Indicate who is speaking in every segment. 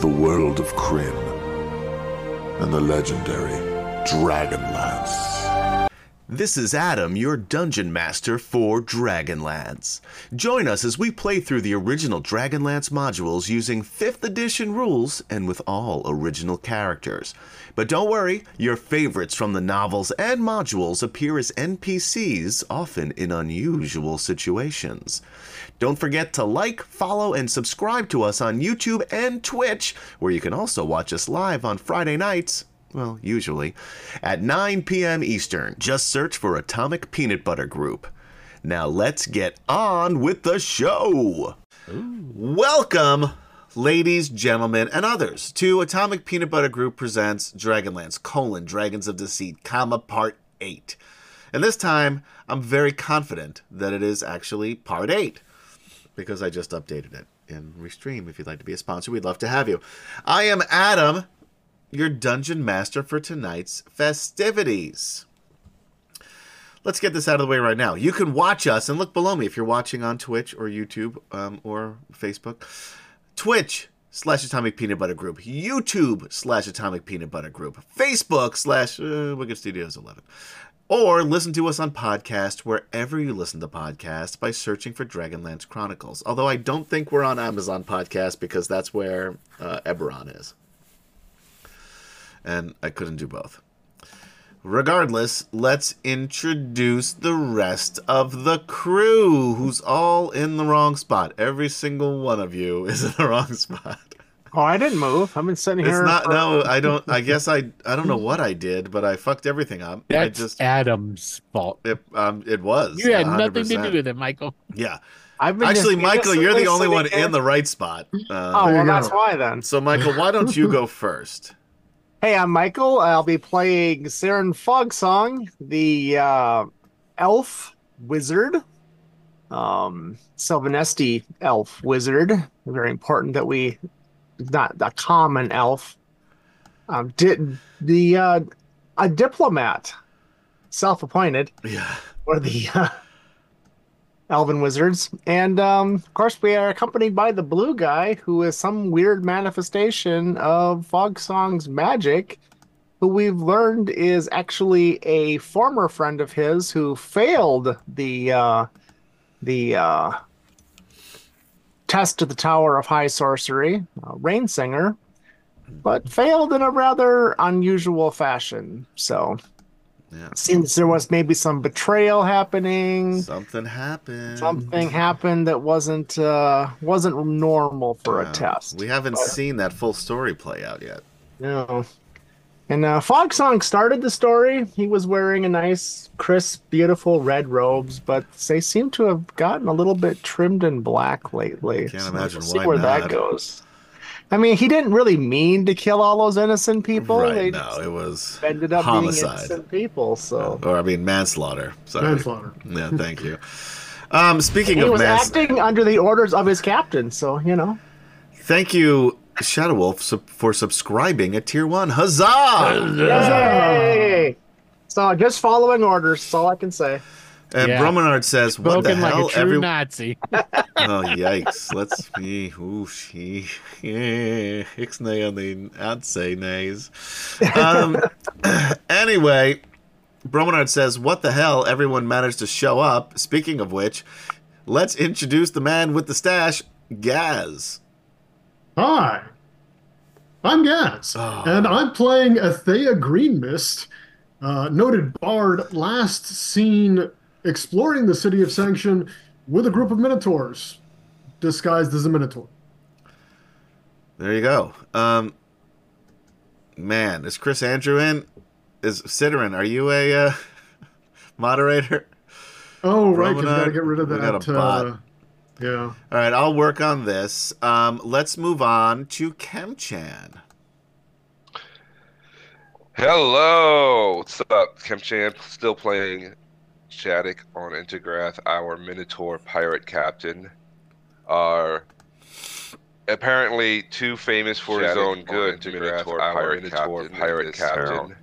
Speaker 1: the world of Kryn and the legendary Dragonlance.
Speaker 2: This is Adam, your dungeon master for Dragonlance. Join us as we play through the original Dragonlance modules using 5th edition rules and with all original characters. But don't worry, your favorites from the novels and modules appear as NPCs, often in unusual situations. Don't forget to like, follow, and subscribe to us on YouTube and Twitch, where you can also watch us live on Friday nights well, usually, at 9 p.m. Eastern. Just search for Atomic Peanut Butter Group. Now let's get on with the show. Welcome, ladies, gentlemen, and others, to Atomic Peanut Butter Group presents Dragonlance: colon, Dragons of Deceit, comma Part Eight. And this time, I'm very confident that it is actually Part Eight because I just updated it in Restream. If you'd like to be a sponsor, we'd love to have you. I am Adam, your dungeon master for tonight's festivities. Let's get this out of the way right now. You can watch us and look below me if you're watching on Twitch or YouTube um, or Facebook. Twitch slash Atomic Peanut Butter Group, YouTube slash Atomic Peanut Butter Group, Facebook slash uh, Wicked Studios 11. Or listen to us on podcast wherever you listen to podcasts by searching for Dragonlance Chronicles. Although I don't think we're on Amazon Podcast because that's where uh, Eberron is and I couldn't do both. Regardless, let's introduce the rest of the crew who's all in the wrong spot. Every single one of you is in the wrong spot.
Speaker 3: Oh, I didn't move. I've been sitting
Speaker 2: It's
Speaker 3: here.
Speaker 2: not
Speaker 3: for-
Speaker 2: no, I don't I guess I I don't know what I did, but I fucked everything up. I
Speaker 4: That's
Speaker 2: just
Speaker 4: Adam's fault.
Speaker 2: it, um, it was.
Speaker 4: You had nothing to
Speaker 2: 100%.
Speaker 4: do with it, Michael.
Speaker 2: Yeah.
Speaker 3: I've been
Speaker 2: Actually,
Speaker 3: just
Speaker 2: Michael, you're the only
Speaker 3: sitting
Speaker 2: one
Speaker 3: here.
Speaker 2: in the right spot.
Speaker 3: Oh,
Speaker 2: Uh,
Speaker 3: well,
Speaker 5: you
Speaker 3: that's
Speaker 5: go.
Speaker 3: why then.
Speaker 2: so Michael, why don't you go first?
Speaker 3: Hey, I'm Michael. I'll be playing Saren Fogsong, the uh, elf wizard, um, Sylvanesti elf wizard. Very important that we, not a common elf, um, did the uh, a diplomat, self-appointed,
Speaker 2: Yeah.
Speaker 3: or the uh, elven wizards, and um, of course we are accompanied by the blue guy, who is some weird manifestation of Fog Song's magic, who we've learned is actually a former friend of his who failed the uh, the uh, test of the Tower of High Sorcery, uh, Rain Singer. But failed in a rather unusual fashion. So
Speaker 2: Yeah.
Speaker 3: seems there was maybe some betrayal
Speaker 4: Mm.
Speaker 3: happening.
Speaker 2: Something happened.
Speaker 3: Something happened that wasn't uh, wasn't normal for
Speaker 2: Yeah.
Speaker 3: a test.
Speaker 2: We haven't seen that full story play out yet.
Speaker 3: No. And uh, Fog Song started the story. He was wearing a nice, crisp, beautiful red robes, but they seem to have gotten a little bit trimmed in black lately.
Speaker 2: Can't
Speaker 3: So
Speaker 2: imagine
Speaker 3: we'll see
Speaker 2: why
Speaker 3: where
Speaker 2: not.
Speaker 3: that goes. I mean, he didn't really mean to kill all those innocent people.
Speaker 2: right
Speaker 3: they
Speaker 2: now,
Speaker 3: just
Speaker 2: it was
Speaker 3: ended up being
Speaker 2: homicide,
Speaker 3: innocent people. So
Speaker 2: or I mean manslaughter. Sorry,
Speaker 5: Manslaughter.
Speaker 2: Yeah, thank you. Um, speaking
Speaker 3: he
Speaker 2: of
Speaker 3: was
Speaker 2: manslaughter,
Speaker 3: acting under the orders of his captain. So you know.
Speaker 2: thank you, Shadow Wolf, sub- for subscribing at Tier One. Huzzah!
Speaker 3: Yay! So just following orders. That's all I can say.
Speaker 2: And
Speaker 4: Yeah.
Speaker 2: Bromenard says, "What the
Speaker 4: Spoken like
Speaker 2: hell?"
Speaker 4: a true
Speaker 2: Every-
Speaker 4: Nazi.
Speaker 2: oh yikes! Let's be ooh she yeah, nay on the I'd say nays. Um, anyway, Bromenard says, "What the hell?" Everyone managed to show up. Speaking of which, let's introduce the man with the stash, Gaz.
Speaker 5: Hi, I'm Gaz,
Speaker 2: Oh.
Speaker 5: and I'm playing Athea Greenmist, uh, noted bard, last seen exploring the city of Sanction with a group of Minotaurs, disguised as a Minotaur.
Speaker 2: There you go. Um, man, is Chris Andrew in? Is Citarin? Are you a uh, moderator?
Speaker 5: Oh, right, 'cause we gotta
Speaker 2: Romanov,
Speaker 5: get rid of
Speaker 2: we
Speaker 5: that.
Speaker 2: got a bot.
Speaker 5: Uh, yeah.
Speaker 2: All right, I'll work on this. Um, let's move on to Kemchan.
Speaker 6: Hello, what's up? Kemchan still playing Shattuck on Intergrath, our Minotaur pirate captain. Are apparently too famous for his own good, Minotaur pirate, captain. Pirate captain.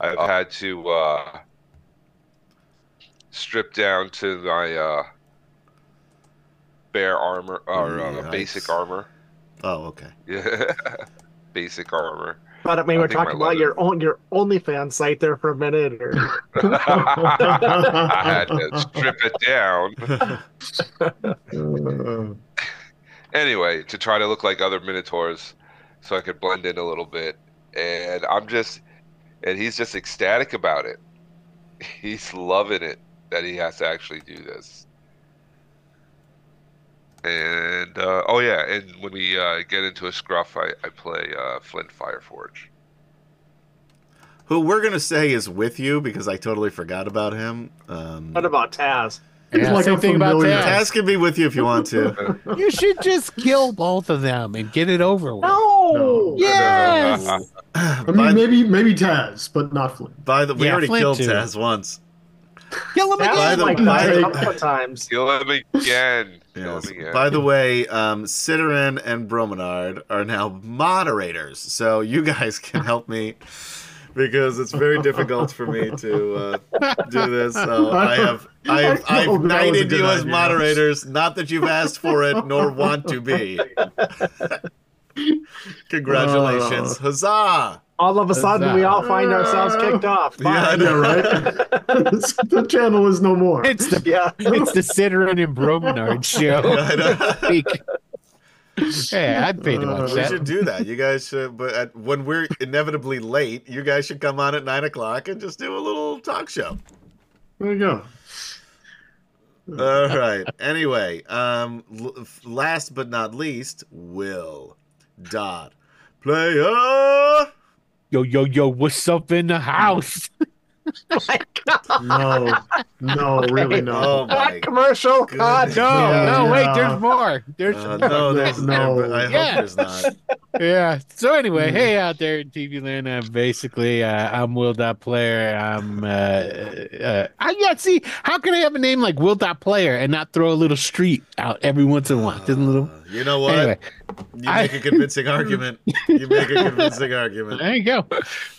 Speaker 6: I've had to uh, strip down to my uh, bare armor or uh,
Speaker 2: Yikes.
Speaker 6: basic armor.
Speaker 2: Oh, okay.
Speaker 6: Yeah. Basic armor.
Speaker 3: But I mean,
Speaker 6: I
Speaker 3: we're
Speaker 6: think my
Speaker 3: talking about
Speaker 6: leather-
Speaker 3: your own your OnlyFans site there for a minute. Or
Speaker 6: I had to strip it down.
Speaker 5: Uh,
Speaker 6: anyway, to try to look like other minotaurs, so I could blend in a little bit. And I'm just, and he's just ecstatic about it. He's loving it that he has to actually do this. And uh, oh yeah, and when we uh, get into a scruff, I, I play uh, Flint Fireforge.
Speaker 2: Who we're gonna say is with you because I totally forgot about him. Um,
Speaker 3: what about Taz?
Speaker 5: Seems
Speaker 4: Yeah,
Speaker 5: like
Speaker 4: same
Speaker 5: a
Speaker 4: thing about
Speaker 5: familiar-
Speaker 4: that.
Speaker 2: Taz can be with you if you want to.
Speaker 4: You should just kill both of them and get it over with.
Speaker 3: No.
Speaker 4: Yes.
Speaker 5: I
Speaker 2: By-
Speaker 5: mean, maybe maybe Taz, but not Flynn.
Speaker 2: By the we
Speaker 4: Yeah,
Speaker 2: already
Speaker 4: Flint
Speaker 2: killed
Speaker 4: too.
Speaker 2: Taz once.
Speaker 4: Kill him
Speaker 3: Taz
Speaker 2: By
Speaker 3: by
Speaker 4: again.
Speaker 2: the-
Speaker 3: like
Speaker 5: by
Speaker 3: that
Speaker 5: the-
Speaker 3: a couple of times.
Speaker 6: Kill him again. Kill
Speaker 2: Yes.
Speaker 6: him again.
Speaker 2: By the way, um, Citarin and Brominard are now moderators, so you guys can help me because it's very difficult for me to uh, do this. So I have I have
Speaker 5: I
Speaker 2: I've
Speaker 5: don't know if that was a
Speaker 2: knighted
Speaker 5: good
Speaker 2: you as
Speaker 5: idea.
Speaker 2: moderators. Not that you've asked for it nor want to be. Congratulations!
Speaker 5: Uh.
Speaker 2: Huzzah!
Speaker 3: All of a sudden, we all find ourselves kicked off. Fine.
Speaker 5: Yeah, right. the channel is no more.
Speaker 4: It's the
Speaker 3: Yeah.
Speaker 4: it's the Citarin and Brominard show.
Speaker 2: I know.
Speaker 4: yeah, I'd pay to watch
Speaker 5: Uh,
Speaker 2: We
Speaker 4: that.
Speaker 2: should do that. You guys should, but at, when we're inevitably late, you guys should come on at nine o'clock and just do a little talk show.
Speaker 5: There you go.
Speaker 2: All right. Anyway, um, l- last but not least, Will Dodd, player.
Speaker 4: Yo, yo, yo, what's up in the house?
Speaker 5: No, no, really
Speaker 2: Oh
Speaker 5: no.
Speaker 2: my
Speaker 3: That commercial. God.
Speaker 2: goodness.
Speaker 4: No,
Speaker 5: Yeah,
Speaker 4: no, wait,
Speaker 5: yeah.
Speaker 4: there's more. There's
Speaker 2: Uh, no, there's
Speaker 5: No.
Speaker 2: no. I
Speaker 4: Yeah.
Speaker 2: hope there's not.
Speaker 4: yeah. So anyway,
Speaker 5: Mm.
Speaker 4: hey out there in TV land, I'm basically uh, I'm Will Dot Player. I'm uh, uh, I yeah. See, how can I have a name like Will Dot Player and not throw a little street out every once in a while? Just a little.
Speaker 2: Uh, you know what?
Speaker 4: Anyway,
Speaker 2: you
Speaker 4: I-
Speaker 2: make a convincing argument. You make a convincing argument.
Speaker 4: there you go.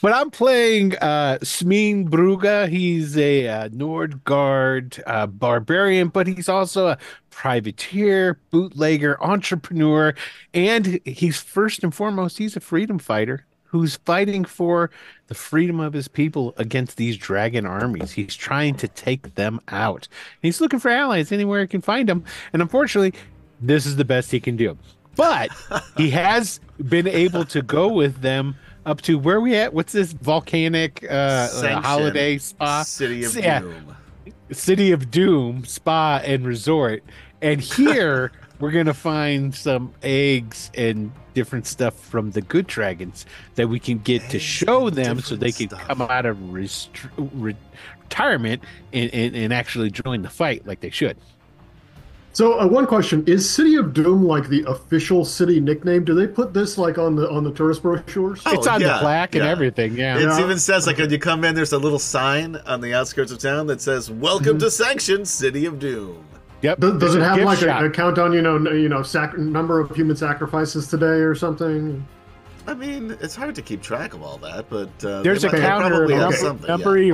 Speaker 4: But I'm playing uh, Smeen Brugge. He's a uh, Nord guard uh, barbarian, but he's also a privateer, bootlegger, entrepreneur, and he's first and foremost he's a freedom fighter who's fighting for the freedom of his people against these dragon armies. He's trying to take them out. He's looking for allies anywhere he can find them, and unfortunately, this is the best he can do. But he has been able to go with them up to where we at? What's this volcanic uh, uh
Speaker 2: Sanction.
Speaker 4: holiday spa?
Speaker 2: City of
Speaker 4: yeah.
Speaker 2: Doom.
Speaker 4: City of Doom Spa and Resort. And here we're going to find some eggs and different stuff from the good dragons that we can get to
Speaker 2: Eggs
Speaker 4: show
Speaker 2: and
Speaker 4: them so they can
Speaker 2: different stuff.
Speaker 4: come out of restr- re- retirement and, and, and actually join the fight like they should.
Speaker 5: So uh, one question is City of Doom like the official city nickname? Do they put this like on the on the tourist brochures?
Speaker 2: Oh,
Speaker 4: it's on
Speaker 2: yeah,
Speaker 4: the plaque and
Speaker 2: yeah.
Speaker 4: everything. Yeah.
Speaker 2: It
Speaker 5: Yeah.
Speaker 2: even says like when you come in, there's a little sign on the outskirts of town that says "Welcome to Sanction City of Doom."
Speaker 4: yep.
Speaker 5: Does, does it have
Speaker 4: Gift
Speaker 5: like
Speaker 4: shop.
Speaker 5: a, a countdown? You know, n- you know, sac- number of human sacrifices today or something.
Speaker 2: I mean, it's hard to keep track of all that, but uh, they
Speaker 4: There's a
Speaker 2: might- they
Speaker 4: counter
Speaker 2: probably have
Speaker 5: okay.
Speaker 2: something,
Speaker 4: number, number
Speaker 2: yeah.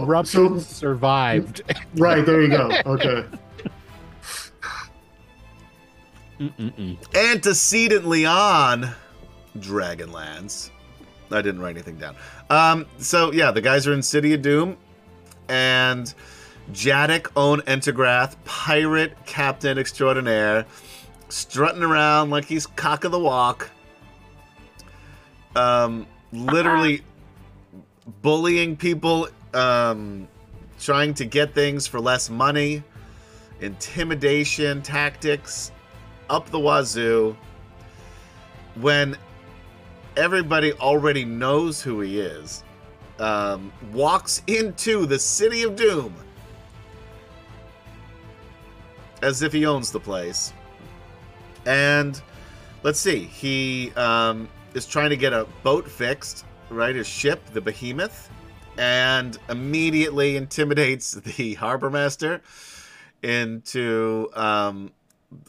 Speaker 4: eruption survived.
Speaker 5: Right there, you go. Okay.
Speaker 2: Mm,
Speaker 4: Mm-mm-mm.
Speaker 2: antecedently on Dragonlance. I didn't write anything down. Um, so yeah, the guys are in City of Doom, and Jaddick, own Entegrath, pirate captain extraordinaire, strutting around like he's cock of the walk. Um, literally bullying people, um, trying to get things for less money, intimidation tactics, up the wazoo when everybody already knows who he is um, walks into the city of doom as if he owns the place and let's see he um, is trying to get a boat fixed right his ship the behemoth and immediately intimidates the harbor master into um,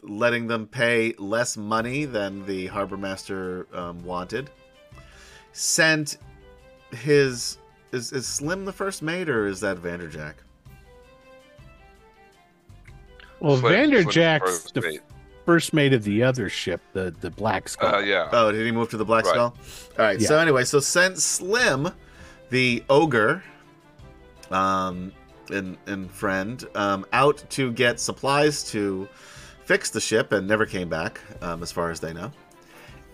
Speaker 2: letting them pay less money than the harbor master um, wanted. Sent his is, is Slim the first mate or is that Vanderjack?
Speaker 4: Well,
Speaker 6: Flint- Flint's
Speaker 4: Vanderjack's
Speaker 6: first
Speaker 4: the
Speaker 6: mate.
Speaker 4: first mate of the other ship, the the Black Skull.
Speaker 6: Uh, yeah.
Speaker 2: Oh, did he move to the Black
Speaker 6: Right.
Speaker 2: Skull? All right. So anyway, so since Slim, the ogre, um, and and friend, um, out to get supplies to fix the ship and never came back, um, as far as they know.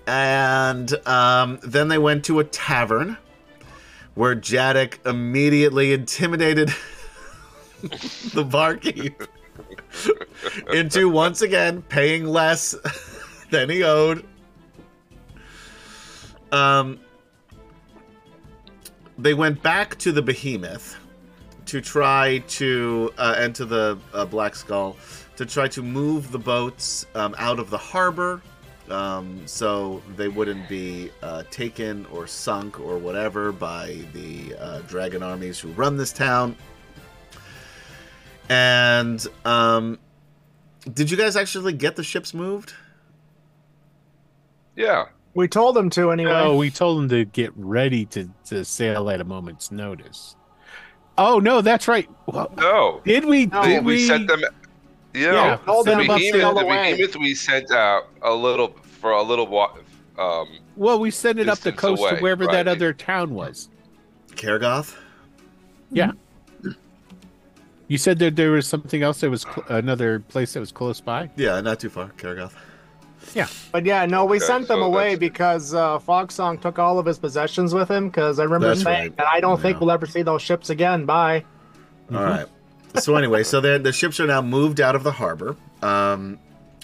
Speaker 2: And um, then they went to a tavern, where Jaddick immediately intimidated the barkeep into once again paying less than he owed. Um, they went back to the behemoth to try to uh, enter the uh, Black Skull to try to move the boats um, out of the harbor um, so they wouldn't be uh, taken or sunk or whatever by the uh, dragon armies who run this town. And um, did you guys actually get the ships moved?
Speaker 6: Yeah.
Speaker 3: We told them to anyway.
Speaker 4: No, we told him to get ready to, to sail at a moment's notice. Oh no, that's right. Well,
Speaker 6: No.
Speaker 4: did we?
Speaker 3: No,
Speaker 4: did
Speaker 6: we,
Speaker 4: we?
Speaker 6: sent them. Yeah.
Speaker 4: Yeah,
Speaker 2: Oh,
Speaker 3: told
Speaker 6: the
Speaker 3: them about
Speaker 6: behemoth,
Speaker 3: sail
Speaker 6: the
Speaker 3: away.
Speaker 6: behemoth we sent out a little for a little while. Um,
Speaker 4: Well, we sent it up the
Speaker 6: distance
Speaker 4: coast
Speaker 6: away,
Speaker 4: to wherever
Speaker 6: right.
Speaker 4: that other town was.
Speaker 2: Kergoth?
Speaker 4: You said that there was something else that was cl- another place that was close by.
Speaker 2: Yeah, not too far. Kergoth.
Speaker 3: But yeah, no, we
Speaker 6: Okay,
Speaker 3: sent them
Speaker 6: so
Speaker 3: away
Speaker 6: that's-
Speaker 3: because uh, Fog Song took all of his possessions with him. Because I remember
Speaker 2: That's
Speaker 3: saying
Speaker 2: right.
Speaker 3: that I don't
Speaker 2: Yeah.
Speaker 3: think we'll ever see those ships again. Bye.
Speaker 2: All right. So anyway, so they're- the ships are now moved out of the harbor. Um,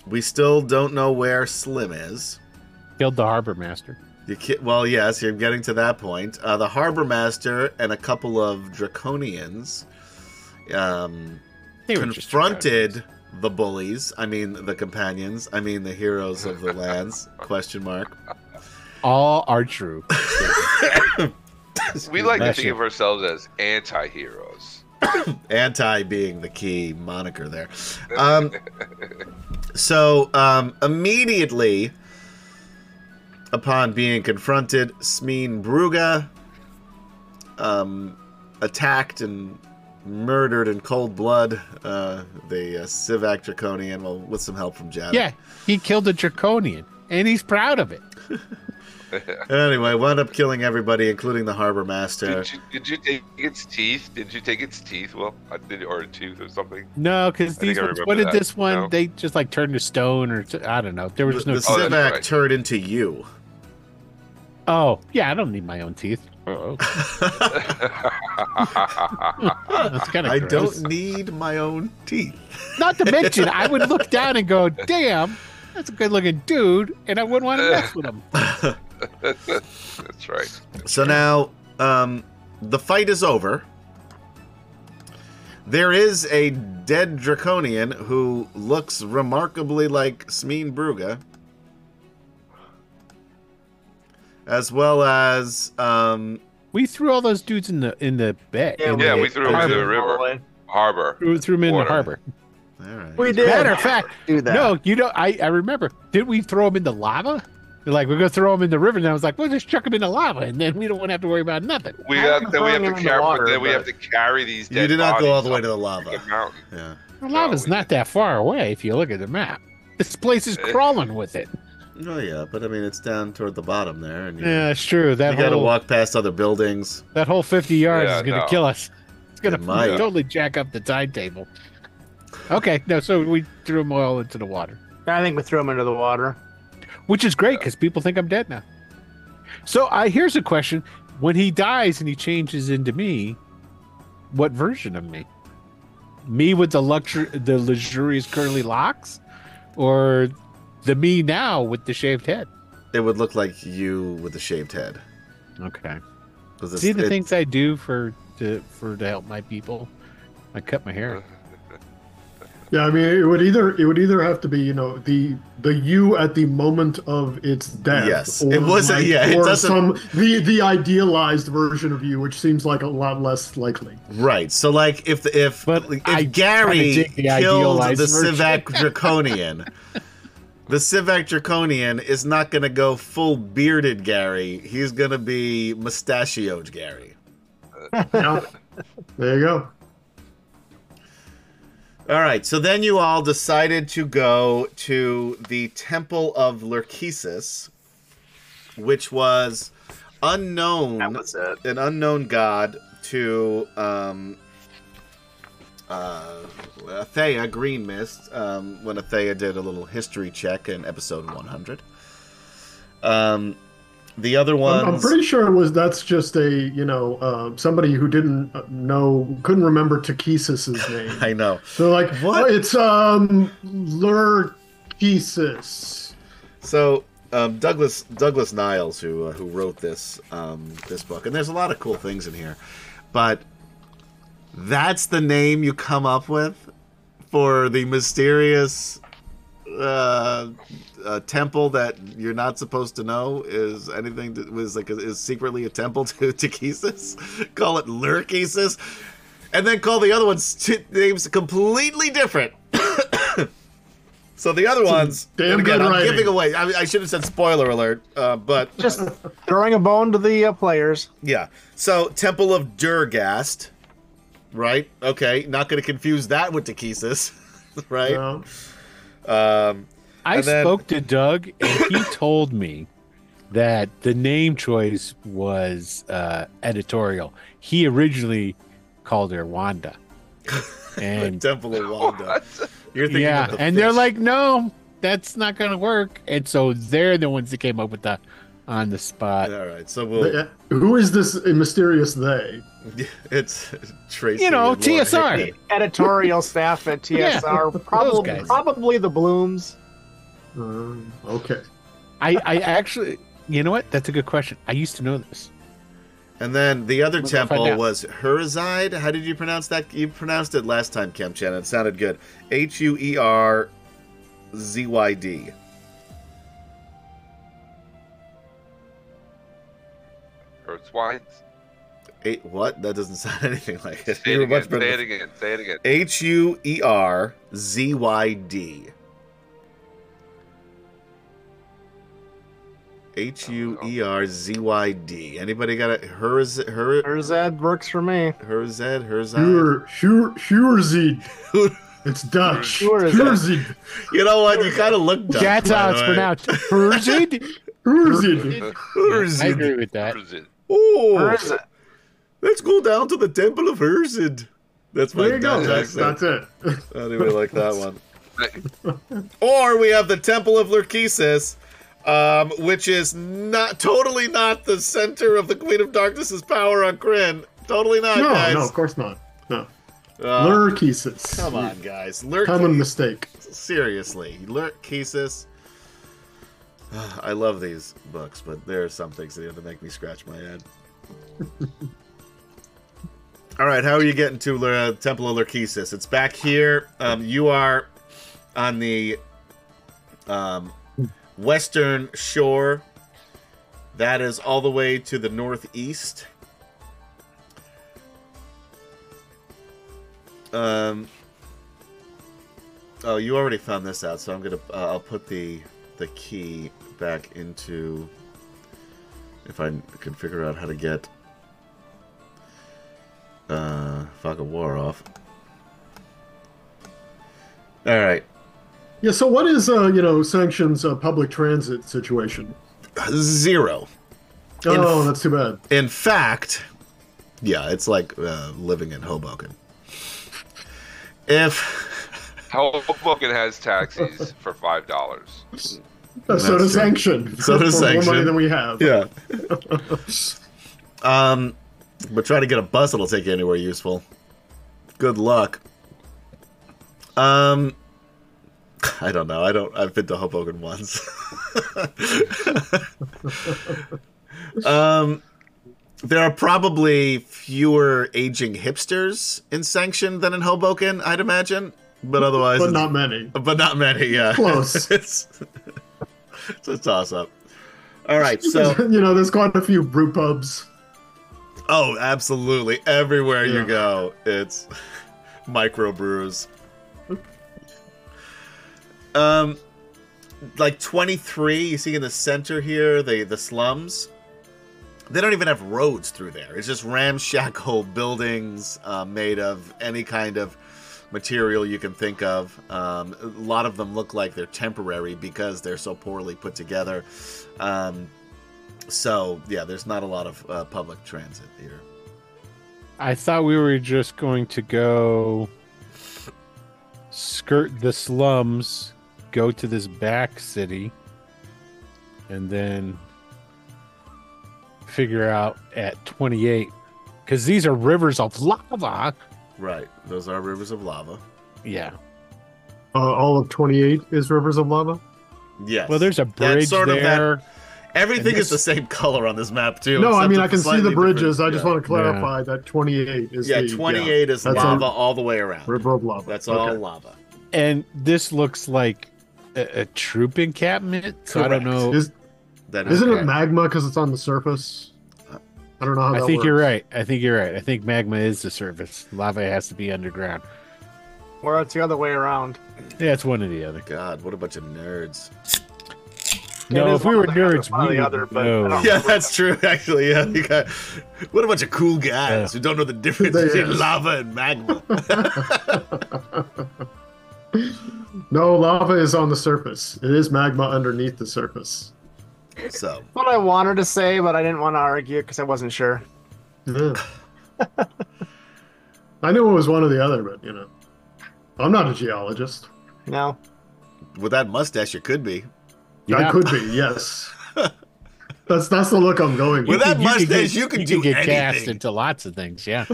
Speaker 2: we still don't know where Slim is.
Speaker 4: Killed the harbor master.
Speaker 2: You ki- well, yes, you're getting to that point. Uh, the harbor master and a couple of draconians um,
Speaker 4: They were just
Speaker 2: confronted the bullies. I mean, the companions. I mean, the heroes of the lands? question mark.
Speaker 4: all are true.
Speaker 6: we like to
Speaker 4: Bless
Speaker 6: think
Speaker 4: you.
Speaker 6: of ourselves as anti-heroes.
Speaker 2: Anti being the key moniker there. Um, so um, immediately upon being confronted, Smeen Bruga um, attacked and murdered in cold blood uh, the uh, Civac Draconian, well, with some help from Jad.
Speaker 4: Yeah, he killed a draconian, and he's proud of it.
Speaker 2: Anyway, wound up killing everybody, including the harbor master.
Speaker 6: Did you, did you take its teeth? Did you take its teeth? Well, I did, or a tooth or something.
Speaker 4: No, because
Speaker 6: I
Speaker 4: these.
Speaker 6: think I
Speaker 4: Ones,
Speaker 6: remember
Speaker 4: what did
Speaker 6: that.
Speaker 4: this one?
Speaker 6: No.
Speaker 4: They just like turned to stone, or t- I don't know. There was
Speaker 2: The,
Speaker 4: no.
Speaker 2: the
Speaker 6: Oh, that's
Speaker 2: Civac
Speaker 6: right.
Speaker 2: turned into you.
Speaker 4: oh, yeah, I don't need my own teeth. Oh, that's kind of.
Speaker 2: I don't need my own teeth.
Speaker 4: Not to mention, I would look down and go, "Damn, that's a good-looking dude," and I wouldn't want to mess with him.
Speaker 6: That's right.
Speaker 2: So now um, the fight is over. There is a dead draconian who looks remarkably like Smeen Bruga, as well as um,
Speaker 4: We threw all those dudes in the in the bed. in
Speaker 6: Yeah,
Speaker 4: the-
Speaker 6: we threw 'em
Speaker 4: harbor.
Speaker 6: into the river. Harbor.
Speaker 4: Threw, threw 'em in
Speaker 6: Water.
Speaker 4: the harbor.
Speaker 2: all right.
Speaker 3: We did.
Speaker 4: Matter of fact,
Speaker 3: do that.
Speaker 4: no, you know, I I remember. Did we throw them in the lava? They're like, we're gonna throw them in the river, and I was like, we'll just chuck them in the lava, and then we don't want to have to worry about nothing.
Speaker 6: We
Speaker 3: I
Speaker 6: have,
Speaker 3: was
Speaker 6: then we have
Speaker 3: throwing
Speaker 6: to
Speaker 3: them in the
Speaker 6: carry.
Speaker 3: water,
Speaker 6: then we have
Speaker 3: but-
Speaker 6: to carry these. Dead
Speaker 2: You did not go all the way to
Speaker 6: bodies
Speaker 2: the
Speaker 6: up
Speaker 2: lava.
Speaker 6: the mountain.
Speaker 2: Yeah.
Speaker 4: The lava's not that far away if you look at the map. This place is crawling with it.
Speaker 2: Oh yeah, but I mean it's down toward the bottom there, and you,
Speaker 4: Yeah, it's true.
Speaker 2: you
Speaker 4: That
Speaker 2: got to
Speaker 4: whole
Speaker 2: walk past other buildings.
Speaker 4: that whole fifty yards
Speaker 6: Yeah,
Speaker 4: is gonna
Speaker 6: no.
Speaker 4: kill us. It's gonna
Speaker 2: It might.
Speaker 4: totally jack up the timetable. Okay, no, so we threw them all into the water.
Speaker 3: I think we threw him into the water.
Speaker 4: which is great because people think I'm dead now. So I here's a question: When he dies and he changes into me, what version of me? Me with the luxury, the luxurious curly locks, or the me now with the shaved head?
Speaker 2: It would look like you with a shaved head.
Speaker 4: Okay.
Speaker 2: 'Cause it's-
Speaker 4: See the
Speaker 2: it-
Speaker 4: things I do for to for to help my people. I cut my hair.
Speaker 5: Yeah, I mean, it would either it would either have to be you know the the you at the moment of its death.
Speaker 2: Yes, it wasn't- yeah, it
Speaker 5: or
Speaker 2: doesn't-
Speaker 5: some the the idealized version of you, which seems like a lot less likely.
Speaker 2: Right. So like if if
Speaker 4: But
Speaker 2: if
Speaker 4: I
Speaker 2: Gary
Speaker 4: kinda dig the
Speaker 2: killed
Speaker 4: idealized
Speaker 2: the
Speaker 4: version.
Speaker 2: Civac Draconian, the Civac Draconian is not going to go full bearded Gary. He's going to be mustachioed Gary.
Speaker 5: Yeah. there you go.
Speaker 2: All right, so then you all decided to go to the Temple of Lurkesis, which was unknown,
Speaker 3: That was it.
Speaker 2: an unknown god to um, uh, Athea Green Mist um, when Athea did a little history check in episode 100. Um, the other ones.
Speaker 5: I'm, I'm pretty sure it was that's just a you know uh, somebody who didn't know couldn't remember Takesis's name.
Speaker 2: I know.
Speaker 5: So like
Speaker 2: What?
Speaker 5: what? it's um Lurkesis.
Speaker 2: So um, Douglas Douglas Niles, who uh, who wrote this um, this book, and there's a lot of cool things in here, but that's the name you come up with for the mysterious uh, uh, temple that you're not supposed to know is anything that was like is secretly a temple to Tachesis. call it Lurkesis, and then call the other ones t- names completely different. So the other ones,
Speaker 5: damn
Speaker 2: and again,
Speaker 5: good
Speaker 2: I'm
Speaker 5: writing.
Speaker 2: giving away. I, I should have said spoiler alert, uh, but
Speaker 3: Just throwing a bone to the uh, players.
Speaker 2: yeah. So Temple of Durgast, right? Okay, not going to confuse that with Tachesis,
Speaker 5: You
Speaker 2: right?
Speaker 5: know?
Speaker 2: Um,
Speaker 4: I
Speaker 2: And then-
Speaker 4: spoke to Doug, and he told me that the name choice was uh, editorial. He originally called her Wanda, and
Speaker 2: Temple of Wanda. You're thinking
Speaker 4: yeah,
Speaker 2: of the
Speaker 4: and they're
Speaker 2: fish.
Speaker 4: like, no, that's not gonna work. And so they're the ones that came up with the on the spot.
Speaker 2: all right. So
Speaker 5: They-
Speaker 2: we'll.
Speaker 5: uh, Who is this mysterious they?
Speaker 2: It's Tracy.
Speaker 4: You know,
Speaker 2: and Laura
Speaker 4: TSR.
Speaker 2: Hickey.
Speaker 3: Editorial staff at
Speaker 4: Yeah,
Speaker 3: TSR,
Speaker 4: guys.
Speaker 3: probably, probably the Blooms.
Speaker 5: Um, okay.
Speaker 4: I, I actually, you know what? That's a good question. I used to know this.
Speaker 2: And then the other
Speaker 4: We'll go find
Speaker 2: temple
Speaker 4: out.
Speaker 2: was Hurazide. How did you pronounce that? You pronounced it last time, Kim Chen. It sounded good. H U E R Z Y D.
Speaker 6: Earthwines.
Speaker 2: Eight, what? That doesn't sound anything like it.
Speaker 6: Say it
Speaker 2: You're
Speaker 6: again.
Speaker 2: much
Speaker 6: Say it
Speaker 2: better.
Speaker 6: again. Say it again.
Speaker 2: H U E R Z Y D. H U E R Z Y D. Anybody got a Hurz Hur
Speaker 3: Erzad works for me.
Speaker 2: Hurzed Hurzide?
Speaker 5: Sure, sure, sure, Zed. It's Dutch.
Speaker 3: Sure, Zed.
Speaker 5: Sure, Zed.
Speaker 2: You know what? You kind of look. dumb,
Speaker 4: That's
Speaker 2: by
Speaker 4: how
Speaker 2: the
Speaker 4: it's
Speaker 2: way.
Speaker 4: pronounced. Herzid?
Speaker 5: Sure, Zed.
Speaker 2: Hurzed.
Speaker 4: I agree with that.
Speaker 6: Cruising.
Speaker 2: Oh,
Speaker 3: Erzad.
Speaker 2: let's go down to the Temple of Herzid. That's my
Speaker 5: There you go.
Speaker 2: Dutch
Speaker 5: That's,
Speaker 2: accent.
Speaker 5: that's it.
Speaker 2: I do like that one. Or we have the Temple of Lurkesis, um, which is not totally not the center of the Queen of Darkness's power on Kryn. Totally not,
Speaker 5: No,
Speaker 2: guys.
Speaker 5: no, of course not. No.
Speaker 2: Uh,
Speaker 5: Lurkesis.
Speaker 2: come on, guys.
Speaker 5: Common
Speaker 2: Lurkesis.
Speaker 5: mistake.
Speaker 2: Seriously, Lurkesis. Ah, I love these books, but there are some things in here that make me scratch my head. All right, how are you getting to Lur- uh, Temple of Lurkesis? It's back here. Um, you are on the um, western shore. That is all the way to the northeast. Um. Oh, you already found this out, so I'm gonna. Uh, I'll put the the key back into. If I can figure out how to get. Uh, fucking war off. All right.
Speaker 5: Yeah, so what is, uh, you know, sanctions uh, public transit situation?
Speaker 2: Zero.
Speaker 5: Oh, that's too bad.
Speaker 2: In fact, yeah, it's like uh, living in Hoboken. If
Speaker 6: Hoboken has taxis for five dollars.
Speaker 5: Uh, so does
Speaker 2: true.
Speaker 5: sanction.
Speaker 2: So does
Speaker 5: For
Speaker 2: sanction.
Speaker 5: More money than we have.
Speaker 2: yeah, um, but try to get a bus that'll take you anywhere useful. Good luck. Um, I don't know. I don't. I've been to Hoboken once. um, there are probably fewer aging hipsters in Sanction than in Hoboken, I'd imagine. But otherwise,
Speaker 5: But
Speaker 2: it's-
Speaker 5: not many.
Speaker 2: but not many. Yeah,
Speaker 5: Close.
Speaker 2: it's, it's a toss up. All right, so
Speaker 5: you know, there's quite a few brew pubs.
Speaker 2: oh, absolutely, everywhere you
Speaker 5: Yeah.
Speaker 2: go, it's microbrews. Um, like twenty three, you see in the center here, the the slums. They don't even have roads through there. It's just ramshackle buildings uh, made of any kind of material you can think of. Um, a lot of them look like they're temporary because they're so poorly put together. Um, so yeah, there's not a lot of uh, public transit here.
Speaker 4: I thought we were just going to go skirt the slums, go to this back city, and then figure out at 28 because these are rivers of lava.
Speaker 2: Right, those are rivers of lava.
Speaker 4: Yeah.
Speaker 5: Uh, all of 28 is Rivers of Lava.
Speaker 2: Yes.
Speaker 4: Well, there's a
Speaker 2: That's
Speaker 4: bridge
Speaker 2: sort of that-
Speaker 4: there.
Speaker 2: everything
Speaker 4: and
Speaker 2: is the same color on this map too.
Speaker 5: no, I
Speaker 2: except
Speaker 5: mean,
Speaker 2: it's
Speaker 5: I can see
Speaker 2: slightly
Speaker 5: the bridges. I
Speaker 2: different.
Speaker 5: just
Speaker 2: Yeah.
Speaker 5: want to clarify that 28 is
Speaker 2: Yeah,
Speaker 5: the yeah,
Speaker 2: 28 is
Speaker 5: That's
Speaker 2: lava
Speaker 5: all-
Speaker 2: all the way around.
Speaker 5: River of Lava.
Speaker 2: That's
Speaker 5: Okay.
Speaker 2: all lava.
Speaker 4: and this looks like a, a troop encampment. So I don't
Speaker 2: Correct.
Speaker 4: know.
Speaker 5: Is,
Speaker 2: That
Speaker 5: isn't
Speaker 4: Okay.
Speaker 5: it magma because it's on the surface? I don't know how
Speaker 4: I
Speaker 5: that
Speaker 4: think
Speaker 5: works.
Speaker 4: you're right. I think you're right. I think magma is the surface. Lava has to be underground.
Speaker 3: Or it's the other way around.
Speaker 4: Yeah, it's one or the other.
Speaker 2: God, what a bunch of nerds.
Speaker 4: No,
Speaker 3: is
Speaker 4: if we
Speaker 3: one
Speaker 4: were
Speaker 3: or the other,
Speaker 4: nerds,
Speaker 3: one or
Speaker 4: we
Speaker 3: the
Speaker 4: would
Speaker 3: other, but I
Speaker 4: know.
Speaker 3: don't-
Speaker 2: Yeah, that's true, actually. Yeah, you got, what a bunch of cool guys who don't know the difference
Speaker 5: They-
Speaker 2: between lava and magma.
Speaker 5: No, lava is on the surface. It is magma underneath the surface.
Speaker 2: So,
Speaker 3: What I wanted to say, but I didn't want to argue because I wasn't sure.
Speaker 5: Yeah. I knew it was one or the other, but you know, I'm not a geologist.
Speaker 3: No.
Speaker 2: with that mustache, it could be.
Speaker 5: I
Speaker 4: Yeah.
Speaker 5: could be, yes. that's that's the look I'm going
Speaker 2: With
Speaker 5: with.
Speaker 2: that
Speaker 4: You could
Speaker 2: mustache,
Speaker 4: get-
Speaker 2: you can
Speaker 4: you
Speaker 2: do
Speaker 4: could get cast
Speaker 2: anything.
Speaker 4: into lots of things. Yeah.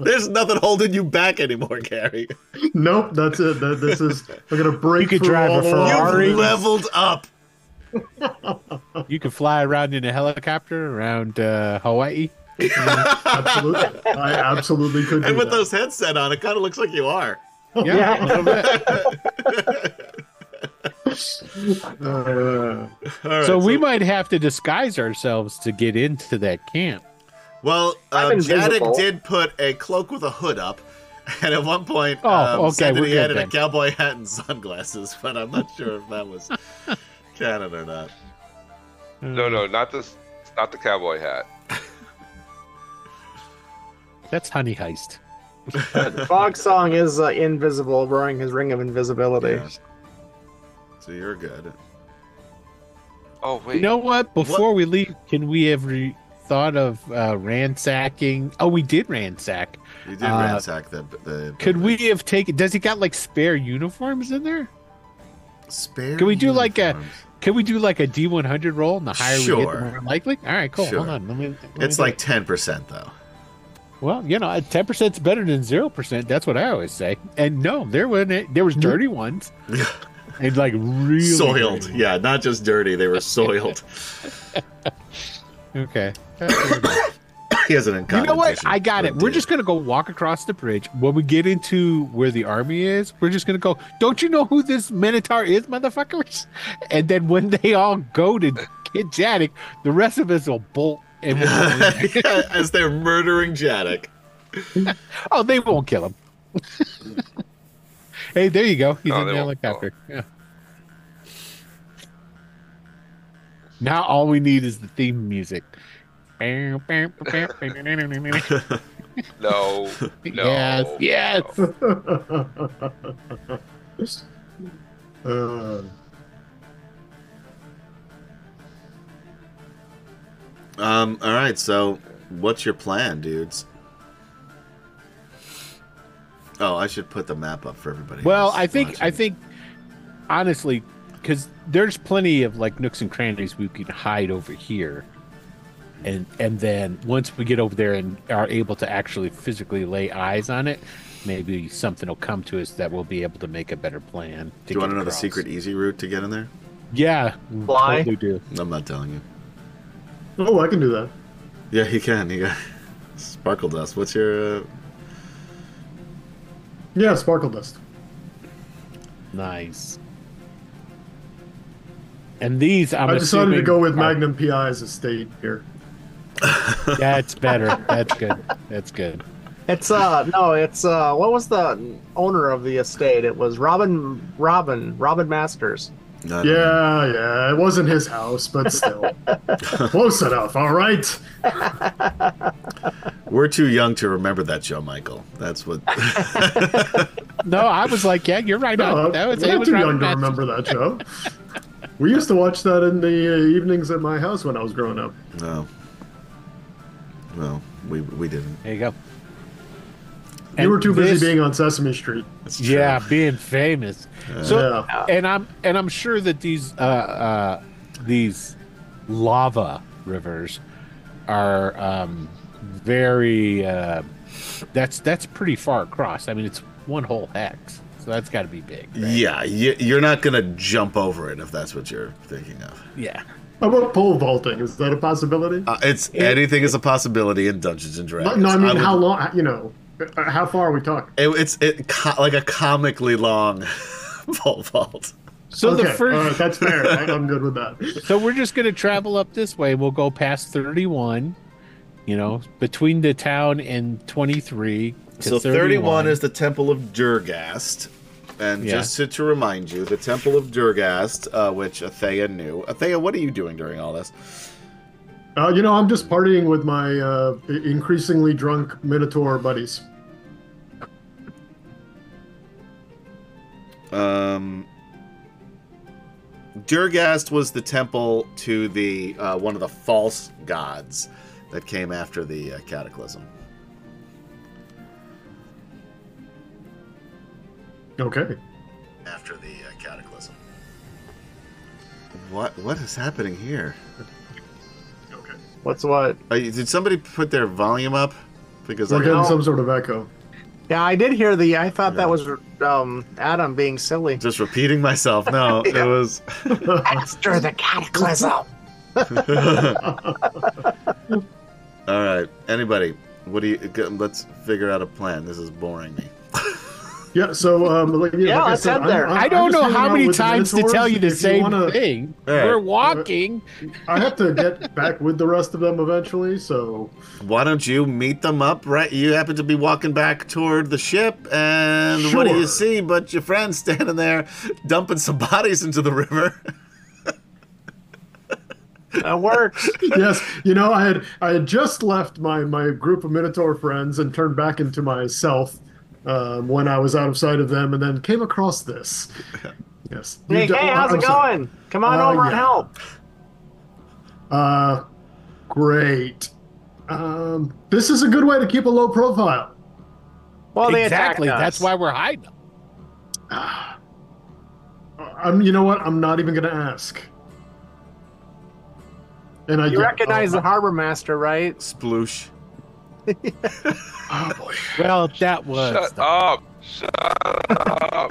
Speaker 2: There's nothing holding you back anymore, Gary.
Speaker 5: Nope, that's it. That, this is we're gonna break.
Speaker 4: You could
Speaker 5: through
Speaker 4: drive a
Speaker 5: all the
Speaker 2: You've
Speaker 4: Ferrari.
Speaker 5: lines.
Speaker 2: leveled up.
Speaker 4: You can fly around in a helicopter around uh, Hawaii.
Speaker 5: Absolutely, I absolutely could.
Speaker 2: And
Speaker 5: do
Speaker 2: with
Speaker 5: that.
Speaker 2: those headset on, it kind of looks like you are.
Speaker 4: Yeah. a little bit.
Speaker 5: Uh,
Speaker 2: All right,
Speaker 4: so we might have to disguise ourselves to get into that camp.
Speaker 2: Well, uh,
Speaker 3: I'm
Speaker 2: Jaddick
Speaker 3: invisible.
Speaker 2: did put a cloak with a hood up, and at one point,
Speaker 4: Oh,
Speaker 2: um,
Speaker 4: okay,
Speaker 2: said that
Speaker 4: we're
Speaker 2: he had
Speaker 4: good
Speaker 2: a
Speaker 4: then.
Speaker 2: cowboy hat and sunglasses, but I'm not sure if that was canon or not.
Speaker 6: No, no, not this. Not the cowboy hat.
Speaker 4: That's honey heist.
Speaker 3: Fog Song is uh, invisible, wearing his ring of invisibility.
Speaker 2: Yeah. So you're good.
Speaker 6: Oh wait.
Speaker 4: You know what? Before we leave, can we have re- thought of uh, ransacking? Oh, we did ransack.
Speaker 2: You did
Speaker 4: Uh,
Speaker 2: ransack the, the.
Speaker 4: Could we have taken? Does he got like spare uniforms in there?
Speaker 2: spare?
Speaker 4: could we do like a-
Speaker 2: uniforms?
Speaker 4: Can we do like a D one hundred roll? And the higher we get,
Speaker 2: Sure.
Speaker 4: the more likely. All right, cool.
Speaker 2: Sure.
Speaker 4: Hold on. Let me. let me
Speaker 2: It's
Speaker 4: do
Speaker 2: like
Speaker 4: it.
Speaker 2: ten percent though.
Speaker 4: well, you know, ten percent is better than zero percent. That's what I always say. And no, there wasn't. There was dirty ones. And like really
Speaker 2: soiled,
Speaker 4: dirty
Speaker 2: yeah, not just dirty. They were soiled.
Speaker 4: ones. Okay.
Speaker 2: he has an
Speaker 4: You know what?
Speaker 2: incontinentation
Speaker 4: I got
Speaker 2: for
Speaker 4: it. We're
Speaker 2: dick.
Speaker 4: just gonna go walk across the bridge. When we get into where the army is, we're just gonna go. Don't you know who this Minotaur is, motherfuckers? And then when they all go to get Janik, the rest of us will bolt. And we'll-
Speaker 2: Yeah, as they're murdering Jaddick.
Speaker 4: oh, they won't kill him. hey, there you go. He's
Speaker 6: No,
Speaker 4: in the
Speaker 6: they won't kill
Speaker 4: helicopter. Yeah. Now all we need is the theme music. yes,
Speaker 6: No. Oh, No.
Speaker 4: yes.
Speaker 5: uh,
Speaker 2: Um. All right. So, what's your plan, dudes? Oh, I should put the map up for everybody.
Speaker 4: Well,
Speaker 2: who's
Speaker 4: I think I
Speaker 2: watching.
Speaker 4: think honestly, because there's plenty of like nooks and crannies we could hide over here, and and then once we get over there and are able to actually physically lay eyes on it, maybe something will come to us that we'll be able to make a better plan.
Speaker 2: Do you want
Speaker 4: get
Speaker 2: to know the
Speaker 4: across.
Speaker 2: secret easy route to get in there?
Speaker 4: Yeah,
Speaker 3: Fly?
Speaker 4: totally do.
Speaker 2: I'm not telling you.
Speaker 5: oh, I can do that.
Speaker 2: Yeah, he can. He got sparkle dust. What's your? Uh...
Speaker 5: Yeah, sparkle dust.
Speaker 4: Nice. And these, I'm
Speaker 5: i decided to
Speaker 4: assuming
Speaker 5: go with
Speaker 4: are-
Speaker 5: Magnum PI's estate here.
Speaker 4: That's better. That's good. That's good.
Speaker 3: It's uh no, it's uh what was the owner of the estate? It was Robin Robin Robin Masters.
Speaker 2: I don't know.
Speaker 5: Yeah, yeah, it wasn't his house, but still, close enough. All right.
Speaker 2: We're too young to remember that show, Michael. That's what.
Speaker 4: No, I was like, yeah, you're right.
Speaker 5: No,
Speaker 4: on. That was,
Speaker 5: we're
Speaker 4: it was
Speaker 5: Uh, too
Speaker 4: right
Speaker 5: young
Speaker 4: on
Speaker 5: to
Speaker 4: that.
Speaker 5: remember that show. we used to watch that in the uh, evenings at my house when I was growing up.
Speaker 2: no. No, we we didn't.
Speaker 4: There you go.
Speaker 5: you were too busy
Speaker 4: this-
Speaker 5: being on Sesame Street.
Speaker 2: That's true.
Speaker 4: Yeah, being famous. so
Speaker 5: yeah.
Speaker 4: and I'm and I'm sure that these uh, uh, these lava rivers are um, very uh, that's that's pretty far across. I mean, it's one whole hex, so that's got to be big. right?
Speaker 2: Yeah, you, you're not gonna jump over it if that's what you're thinking of.
Speaker 4: Yeah.
Speaker 5: How about pole vaulting? Is that a possibility?
Speaker 2: Uh, it's anything is a possibility in Dungeons and Dragons.
Speaker 5: no, I mean,
Speaker 2: would-
Speaker 5: how long? You know, uh, how far are we talking?
Speaker 2: It, it's it co- like a comically long pole vault.
Speaker 4: So the
Speaker 5: okay,
Speaker 4: first,
Speaker 5: all right, that's fair. I, I'm good with that.
Speaker 4: so we're just gonna travel up this way. We'll go past thirty-one. You know, between the town and twenty-three. to
Speaker 2: So 31 is the Temple of Durgast. And
Speaker 4: Yeah.
Speaker 2: just to, to remind you, the Temple of Durgast, uh, which Athea knew. Athea, what are you doing during all this?
Speaker 5: Uh, you know, I'm just partying with my uh, i- increasingly drunk Minotaur buddies.
Speaker 2: Um, Durgast was the temple to the uh, one of the false gods that came after the uh, cataclysm.
Speaker 5: Okay.
Speaker 2: After the uh, cataclysm. What what is happening here?
Speaker 5: Okay.
Speaker 3: What's what?
Speaker 2: Uh, did somebody put their volume up? Because
Speaker 5: We're
Speaker 2: I
Speaker 5: getting
Speaker 3: No.
Speaker 5: some sort of echo.
Speaker 3: Yeah, I did hear the. I thought
Speaker 2: Yeah.
Speaker 3: that was um, Adam being silly.
Speaker 2: just repeating myself. No, it was.
Speaker 3: After the cataclysm.
Speaker 2: All right, anybody, what do you? g- Let's figure out a plan. This is boring me.
Speaker 5: Yeah. So, um, like, you know,
Speaker 3: Yeah,
Speaker 5: like I
Speaker 3: let's
Speaker 5: said,
Speaker 3: head there.
Speaker 5: I'm- I'm-
Speaker 4: I
Speaker 5: I'm
Speaker 4: don't know
Speaker 5: just hanging
Speaker 4: how
Speaker 5: out
Speaker 4: many
Speaker 5: with the
Speaker 4: times to tell you the
Speaker 5: Minotaurs. If
Speaker 4: same
Speaker 5: wanna-
Speaker 4: thing.
Speaker 2: All right.
Speaker 4: We're walking.
Speaker 5: I have to get back with the rest of them eventually. So,
Speaker 2: Why don't you meet them up? Right, you happen to be walking back toward the ship, and what do you
Speaker 5: Sure.
Speaker 2: see? But your friend standing there, dumping some bodies into the river.
Speaker 3: That works.
Speaker 5: yes, you know, I had I had just left my my group of Minotaur friends and turned back into myself um, when I was out of sight of them, and then came across this. Yes. You
Speaker 3: Hey,
Speaker 5: don't-
Speaker 3: hey, how's
Speaker 5: I'm
Speaker 3: it
Speaker 5: sorry.
Speaker 3: going? Come on
Speaker 5: Uh,
Speaker 3: over and
Speaker 5: yeah.
Speaker 3: help.
Speaker 5: Uh, great. Um, this is a good way to keep a low profile.
Speaker 4: Oh,
Speaker 3: Well, they attacked
Speaker 4: exactly.
Speaker 3: us.
Speaker 4: That's why we're hiding. them.
Speaker 5: Ah. I'm. You know what? I'm not even gonna ask. And I
Speaker 3: You
Speaker 5: get-
Speaker 3: recognize
Speaker 5: oh,
Speaker 3: the harbor master, right?
Speaker 2: Sploosh.
Speaker 5: oh, boy.
Speaker 4: Well, that was.
Speaker 6: Shut
Speaker 4: the-
Speaker 6: up! Shut up!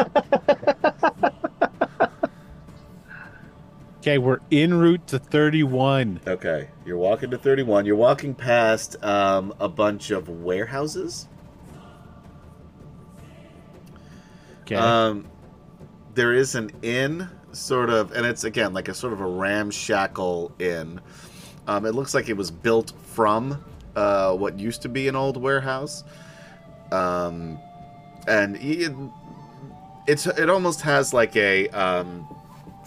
Speaker 4: Okay, we're en route to 31.
Speaker 2: Okay, you're walking to 31. You're walking past um, a bunch of warehouses.
Speaker 4: Okay.
Speaker 3: Uh,
Speaker 2: Um, there is an inn, sort of, and it's again like a sort of a ramshackle inn. Um, it looks like it was built from uh, what used to be an old warehouse, um, and it, it's it almost has like a um,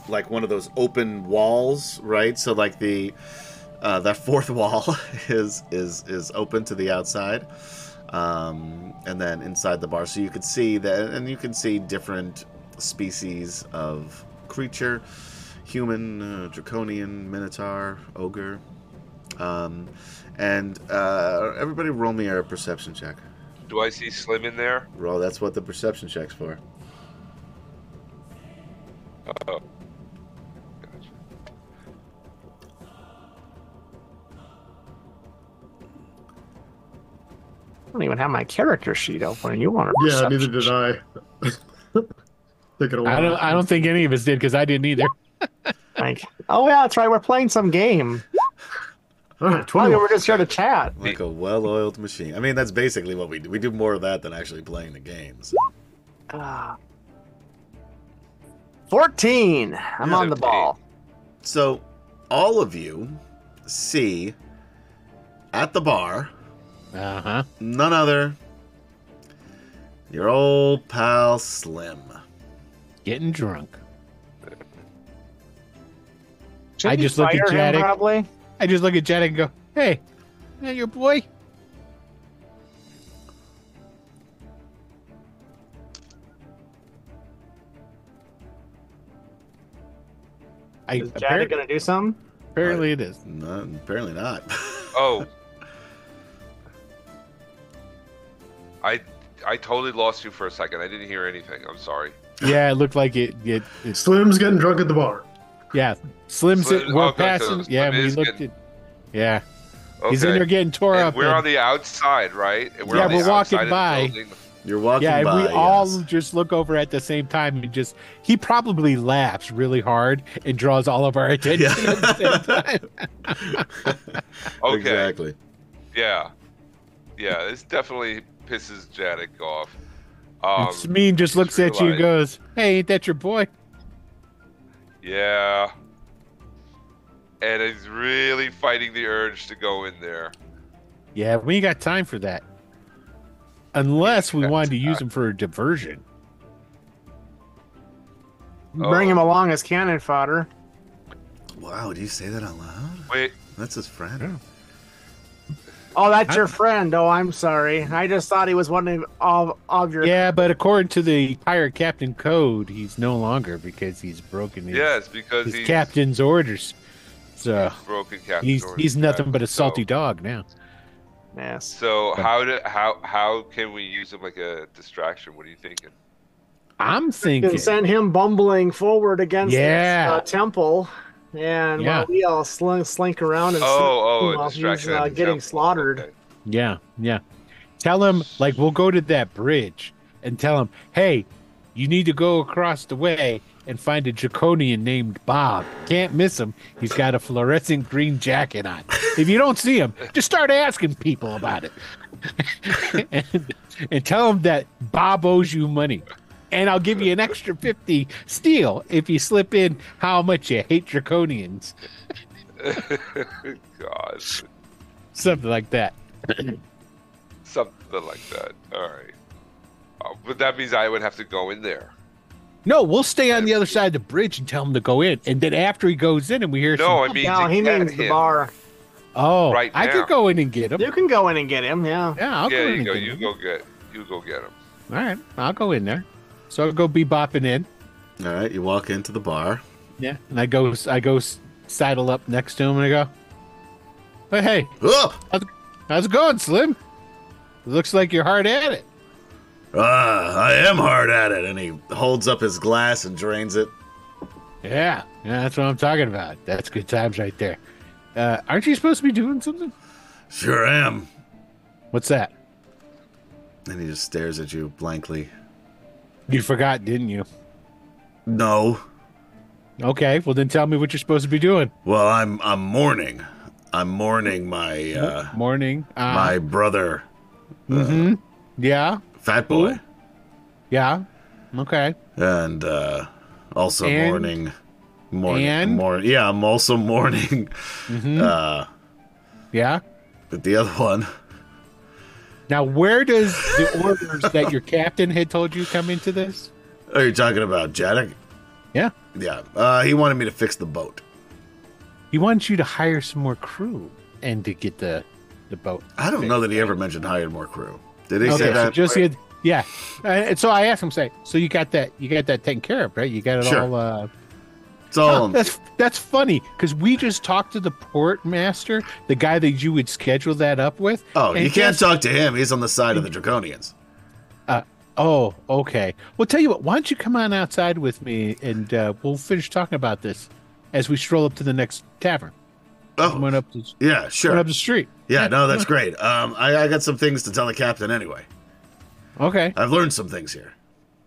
Speaker 2: like one of those open walls, right? So like the uh, that fourth wall is is is open to the outside um, and then inside the bar, so you could see that, and you can see different species of creature, human, uh, draconian, minotaur, ogre, um, and uh, everybody roll me a perception check.
Speaker 6: Do I see Slim in there?
Speaker 2: Roll. That's what the perception check's for.
Speaker 6: Oh.
Speaker 3: I don't even have my character sheet open. and You want to?
Speaker 5: Yeah, neither did I. Take it away.
Speaker 4: I don't I don't think any of us did because I didn't either.
Speaker 3: Like, oh yeah, that's right. We're playing some game.
Speaker 5: All right,
Speaker 3: Well, we
Speaker 5: 21.
Speaker 3: Oh, were just here to chat.
Speaker 2: Like a well-oiled machine. I mean, that's basically what we do. We do more of that than actually playing the games.
Speaker 3: Ah. Fourteen. I'm on the ball.
Speaker 2: So, all of you see at the bar
Speaker 4: Uh huh.
Speaker 2: none other your old pal slim
Speaker 4: Getting drunk.
Speaker 3: Should
Speaker 4: I
Speaker 3: we
Speaker 4: just look at
Speaker 3: fire him,
Speaker 4: Jadak.
Speaker 3: Probably.
Speaker 4: I just look at Jed and go, hey, hey, your boy. I
Speaker 3: Is
Speaker 4: appar-
Speaker 3: Jack gonna do something?
Speaker 4: apparently it is.
Speaker 2: No, apparently not.
Speaker 6: Oh. I I totally lost you for a second. I didn't hear anything. I'm sorry.
Speaker 4: Yeah, it looked like it. it, it
Speaker 5: Slim's getting drunk at the bar.
Speaker 4: yeah, Slim's
Speaker 6: Slim-
Speaker 4: it. We're
Speaker 6: okay, so
Speaker 4: passing.
Speaker 6: Slim
Speaker 4: yeah, we
Speaker 6: is
Speaker 4: looked
Speaker 6: getting-
Speaker 4: at. Yeah,
Speaker 6: Okay.
Speaker 4: he's in there getting tore
Speaker 6: And
Speaker 4: up.
Speaker 6: we're
Speaker 4: and-
Speaker 6: on the outside, right? And
Speaker 4: Yeah,
Speaker 6: on the
Speaker 4: we're walking
Speaker 6: outside of the
Speaker 4: by.
Speaker 6: building.
Speaker 2: You're walking
Speaker 4: yeah, and
Speaker 2: by.
Speaker 4: we all
Speaker 2: yes.
Speaker 4: just look over at the same time and just he probably laughs really hard and draws all of our attention
Speaker 2: Yeah.
Speaker 4: at the same time.
Speaker 6: Okay.
Speaker 2: Exactly.
Speaker 6: Yeah. Yeah, this definitely pisses Jaddick off. Um,
Speaker 4: Smeen just looks at you and goes, Hey, ain't that your boy?
Speaker 6: yeah. And he's really fighting the urge to go in there.
Speaker 4: Yeah, we ain't got time for that. Unless we
Speaker 6: Yeah,
Speaker 4: wanted to use him for a diversion.
Speaker 3: Bring
Speaker 6: Oh.
Speaker 3: him along as cannon fodder.
Speaker 2: Wow, did you say that out loud?
Speaker 6: Wait,
Speaker 2: That's his friend.
Speaker 3: Oh, that's your friend. Oh, I'm sorry. I just thought he was one of of, of your.
Speaker 4: Yeah, but according to the pirate captain code, he's no longer because he's broken his,
Speaker 6: yes, because
Speaker 4: his
Speaker 6: he's
Speaker 4: captain's orders. So
Speaker 6: broken captain.
Speaker 4: he's
Speaker 6: orders,
Speaker 4: he's nothing
Speaker 6: right?
Speaker 4: but a salty
Speaker 6: So-
Speaker 4: dog now.
Speaker 3: Yes.
Speaker 6: So
Speaker 4: But-
Speaker 6: how do how how can we use him like a distraction? What are you thinking?
Speaker 4: I'm
Speaker 3: And
Speaker 4: thinking
Speaker 3: send him bumbling forward against
Speaker 4: Yeah.
Speaker 3: the uh, temple, and
Speaker 4: Yeah.
Speaker 3: while we all sling, slink around and
Speaker 6: Oh, oh, a
Speaker 3: while he's,
Speaker 6: distraction.
Speaker 3: uh,
Speaker 6: at the
Speaker 3: getting
Speaker 6: temple.
Speaker 3: slaughtered.
Speaker 6: Okay.
Speaker 4: Yeah, yeah. Tell him like we'll go to that bridge and tell him, hey, you need to go across the way and find a draconian named Bob. Can't miss him. He's got a fluorescent green jacket on. If you don't see him, just start asking people about it. and, and tell him that Bob owes you money. And I'll give you an extra 50 steal if you slip in how much you hate draconians.
Speaker 6: God,
Speaker 4: Something like that.
Speaker 6: something like that. All right, uh, but that means I would have to go in there.
Speaker 4: No, we'll stay on the other side of the bridge and tell him to go in. And then after he goes in and we hear
Speaker 6: No,
Speaker 4: some,
Speaker 6: I mean
Speaker 3: No,
Speaker 6: to
Speaker 3: he
Speaker 6: get
Speaker 3: means the
Speaker 6: him.
Speaker 3: bar.
Speaker 4: oh,
Speaker 6: right
Speaker 4: I
Speaker 6: now.
Speaker 4: could go in and get him.
Speaker 3: You can go in and get him. Yeah.
Speaker 4: Yeah, I'll
Speaker 6: yeah,
Speaker 4: go in
Speaker 6: you
Speaker 4: and
Speaker 6: go.
Speaker 4: get
Speaker 6: You
Speaker 4: him.
Speaker 6: go get. You go get him.
Speaker 4: All right, I'll go in there. So I'll go be bopping in.
Speaker 2: All right, you walk into the bar.
Speaker 4: Yeah, and I go, I go s- sidle up next to him and I go, "Hey, hey,
Speaker 2: Oh!
Speaker 4: how's it going, Slim? Looks like you're hard at it."
Speaker 2: Ah, I am hard at it. And he holds up his glass and drains it.
Speaker 4: Yeah, yeah, that's what I'm talking about. That's good times right there. Uh, aren't you supposed to be doing something?
Speaker 2: Sure am.
Speaker 4: What's that?
Speaker 2: And he just stares at you blankly.
Speaker 4: You forgot, didn't you?
Speaker 2: No.
Speaker 4: Okay, well then tell me what you're supposed to be doing.
Speaker 2: Well, I'm I'm mourning. I'm mourning my uh,
Speaker 4: Morning. Uh,
Speaker 2: my brother, Mm-hmm.
Speaker 4: hmm Yeah.
Speaker 2: Fat Boy,
Speaker 4: Yeah. Okay.
Speaker 2: and uh, also
Speaker 4: And-
Speaker 2: mourning, mourning,
Speaker 4: and?
Speaker 2: mourn- Yeah, I'm also mourning.
Speaker 4: hmm
Speaker 2: Uh,
Speaker 4: yeah.
Speaker 2: but the other one,
Speaker 4: Now, where does the orders that your captain had told you come into this?
Speaker 2: are you talking about Jaddick?
Speaker 4: Yeah.
Speaker 2: Yeah. Uh, he wanted me to fix the boat.
Speaker 4: He wants you to hire some more crew and to get the the boat.
Speaker 2: I don't know that he ever mentioned hired more crew. Did he say
Speaker 4: Okay. So
Speaker 2: that?
Speaker 4: just get, yeah. Uh, And so I asked him, say, so you got that you got that taken care of, right? You got it
Speaker 2: Sure.
Speaker 4: all. Uh,
Speaker 2: it's all.
Speaker 4: Huh, that's that's funny because we just talked to the port master, the guy that you would schedule that up with.
Speaker 2: oh,
Speaker 4: and
Speaker 2: you can't
Speaker 4: guess-
Speaker 2: talk to him. He's on the side of the Draconians.
Speaker 4: Oh, okay. Well, tell you what. Why don't you come on outside with me, and uh, we'll finish talking about this as we stroll up to the next tavern.
Speaker 2: Oh,
Speaker 4: Went up the
Speaker 2: yeah, sure.
Speaker 4: went up the street.
Speaker 2: Yeah, no, that's great. Um, I, I got some things to tell the captain anyway.
Speaker 4: Okay,
Speaker 2: I've learned some things here.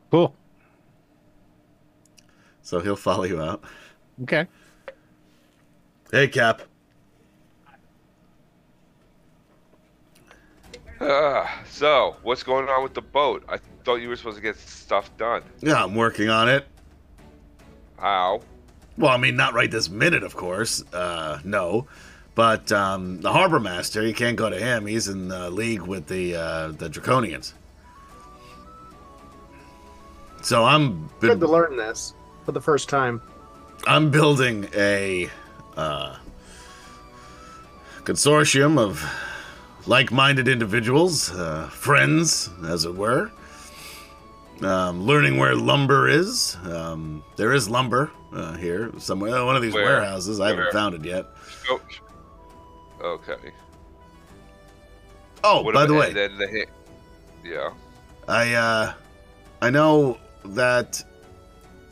Speaker 4: cool.
Speaker 2: So he'll follow you out.
Speaker 4: Okay.
Speaker 2: Hey, Cap.
Speaker 6: Ah, so what's going on with the boat? I thought you were supposed to get stuff done.
Speaker 2: Yeah, I'm working on it.
Speaker 6: How?
Speaker 2: Well, I mean, not right this minute, of course. Uh, no. But um, the harbor master, you can't go to him. He's in uh, league with the uh, the Draconians. So I'm
Speaker 3: Good to learn this for the first time.
Speaker 2: I'm building a uh, consortium of like minded individuals, uh, friends, as it were, um, learning where lumber is. Um, there is lumber uh, here somewhere. One of these
Speaker 6: Where?
Speaker 2: warehouses. I haven't
Speaker 6: Where?
Speaker 2: found it yet.
Speaker 6: Oh. Okay.
Speaker 2: Oh, by
Speaker 6: ab-
Speaker 2: the way,
Speaker 6: and then the ha- yeah.
Speaker 2: I uh, I know that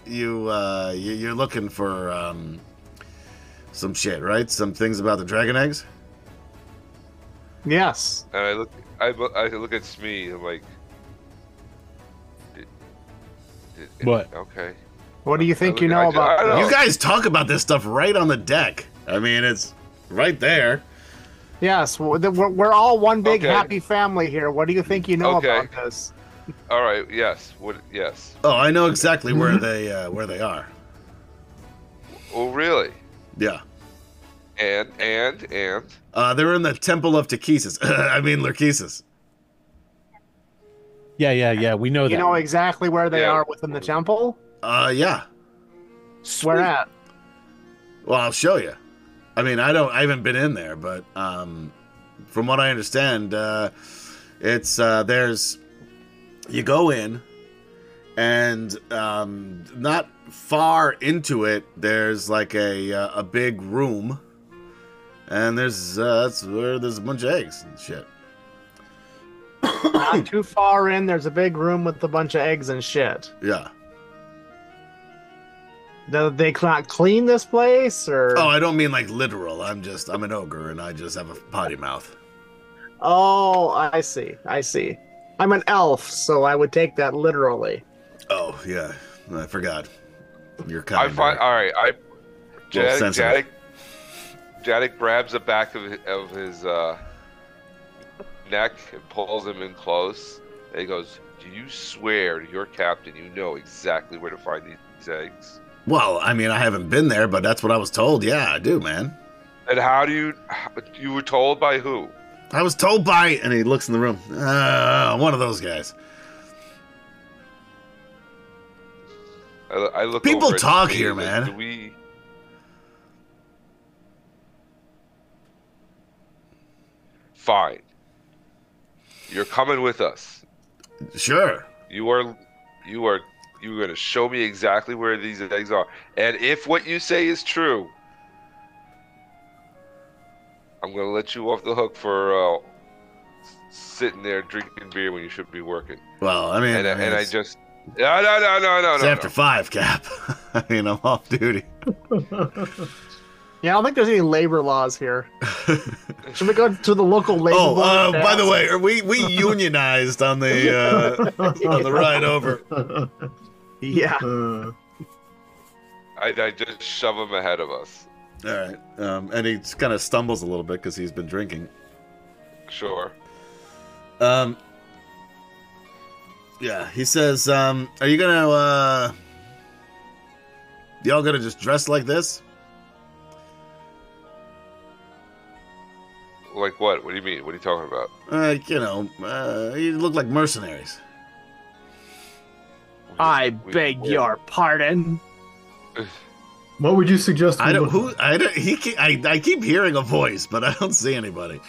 Speaker 2: you uh, you- you're looking for um, some shit, right? Some things about the dragon eggs.
Speaker 3: Yes.
Speaker 6: And I look, I, bu- I look at Smee. I'm like, did, did-
Speaker 4: What?
Speaker 6: Okay.
Speaker 3: What do you think you
Speaker 6: I
Speaker 3: know
Speaker 6: ju- I
Speaker 3: about
Speaker 6: don't-
Speaker 2: You guys talk about this stuff right on the deck. Oh. I mean, it's right there.
Speaker 3: Yes, we're, we're we're all one big
Speaker 6: Okay.
Speaker 3: happy family here. What do you think you know
Speaker 6: Okay.
Speaker 3: about this?
Speaker 6: All right. Yes. What? Yes.
Speaker 2: Oh, I know exactly where they uh, where they are.
Speaker 6: Oh, really?
Speaker 2: Yeah.
Speaker 6: And and and.
Speaker 2: Uh, they're in the Temple of Takesis. I mean, Lurkesis.
Speaker 4: Yeah, yeah, yeah. We know
Speaker 3: You
Speaker 4: that.
Speaker 3: know exactly where they
Speaker 6: Yeah.
Speaker 3: are within the temple?
Speaker 2: Uh, yeah.
Speaker 3: Where at?
Speaker 2: Well, I'll show you. I mean, I don't. I haven't been in there, but um, from what I understand, uh, it's uh, there's you go in, and um, not far into it, there's like a uh, a big room, and there's uh, that's where there's a bunch of eggs and shit.
Speaker 3: Not too far in, there's a big room with a bunch of eggs and shit.
Speaker 2: Yeah.
Speaker 3: Do they not clean this place or
Speaker 2: Oh, I don't mean like literal. I'm just I'm an ogre, and I just have a potty mouth.
Speaker 3: Oh, I see. I see. I'm an elf, so I would take that literally.
Speaker 2: Oh yeah, I forgot. You're kind.
Speaker 6: I find. All right. I. Jadik, Jadik,
Speaker 2: sensitive.
Speaker 6: Jadik grabs the back of his, of his uh, neck and pulls him in close. And he goes, "Do you swear to your captain you know exactly where to find these eggs?"
Speaker 2: Well, I mean, I haven't been there, but that's what I was told. Yeah, I do, man.
Speaker 6: And how do you? how- You were told by who?
Speaker 2: I was told by, and he looks in the room. Uh, one of those guys.
Speaker 6: I, I look.
Speaker 2: People
Speaker 6: over at
Speaker 2: talk
Speaker 6: Steve
Speaker 2: here,
Speaker 6: and
Speaker 2: man.
Speaker 6: Do we? Fine. You're coming with us.
Speaker 2: Sure.
Speaker 6: You are, you are, you're going to show me exactly where these eggs are. And if what you say is true, I'm going to let you off the hook for uh, s- sitting there drinking beer when you should be working.
Speaker 2: Well, I mean,
Speaker 6: And, I-
Speaker 2: I mean,
Speaker 6: and I
Speaker 2: it's-
Speaker 6: just, no, no, no, no, no,
Speaker 2: it's
Speaker 6: no,
Speaker 2: after
Speaker 6: no.
Speaker 2: five, Cap. I mean, I'm off duty.
Speaker 3: Yeah, I don't think there's any labor laws here. Should we go to the local labor?
Speaker 2: Oh, uh,
Speaker 3: board and
Speaker 2: by the
Speaker 3: ask?
Speaker 2: way, are we we unionized on the uh, on the ride over.
Speaker 3: Yeah.
Speaker 5: Uh,
Speaker 6: I, I just shove them ahead of us.
Speaker 2: All right, um, and he kind of stumbles a little bit because he's been drinking.
Speaker 6: Sure.
Speaker 2: Um. Yeah, he says, um, "Are you gonna, uh, y'all gonna just dress like this?
Speaker 6: Like what? What do you mean? What are you talking about?
Speaker 2: Like, you know, uh, you look like mercenaries."
Speaker 3: I
Speaker 6: We-
Speaker 3: beg
Speaker 6: we-
Speaker 3: your pardon.
Speaker 5: what would you suggest? we
Speaker 2: I don't.
Speaker 5: look
Speaker 2: Who?
Speaker 5: like?
Speaker 2: I don't. He. ke- I. I keep hearing a voice, but I don't see anybody.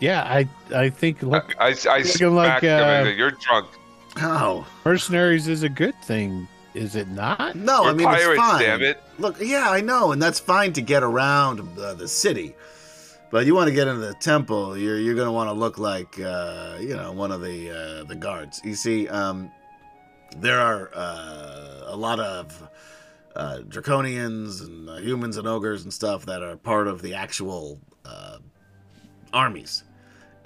Speaker 4: yeah, I I think
Speaker 6: I,
Speaker 4: look,
Speaker 6: I, I
Speaker 4: Looking like,
Speaker 6: smacked him and
Speaker 4: uh,
Speaker 6: go, You're drunk.
Speaker 2: How?
Speaker 4: mercenaries is a good thing, is it not?
Speaker 2: No,
Speaker 6: You're
Speaker 2: oh, I mean
Speaker 6: pirates,
Speaker 2: it's fine.
Speaker 6: damn it.
Speaker 2: Look, yeah, I know, and that's fine to get around uh, the city, but you want to get into the temple, you're you're gonna want to look like uh, you know one of the uh, the guards. You see, um, there are uh, a lot of uh, draconians and uh, humans and ogres and stuff that are part of the actual uh, armies.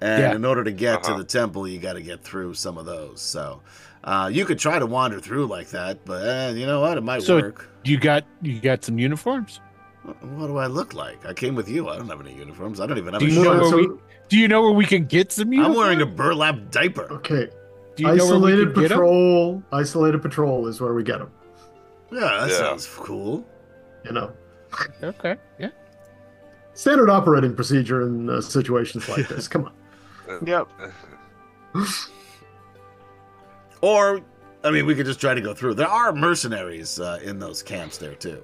Speaker 2: And
Speaker 4: Yeah.
Speaker 2: in order to get
Speaker 6: Uh-huh.
Speaker 2: to the temple, you got to get through some of those. So uh, you could try to wander through like that, but uh, you know what? It might
Speaker 4: So-
Speaker 2: work.
Speaker 4: You got you got some uniforms.
Speaker 2: Wh- What do I look like? I came with you. I don't have any uniforms. I don't even have
Speaker 4: Do
Speaker 2: a
Speaker 4: you know
Speaker 2: shirt.
Speaker 4: where
Speaker 5: so-
Speaker 4: we? Do you know where we can get some
Speaker 2: I'm
Speaker 4: uniforms?
Speaker 2: wearing a burlap diaper.
Speaker 5: Okay,
Speaker 4: Do you know where we
Speaker 5: isolated
Speaker 4: can get 'em?
Speaker 5: patrol. Isolated patrol is where we get them.
Speaker 2: Yeah, that
Speaker 6: Yeah.
Speaker 2: sounds cool.
Speaker 5: You know,
Speaker 4: Okay, yeah.
Speaker 5: standard operating procedure in uh, situations like this. Come on.
Speaker 3: Yep.
Speaker 2: Or, I mean, we could just try to go through. There are mercenaries uh, in those camps there too.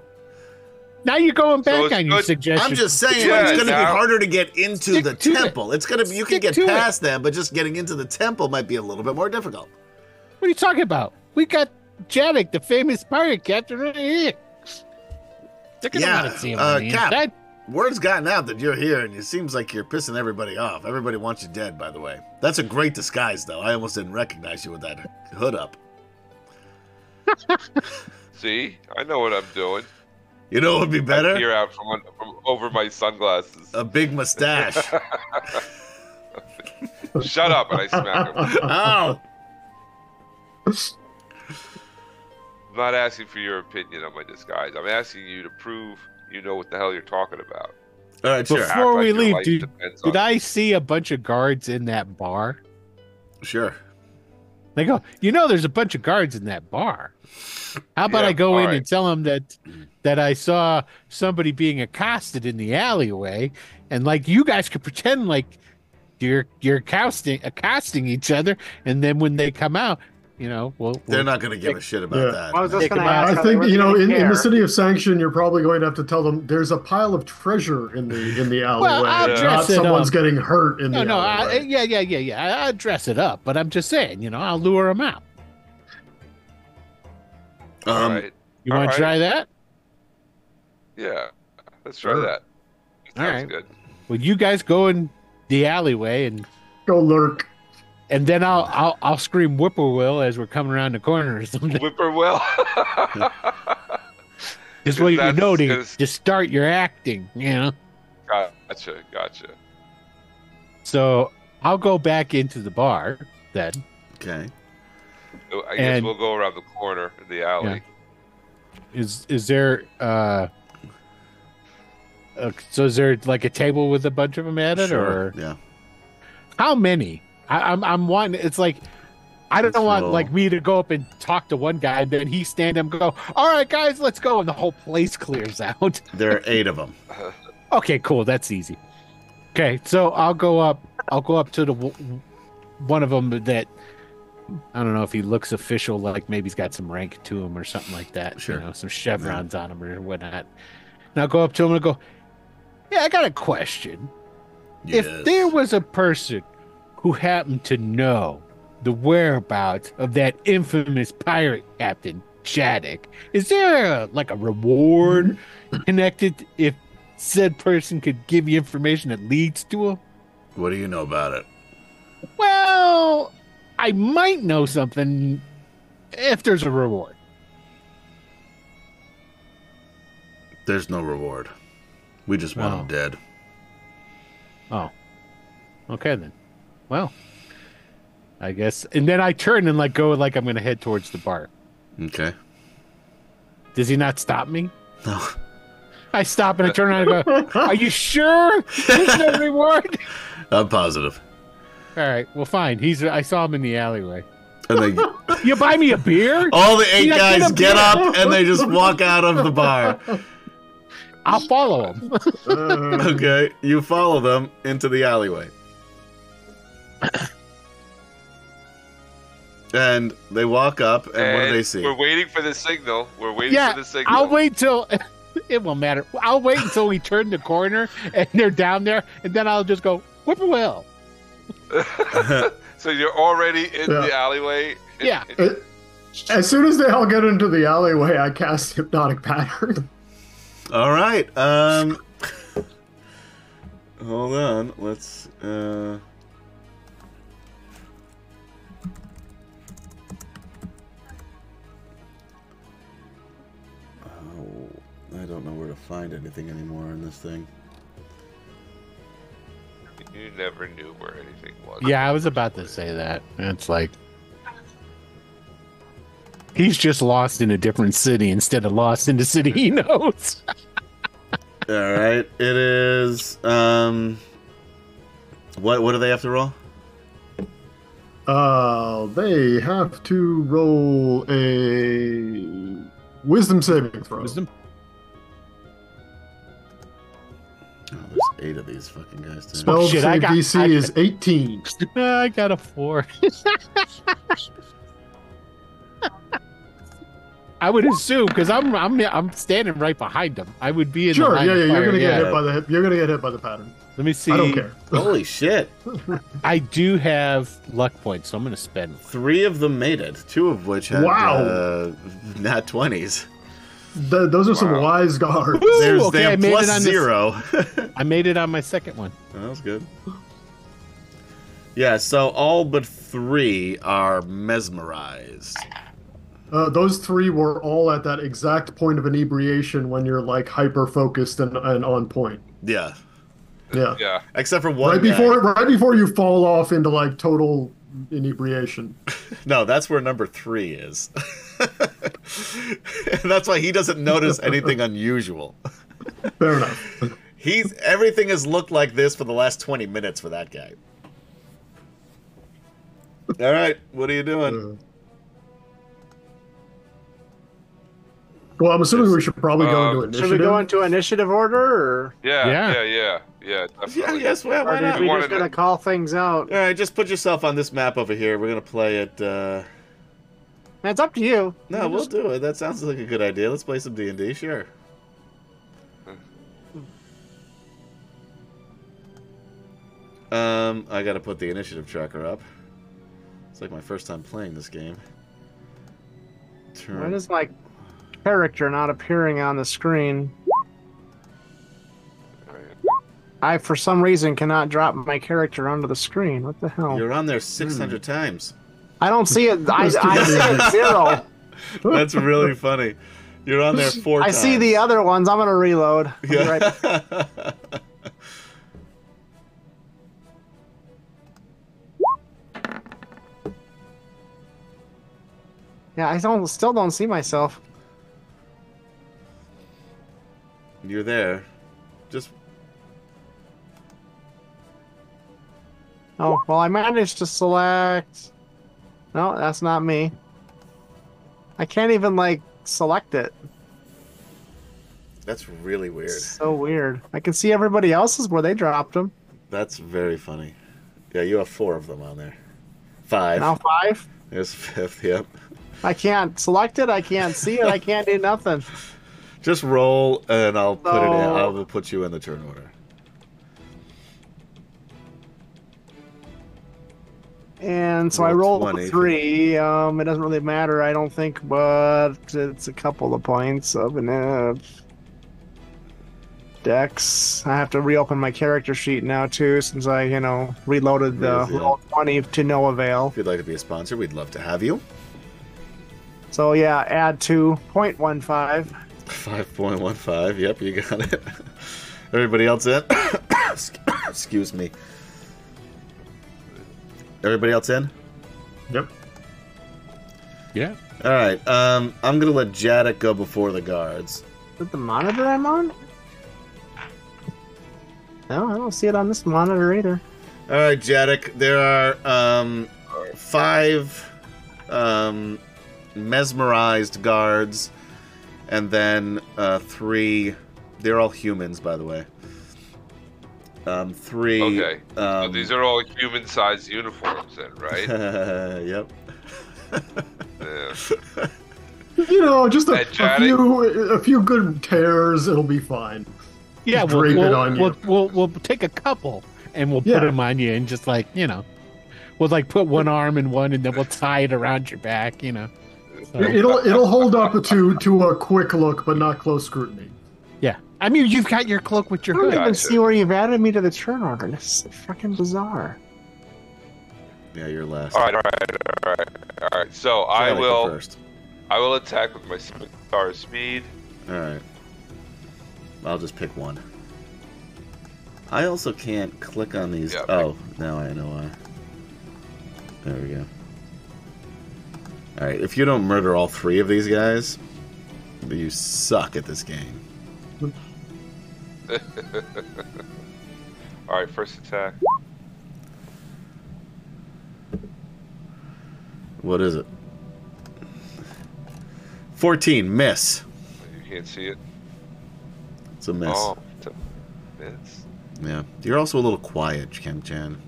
Speaker 4: Now you're going
Speaker 6: So
Speaker 4: back
Speaker 6: it's
Speaker 4: on your
Speaker 6: good-
Speaker 4: suggestion.
Speaker 2: I'm just saying
Speaker 6: Yeah,
Speaker 2: it's going to be
Speaker 6: now-
Speaker 2: harder to get into
Speaker 4: Stick
Speaker 2: the
Speaker 4: to it.
Speaker 2: temple. It's going to be you can
Speaker 4: Stick
Speaker 2: get
Speaker 4: to it.
Speaker 2: past that, but just getting into the temple might be a little bit more difficult.
Speaker 4: What are you talking about? We got Janik, the famous pirate captain, right here. They're gonna
Speaker 2: Yeah,
Speaker 4: want to see him
Speaker 2: uh,
Speaker 4: on the
Speaker 2: Cap.
Speaker 4: inside.
Speaker 2: Word's gotten out that you're here, and it seems like you're pissing everybody off. Everybody wants you dead, by the way. That's a great disguise, though. I almost didn't recognize you with that hood up.
Speaker 6: See, I know what I'm doing.
Speaker 2: You know what would be
Speaker 6: I
Speaker 2: better?
Speaker 6: peer out from, un- from over my sunglasses.
Speaker 2: A big mustache.
Speaker 6: Shut up! And I smack him.
Speaker 2: oh,
Speaker 6: I'm not asking for your opinion on my disguise. I'm asking you to prove you know what the hell you're talking about.
Speaker 2: all right, sure,
Speaker 6: Act
Speaker 4: Before we
Speaker 6: your
Speaker 4: leave,
Speaker 6: life
Speaker 4: dude,
Speaker 6: depends
Speaker 4: Did
Speaker 6: on
Speaker 4: I see a bunch of guards in that bar?
Speaker 2: sure.
Speaker 4: They go, you know, there's a bunch of guards in that bar. How about
Speaker 6: Yeah,
Speaker 4: I go in
Speaker 6: alright.
Speaker 4: and tell them that that I saw somebody being accosted in the alleyway, and like you guys could pretend like you're you're accosting accosting each other, and then when they come out, you know, well,
Speaker 2: They're not going to give a shit about
Speaker 5: Yeah.
Speaker 2: that.
Speaker 3: I was just
Speaker 4: Take
Speaker 3: going to
Speaker 4: him out.
Speaker 5: I
Speaker 3: ask.
Speaker 5: think you know, in, in the
Speaker 3: the
Speaker 5: city of Sanction, you're probably going to have to tell them there's a pile of treasure in the in the alleyway.
Speaker 4: I'll
Speaker 5: not
Speaker 4: dress it
Speaker 5: someone's
Speaker 4: up.
Speaker 5: getting hurt in
Speaker 4: no,
Speaker 5: the
Speaker 4: no, I,
Speaker 5: alleyway.
Speaker 4: yeah, yeah, yeah, yeah. I, I dress it up, but I'm just saying, you know, I'll lure them out.
Speaker 6: All
Speaker 2: um,
Speaker 6: right.
Speaker 4: You want
Speaker 6: Alright.
Speaker 4: to try that?
Speaker 6: Yeah, let's try
Speaker 5: Sure.
Speaker 6: that.
Speaker 4: All
Speaker 6: Sounds
Speaker 4: right.
Speaker 6: good.
Speaker 4: Well, you guys go in the alleyway and
Speaker 5: Go lurk.
Speaker 4: and then I'll I'll, I'll scream whippoorwill as we're coming around the corner or something.
Speaker 6: Whippoorwill.
Speaker 4: Just what you
Speaker 6: That's-
Speaker 4: know to,
Speaker 6: that's-
Speaker 4: to start your acting, you know.
Speaker 6: gotcha, gotcha.
Speaker 4: So I'll go back into the bar then.
Speaker 2: okay.
Speaker 6: So Oh, I guess
Speaker 4: And-
Speaker 6: we'll go around the corner in the alley.
Speaker 4: Is is there uh, uh so is there like a table with a bunch of them at it
Speaker 2: Sure.
Speaker 4: or
Speaker 2: Yeah.
Speaker 4: how many? I, I'm I'm one. It's like I don't
Speaker 2: Let's
Speaker 4: want
Speaker 2: roll.
Speaker 4: like me to go up and talk to one guy and then he stand up and go, all right guys, let's go, and the whole place clears out.
Speaker 2: There are eight of them.
Speaker 4: Okay, cool. That's easy. Okay, so I'll go up. I'll go up to the w- one of them that I don't know if he looks official, like maybe he's got some rank to him or something like that.
Speaker 2: Sure.
Speaker 4: You know, some chevrons on him or whatnot. And I'll go up to him and go, "Yeah, I got a question. If there was a person who happened to know the whereabouts of that infamous pirate captain Shattuck, is there a, like a reward connected if said person could give you information that leads to him?
Speaker 2: What do you know about it?
Speaker 4: Well, I might know something if there's a reward.
Speaker 2: There's no reward. We just want them
Speaker 4: Wow.
Speaker 2: dead.
Speaker 4: Oh. Okay then. Well, I guess. And then I turn and like go like I'm going to head towards the bar.
Speaker 2: Okay.
Speaker 4: Does he not stop me?
Speaker 2: No.
Speaker 4: I stop and I turn around and go, Are you sure there's no reward?
Speaker 2: I'm positive.
Speaker 4: All right, well, fine. He's I saw him in the alleyway.
Speaker 2: And they,
Speaker 4: You buy me a beer?
Speaker 2: all the eight
Speaker 4: Yeah, get
Speaker 2: guys
Speaker 4: up,
Speaker 2: get
Speaker 4: get
Speaker 2: up and they just walk out of the bar.
Speaker 4: I'll follow him.
Speaker 5: Uh,
Speaker 2: Okay. You follow them into the alleyway. And they walk up, and, what do they see?
Speaker 6: We're waiting for the signal. We're waiting
Speaker 4: Yeah,
Speaker 6: for the signal.
Speaker 4: I'll wait till it won't matter. I'll wait until we turn the corner and they're down there, and then I'll just go whippoorwill.
Speaker 6: so you're already in
Speaker 5: Yeah.
Speaker 6: the alleyway. and-
Speaker 4: Yeah.
Speaker 6: and-
Speaker 5: as soon as they all get into the alleyway, I cast hypnotic pattern.
Speaker 2: All right. Um. Hold on. Let's. Uh... Oh, I don't know where to find anything anymore in this thing.
Speaker 6: You never knew where anything was.
Speaker 4: Yeah, I was about to say that. It's like he's just lost in a different city instead of lost in the city he knows.
Speaker 2: All right. It is. Um. What What do they have to roll?
Speaker 5: Uh, they have to roll a wisdom saving throw.
Speaker 2: Oh, there's eight of these fucking guys. too.
Speaker 5: Spell
Speaker 4: Oh, shit, I
Speaker 5: save
Speaker 4: got-
Speaker 5: DC
Speaker 4: I-
Speaker 5: is 18.
Speaker 4: Eh, I got a four. I would assume because I'm I'm I'm standing right behind him. I would be in the
Speaker 5: Sure, yeah,
Speaker 4: line
Speaker 5: yeah.
Speaker 4: of
Speaker 5: You're
Speaker 4: fire,
Speaker 5: gonna
Speaker 4: yeah.
Speaker 5: get hit by the you're gonna get hit by the pattern.
Speaker 4: Let me see.
Speaker 5: I don't care.
Speaker 2: Holy shit.
Speaker 4: I do have luck points, so I'm gonna spend.
Speaker 2: Three of them made it, two of which had
Speaker 5: Wow.
Speaker 2: uh, not 20s.
Speaker 5: Th- those are some
Speaker 6: Wow.
Speaker 5: wise guards.
Speaker 4: Woo!
Speaker 2: There's
Speaker 4: okay, I
Speaker 2: that
Speaker 4: made
Speaker 2: plus
Speaker 4: it on this-
Speaker 2: zero. Oh,
Speaker 4: I made it on my second one.
Speaker 2: That was good. Yeah, so all but three are mesmerized.
Speaker 5: Uh, those three were all at that exact point of inebriation when you're like hyper focused and, and on point.
Speaker 2: Yeah.
Speaker 5: Yeah.
Speaker 6: Yeah.
Speaker 2: Except for one.
Speaker 5: Right
Speaker 2: guy.
Speaker 5: before right before you fall off into like total inebriation.
Speaker 2: No, that's where number three is. and that's why he doesn't notice anything unusual.
Speaker 5: Fair enough.
Speaker 2: He's everything has looked like this for the last twenty minutes for that guy. All right, what are you doing?
Speaker 5: Uh, well, I'm assuming we should probably go
Speaker 6: Uh,
Speaker 5: into
Speaker 2: Um,
Speaker 3: Should
Speaker 5: initiative.
Speaker 3: we go into initiative order, or
Speaker 6: Yeah.
Speaker 4: Yeah.
Speaker 6: Yeah. Yeah. Yeah.
Speaker 2: Yeah,
Speaker 6: Definitely.
Speaker 2: yes, well, why
Speaker 3: are we
Speaker 2: not?
Speaker 6: we
Speaker 3: just
Speaker 6: wanted
Speaker 3: gonna
Speaker 6: to-
Speaker 3: call things out?
Speaker 2: All right, just put yourself on this map over here. We're gonna play it. Uh...
Speaker 3: It's up to you.
Speaker 2: No, we'll do it. That sounds like a good idea. Let's play some D and D. Sure. Um, I gotta put the initiative tracker up. It's like my first time playing this game.
Speaker 3: Why
Speaker 2: Turn.
Speaker 3: does my character not appearing on the screen? I, for some reason, cannot drop my character onto the screen. What the hell?
Speaker 2: You're on there 600 times.
Speaker 3: I don't see it. I, I see it zero.
Speaker 2: That's really funny. You're on there four
Speaker 3: I
Speaker 2: times.
Speaker 3: see the other ones. I'm gonna reload. I'll be right back.
Speaker 2: Yeah.
Speaker 3: Yeah, I don't. Still don't see myself.
Speaker 2: You're there. Just
Speaker 3: Oh well, I managed to select. No, that's not me. I can't even like select it.
Speaker 2: that's really weird.
Speaker 3: So weird. I can see everybody else's where they dropped them.
Speaker 2: That's very funny. Yeah, you have four of them on there. Five.
Speaker 3: Now five.
Speaker 2: There's fifth, yep.
Speaker 3: I can't select it. I can't see it. I can't do nothing.
Speaker 2: Just roll and I'll put it in.
Speaker 3: So-
Speaker 2: I will put you in the turn order.
Speaker 3: And so I
Speaker 2: Roll
Speaker 3: rolled
Speaker 2: 20.
Speaker 3: a three. Um, it doesn't really matter, I don't think, but it's a couple of points of an uh, dex. I have to reopen my character sheet now too, since I, you know, reloaded the
Speaker 2: Yes, yeah.
Speaker 3: roll twenty to no avail.
Speaker 2: If you'd like to be a sponsor, we'd love to have you.
Speaker 3: So yeah, add two point one five.
Speaker 2: 5.15, yep, you got it. Everybody else in? Excuse me. Everybody else in?
Speaker 5: Yep.
Speaker 4: Yeah.
Speaker 2: All right. Um, I'm gonna let Jaddick go before the guards.
Speaker 3: Is it the monitor I'm on? No, I don't see it on this monitor either.
Speaker 2: All right, Jaddick. There are um, five um, mesmerized guards, and then uh, three. They're all humans, by the way. Um, three.
Speaker 6: Okay.
Speaker 2: Um,
Speaker 6: So these are all human-sized uniforms, then, right?
Speaker 2: yep.
Speaker 6: yeah.
Speaker 5: You know, just a,
Speaker 6: Hey,
Speaker 5: a
Speaker 6: Johnny.
Speaker 5: few a few good tears, it'll be fine.
Speaker 4: Yeah, we'll
Speaker 5: Drape it
Speaker 4: we'll,
Speaker 5: on you.
Speaker 4: we'll, we'll we'll take a couple and we'll put 'em put
Speaker 5: Yeah.
Speaker 4: them on you and just like you know, we'll like put one arm in one and then we'll tie it around your back. You know.
Speaker 3: Oh.
Speaker 4: So,
Speaker 5: It'll it'll hold up to to a quick look, but not close scrutiny.
Speaker 4: yeah. I mean, you've got your cloak with
Speaker 3: I
Speaker 4: your
Speaker 3: don't
Speaker 4: hood.
Speaker 3: even
Speaker 6: Gotcha.
Speaker 3: see where you've added me to the turn order. This is fucking bizarre.
Speaker 2: Yeah, you're last.
Speaker 6: All right. All right. All right. All right. So I
Speaker 2: Jaddick, you're
Speaker 6: will.
Speaker 2: First.
Speaker 6: I will attack with my star speed.
Speaker 2: All right. I'll just pick one. I also can't click on these.
Speaker 6: Yeah, pick-
Speaker 2: oh, now I know why. There we go. All right. If you don't murder all three of these guys, you suck at this game.
Speaker 6: All right. First attack.
Speaker 2: What is it? Fourteen. Miss.
Speaker 6: You can't see it.
Speaker 2: It's a miss.
Speaker 6: Oh. t- It's
Speaker 2: Yeah. You're also a little quiet, Ken Chan.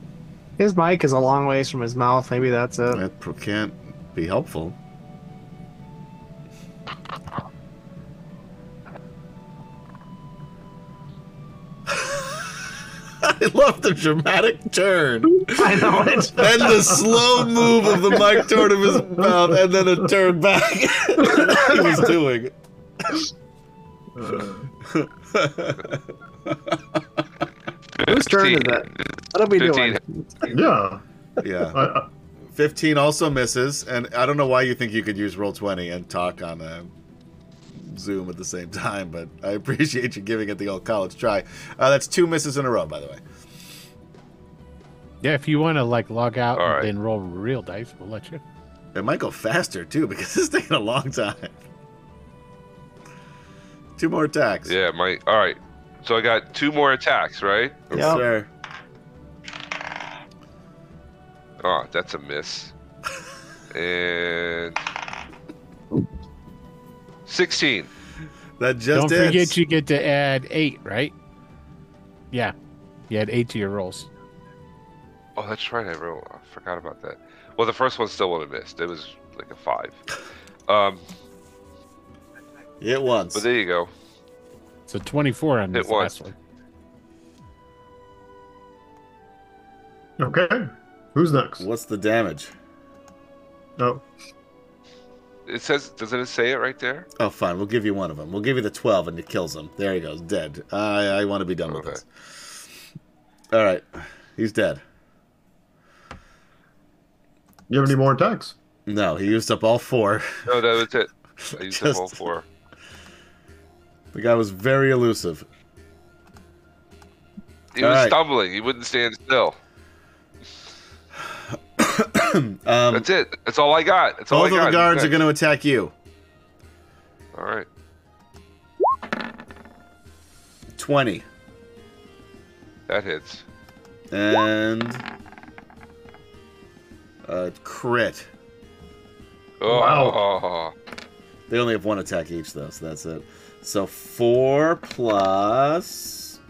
Speaker 3: His mic is a long ways from his mouth. Maybe that's it.
Speaker 2: That pro- can't be helpful. I love the dramatic turn.
Speaker 3: I know it.
Speaker 2: and the slow move of the mic toward of his mouth, and then a turn back. he was doing.
Speaker 5: Uh,
Speaker 3: Whose turn is it? What are we doing?
Speaker 5: Yeah.
Speaker 2: yeah,
Speaker 5: I, I,
Speaker 2: fifteen also misses, and I don't know why you think you could use roll twenty and talk on a Zoom at the same time, but I appreciate you giving it the old college try. Uh, that's two misses in a row, by the way.
Speaker 4: Yeah, if you want to like log out
Speaker 6: All
Speaker 4: and
Speaker 6: right.
Speaker 4: then roll real dice, we'll let you.
Speaker 2: It might go faster too because it's taking a long time. Two more attacks.
Speaker 6: Yeah, my. All right. So I got two more attacks, right?
Speaker 2: Yes, sir.
Speaker 6: Oh, that's a miss. And 16.
Speaker 2: That just
Speaker 4: Don't forget
Speaker 2: hits.
Speaker 4: you get to add eight, right? Yeah, you add eight to your rolls.
Speaker 6: Oh, that's right. I, rolled. I forgot about that. Well, the first one still would have missed. It was like a five. Um,
Speaker 2: Hit once.
Speaker 6: but there you go.
Speaker 4: So twenty-four on
Speaker 6: Hit
Speaker 4: this last
Speaker 6: once.
Speaker 4: one.
Speaker 5: okay. Who's next?
Speaker 2: What's the damage?
Speaker 5: Oh,
Speaker 6: It says, doesn't it say it right there?
Speaker 2: Oh, fine. We'll give you one of them. We'll give you the 12 and it kills him. There he goes. Dead. I, I want to be done with
Speaker 6: Okay.
Speaker 2: this. All right. He's dead.
Speaker 5: you have any more attacks?
Speaker 2: No, he used up all four.
Speaker 6: No, that was it. I used
Speaker 2: Just-
Speaker 6: up all four.
Speaker 2: The guy was very elusive.
Speaker 6: He
Speaker 2: All
Speaker 6: was
Speaker 2: right.
Speaker 6: stumbling. He wouldn't stand still.
Speaker 2: Um,
Speaker 6: That's it. That's all I got. That's all
Speaker 2: both
Speaker 6: I
Speaker 2: of
Speaker 6: got.
Speaker 2: the guards are
Speaker 6: Next.
Speaker 2: going to attack you.
Speaker 6: All right.
Speaker 2: 20.
Speaker 6: That hits.
Speaker 2: And. Uh, crit.
Speaker 6: Oh,
Speaker 5: Wow.
Speaker 2: They only have one attack each, though, so that's it. So 4 plus.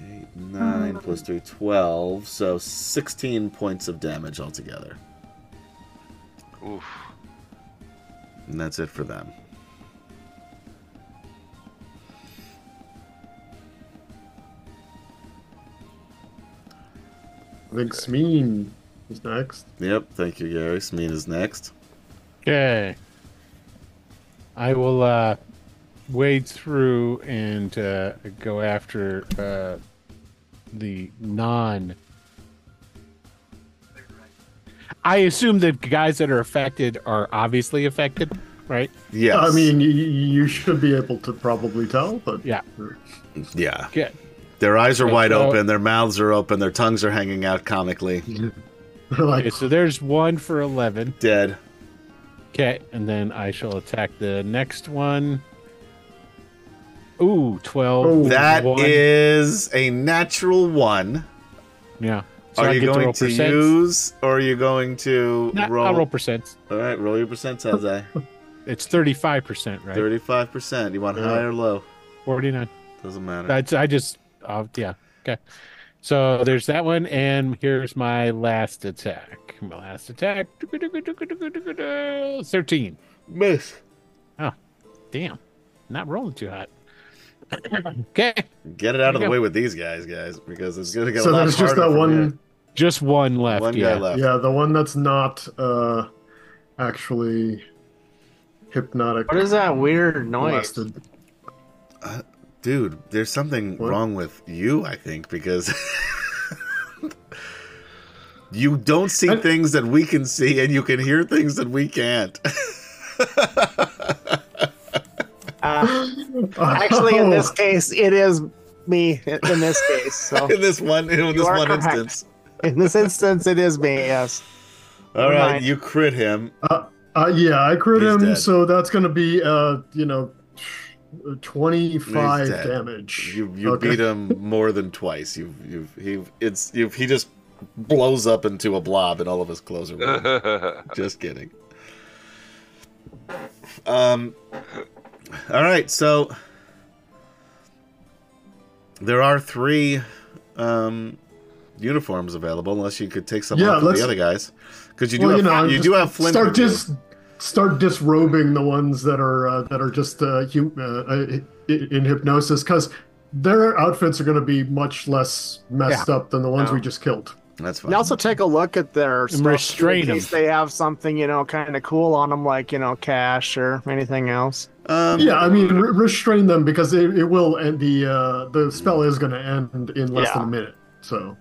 Speaker 2: 8, 9 plus 3, 12. So 16 points of damage altogether.
Speaker 6: Oof.
Speaker 2: And that's it for them.
Speaker 5: I think Smeen is next.
Speaker 2: Yep, thank you, Gary. Smeen is next.
Speaker 4: Okay. I will uh, wade through and uh, go after uh, the non. I assume the guys that are affected are obviously affected, right?
Speaker 2: Yes.
Speaker 5: I mean, you, you should be able to probably tell, but
Speaker 4: Yeah.
Speaker 2: yeah.
Speaker 4: Okay.
Speaker 2: Their eyes are
Speaker 4: Okay,
Speaker 2: wide
Speaker 4: so-
Speaker 2: open, their mouths are open, their tongues are hanging out comically.
Speaker 5: they're like,
Speaker 4: okay. So there's one for 11.
Speaker 2: Dead.
Speaker 4: Okay. And then I shall attack the next one. Ooh, 12.
Speaker 5: Oh,
Speaker 2: That is
Speaker 4: one.
Speaker 2: a natural one.
Speaker 4: Yeah. So
Speaker 2: are
Speaker 4: I
Speaker 2: you
Speaker 4: get to
Speaker 2: going
Speaker 4: roll
Speaker 2: to,
Speaker 4: percents.
Speaker 2: use or are you going to
Speaker 4: Nah,
Speaker 2: roll?
Speaker 4: I'll roll percents.
Speaker 2: All right, roll your percents, Jose.
Speaker 4: It's 35%, right?
Speaker 2: Thirty-five percent. You want
Speaker 5: Yeah.
Speaker 2: high or low?
Speaker 4: 49.
Speaker 2: Doesn't matter.
Speaker 4: That's, I just, uh, yeah. Okay. So there's that one. And here's my last attack. My last attack 13.
Speaker 2: Miss.
Speaker 4: Damn. Not rolling too hot. okay.
Speaker 2: Get it out of the
Speaker 4: There you go.
Speaker 2: way with these guys, guys, because it's gonna get
Speaker 5: so
Speaker 2: a lot
Speaker 5: there's just
Speaker 2: harder
Speaker 5: that
Speaker 2: from
Speaker 5: one.
Speaker 4: Just one
Speaker 2: here.
Speaker 4: left.
Speaker 2: One
Speaker 4: yeah.
Speaker 2: guy left.
Speaker 5: Yeah, the one that's not uh, actually hypnotic.
Speaker 3: What is that weird noise?
Speaker 5: blasted.
Speaker 2: Dude, there's something
Speaker 5: What?
Speaker 2: wrong with you, I think, because you don't see
Speaker 5: And-
Speaker 2: things that we can see, and you can hear things that we can't.
Speaker 3: Uh, actually, in this
Speaker 5: Oh,
Speaker 3: case, it is me. In this case, so
Speaker 2: in this one, in this
Speaker 3: are
Speaker 2: one
Speaker 3: correct.
Speaker 2: instance.
Speaker 3: in this instance, it is me. Yes.
Speaker 2: All right,
Speaker 3: Mine.
Speaker 2: you crit him.
Speaker 5: uh, yeah, I crit
Speaker 2: He's
Speaker 5: him,
Speaker 2: dead.
Speaker 5: so that's gonna be uh, you know, twenty-five
Speaker 2: He's dead.
Speaker 5: damage.
Speaker 2: You you
Speaker 5: Okay.
Speaker 2: beat him more than twice. You you he it's you he just blows up into a blob, and all of his clothes are. ruined.
Speaker 6: Oh.
Speaker 2: Just kidding. Um. All right, so there are three um, uniforms available, unless you could take some
Speaker 5: Yeah,
Speaker 2: off for
Speaker 5: let's-
Speaker 2: the other guys, because you do
Speaker 5: Well,
Speaker 2: have, you,
Speaker 5: know,
Speaker 2: do
Speaker 5: just
Speaker 2: have Flint.
Speaker 5: Start
Speaker 2: with you.
Speaker 5: dis- start disrobing the ones that are uh, that are just uh, hu- uh, uh, i- in hypnosis because Their outfits are going to be much less messed up than the ones we just killed.
Speaker 2: That's fine.
Speaker 3: And also take a look at their stuff, too,
Speaker 4: restrain
Speaker 3: in
Speaker 4: 'em.
Speaker 3: case they have something you know kind of cool on them, like you know cash or anything else.
Speaker 2: um,
Speaker 5: Yeah, I mean, re- restrain them because it, it will end the uh, the spell is going to end in less than a
Speaker 3: Yeah.
Speaker 5: minute. So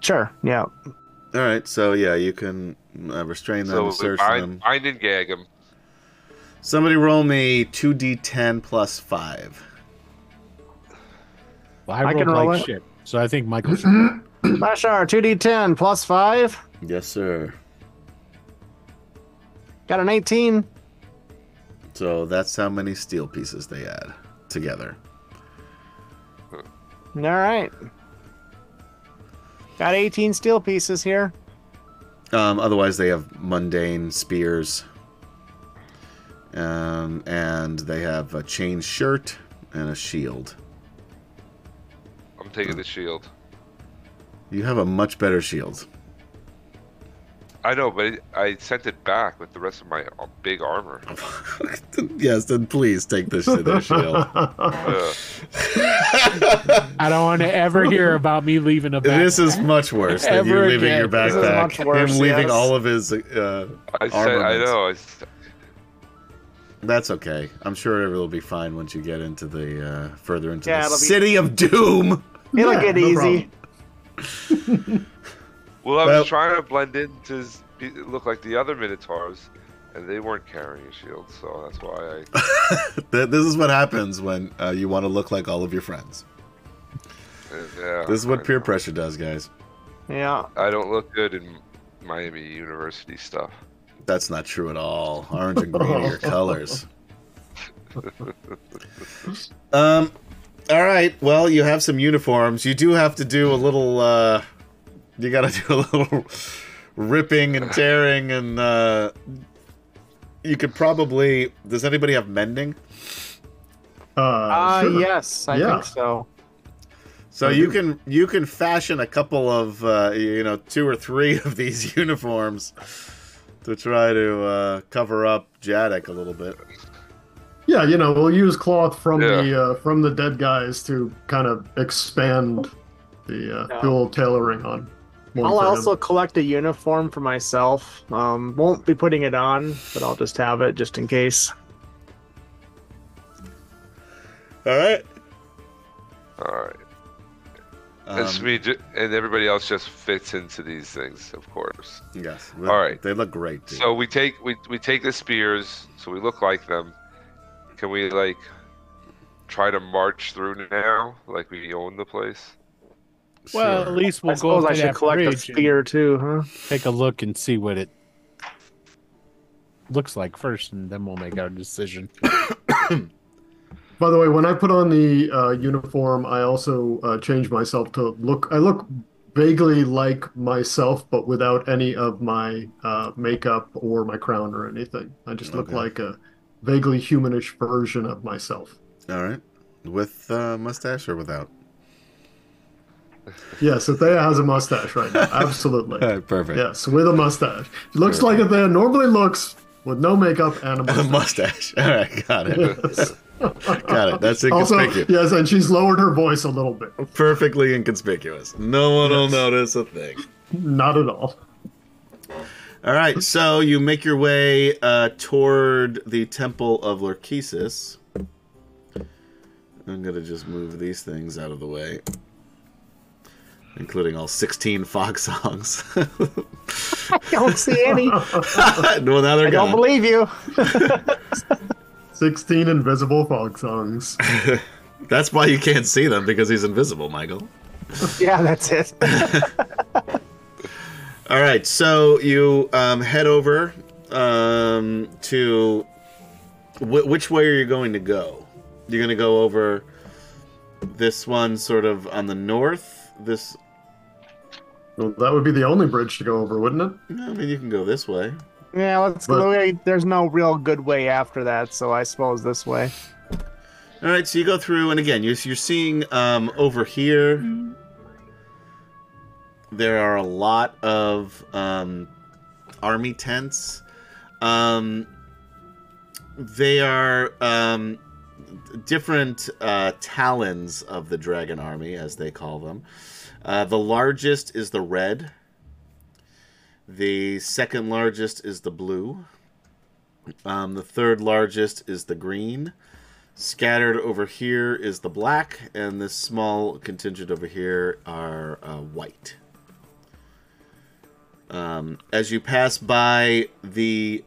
Speaker 3: Sure. Yeah.
Speaker 2: All right. So yeah, you can uh, restrain them,
Speaker 6: So we
Speaker 2: search
Speaker 6: bind,
Speaker 2: them.
Speaker 6: bind and gag him.
Speaker 2: Somebody roll me two d10 plus five.
Speaker 4: Well,
Speaker 3: I
Speaker 4: I, rolled
Speaker 3: can roll
Speaker 4: like
Speaker 3: it.
Speaker 4: shit, so I think Michael should. roll.
Speaker 3: Bashar, two D ten plus five.
Speaker 2: Yes, sir.
Speaker 3: Got an eighteen.
Speaker 2: So that's how many steel pieces they add together.
Speaker 3: All right. Got eighteen steel pieces here.
Speaker 2: Um, otherwise, they have mundane spears. Um, and they have a chain shirt and a shield.
Speaker 6: I'm taking
Speaker 2: Hmm.
Speaker 6: the shield.
Speaker 2: You have a much better shield.
Speaker 6: I know, but I sent it back with the rest of my uh, big armor.
Speaker 2: yes, then please take this their shield.
Speaker 5: Uh,
Speaker 6: Ugh.
Speaker 4: I don't want to ever hear about me leaving a back.
Speaker 2: This is much worse than you
Speaker 4: Ever
Speaker 2: leaving
Speaker 4: again.
Speaker 2: your
Speaker 3: This is
Speaker 2: backpack.
Speaker 3: much worse,
Speaker 2: Him leaving
Speaker 3: yes.
Speaker 2: all of his. Uh,
Speaker 6: I said, I
Speaker 2: Armament.
Speaker 6: know. I s-
Speaker 2: that's okay. I'm sure it'll be fine once you get into the uh, further into
Speaker 3: Yeah,
Speaker 2: the
Speaker 3: it'll be-
Speaker 2: city of doom.
Speaker 3: It'll
Speaker 5: Yeah,
Speaker 3: get
Speaker 5: no
Speaker 3: easy.
Speaker 6: well, I was
Speaker 2: Well-
Speaker 6: trying to blend in to s- be- look like the other Minotaurs, and they weren't carrying shields, so that's why I.
Speaker 2: Th- This is what happens when uh, you want to look like all of your friends.
Speaker 6: uh, yeah,
Speaker 2: This is what
Speaker 6: I
Speaker 2: peer
Speaker 6: know.
Speaker 2: pressure does, guys.
Speaker 3: Yeah.
Speaker 6: I don't look good in Miami University stuff.
Speaker 2: That's not true at all. Orange and green are your colors. Um, all right. Well, you have some uniforms. You do have to do a little. Uh, you got to do a little ripping and tearing, and uh, you could probably. Does anybody have mending?
Speaker 5: uh,
Speaker 3: Uh,
Speaker 5: sure.
Speaker 3: yes, I
Speaker 5: Yeah.
Speaker 3: think so.
Speaker 2: So
Speaker 5: I
Speaker 2: you
Speaker 5: do.
Speaker 2: can you can fashion a couple of uh, you know two or three of these uniforms to try to uh, cover up Jadek a little bit.
Speaker 5: Yeah, you know, we'll use cloth from
Speaker 6: Yeah.
Speaker 5: the uh, from the dead guys to kind of expand the uh,
Speaker 3: Yeah.
Speaker 5: dual tailoring on. one
Speaker 3: I'll
Speaker 5: for him.
Speaker 3: also collect a uniform for myself. Um, won't be putting it on, but I'll just have it just in case.
Speaker 2: All right.
Speaker 6: All right.
Speaker 2: Um,
Speaker 6: and, Smeed, and everybody else just fits into these things, of course.
Speaker 2: Yes.
Speaker 6: All right.
Speaker 2: They look great. Dude.
Speaker 6: So we take we, we take the spears, so we look like them. Can we like try to march through now, like we own the place?
Speaker 4: well,
Speaker 2: Sure.
Speaker 4: at least we'll
Speaker 3: I
Speaker 4: go
Speaker 3: suppose
Speaker 4: up
Speaker 3: I
Speaker 4: to
Speaker 3: should
Speaker 4: that
Speaker 3: collect a
Speaker 4: bridge and
Speaker 3: spear too, huh?
Speaker 4: take a look and see what it looks like first, and then we'll make our decision.
Speaker 5: By the way, when I put on the uh, uniform, I also uh, change myself to look. I look vaguely like myself, but without any of my uh, makeup or my crown or anything. I just look
Speaker 2: Okay.
Speaker 5: like a vaguely humanish version of myself.
Speaker 2: All right. With uh, mustache or without?
Speaker 5: Yes, Athea has a mustache right now. Absolutely.
Speaker 2: right, perfect.
Speaker 5: Yes, with a mustache. Looks like Athea normally looks with no makeup and a
Speaker 2: And a
Speaker 5: mustache.
Speaker 2: mustache. All right, got it. got it. That's
Speaker 5: Also,
Speaker 2: inconspicuous.
Speaker 5: yes, and she's lowered her voice a little bit.
Speaker 2: Perfectly inconspicuous. No one will notice a thing.
Speaker 5: Not at all.
Speaker 2: All right, so you make your way uh, toward the Temple of Lurkesis. I'm going to just move these things out of the way, including all 16 fox songs.
Speaker 3: I don't see any.
Speaker 2: well, now they're
Speaker 3: I
Speaker 2: gone.
Speaker 3: don't believe you.
Speaker 5: 16 invisible fog songs.
Speaker 2: That's why you can't see them because he's invisible, Michael.
Speaker 3: Yeah, that's it.
Speaker 2: All right, so you um, head over um, to wh- which way are you going to go? You're going to go over this one, sort of on the north. This,
Speaker 5: Well, that would be the only bridge to go over, wouldn't it?
Speaker 2: I mean, you can go this way.
Speaker 3: Yeah, let's
Speaker 5: But-
Speaker 3: go. away. There's no real good way after that, so I suppose this way.
Speaker 2: All right, so you go through, and again, you're, you're seeing um, over here. There are a lot of um, army tents. Um, they are um, different uh, talons of the dragon army, as they call them. Uh, the largest is the red. The second largest is the blue. Um, the third largest is the green. Scattered over here is the black, and this small contingent over here are uh, white. Um, as you pass by the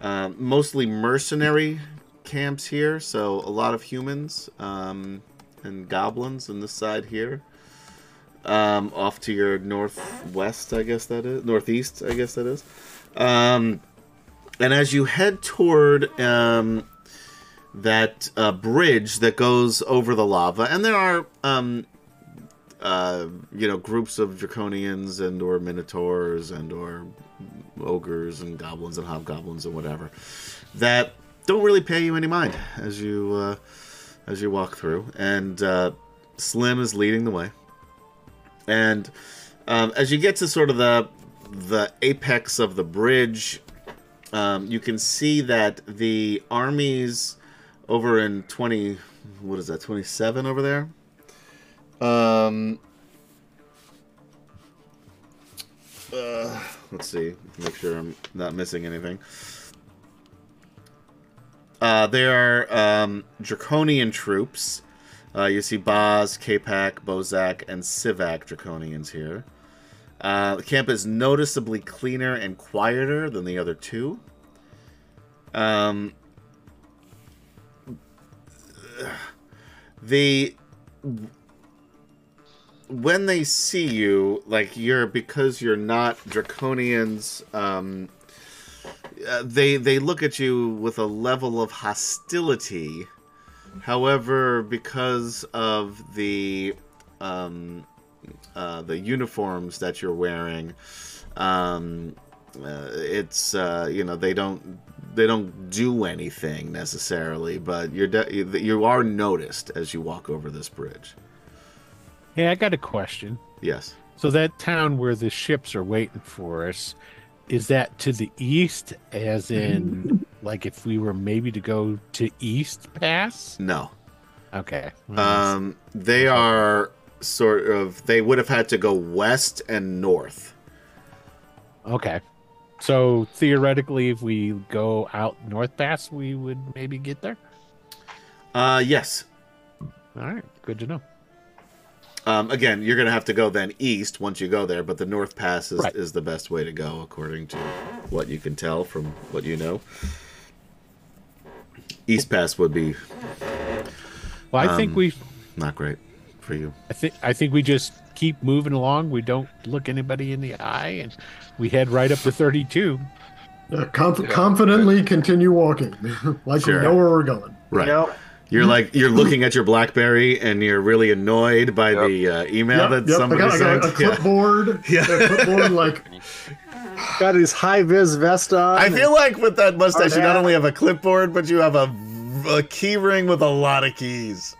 Speaker 2: um, mostly mercenary camps here, so a lot of humans um, and goblins on this side here. Um, off to your northwest, I guess that is northeast, I guess that is. Um, and as you head toward um, that uh, bridge that goes over the lava, and there are um, uh, you know groups of draconians and or minotaurs and or ogres and goblins and hobgoblins and whatever that don't really pay you any mind as you uh, as you walk through and uh, slim is leading the way and um, as you get to sort of the the apex of the bridge um, you can see that the armies over in 20 what is that 27 over there um, uh, let's see. Make sure I'm not missing anything. Uh, they are um, draconian troops. Uh, you see Boz, K-Pac, Bozak, and Sivak draconians here. Uh, the camp is noticeably cleaner and quieter than the other two. Um, the when they see you, like you're because you're not draconians, um, uh, they they look at you with a level of hostility. However, because of the um, uh, the uniforms that you're wearing, um, uh, it's uh, you know they don't they don't do anything necessarily, but you're de- you are noticed as you walk over this bridge.
Speaker 4: Hey, I got a question.
Speaker 2: Yes.
Speaker 4: So that town where the ships are waiting for us, is that to the east? As in, like if we were maybe to go to East Pass?
Speaker 2: No.
Speaker 4: Okay. Hmm.
Speaker 2: Um, they are sort of. They would have had to go west and north.
Speaker 4: okay. So theoretically, if we go out North Pass, we would maybe get there.
Speaker 2: Uh, yes.
Speaker 4: All right. Good to know.
Speaker 2: Um, again, you're gonna have to go then east once you go there, but the North Pass is,
Speaker 4: Right.
Speaker 2: is the best way to go, according to what you can tell from what you know. East Pass would be
Speaker 4: Well, I think
Speaker 2: Um,
Speaker 4: we,
Speaker 2: not great for you.
Speaker 4: I think, I think we just keep moving along. We don't look anybody in the eye, and we head right up to thirty-two.
Speaker 5: Uh, conf- confidently continue walking, like
Speaker 2: Sure.
Speaker 5: we know where we're going.
Speaker 2: Right.
Speaker 3: Nope.
Speaker 2: You're like you're looking at your BlackBerry and you're really annoyed by
Speaker 6: Yep.
Speaker 2: the uh, email
Speaker 5: Yep,
Speaker 2: that
Speaker 5: yep,
Speaker 2: somebody
Speaker 5: I got, I
Speaker 2: sent.
Speaker 5: got a
Speaker 2: Yeah.
Speaker 5: clipboard.
Speaker 2: Yeah.
Speaker 5: a clipboard like
Speaker 3: Got his high vis vest on.
Speaker 2: I feel like with that mustache, you not
Speaker 3: that-
Speaker 2: only have a clipboard, but you have a, a key ring with a lot of keys.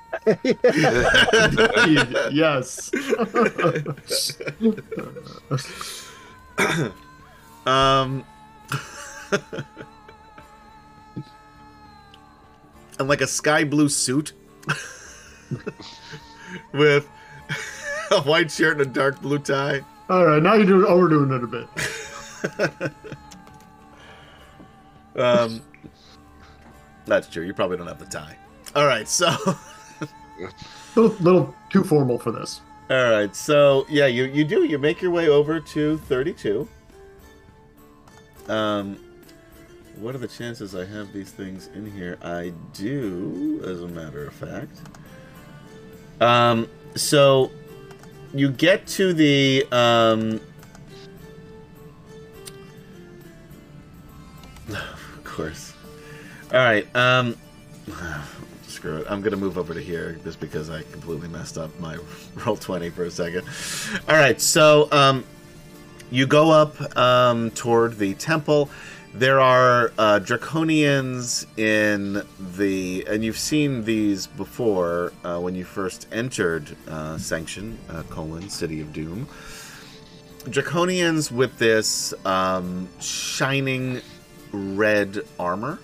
Speaker 5: yes.
Speaker 2: Um, and like a sky blue suit with a white shirt and a dark blue tie.
Speaker 5: All right, now you're doing overdoing it a bit.
Speaker 2: Um, that's true. You probably don't have the tie. All right, so.
Speaker 5: Little, little too formal for this.
Speaker 2: All right, so yeah, you you do you make your way over to thirty two. Um, what are the chances I have these things in here? I do, as a matter of fact. Um, so you get to the um. Of course. All right. Um. Screw it. I'm gonna move over to here just because I completely messed up my roll twenty for a second. All right, so um, you go up um, toward the temple. There are uh, draconians in the, and you've seen these before uh, when you first entered uh, Sanction, uh, colon, City of Doom. Draconians with this um, shining red armor.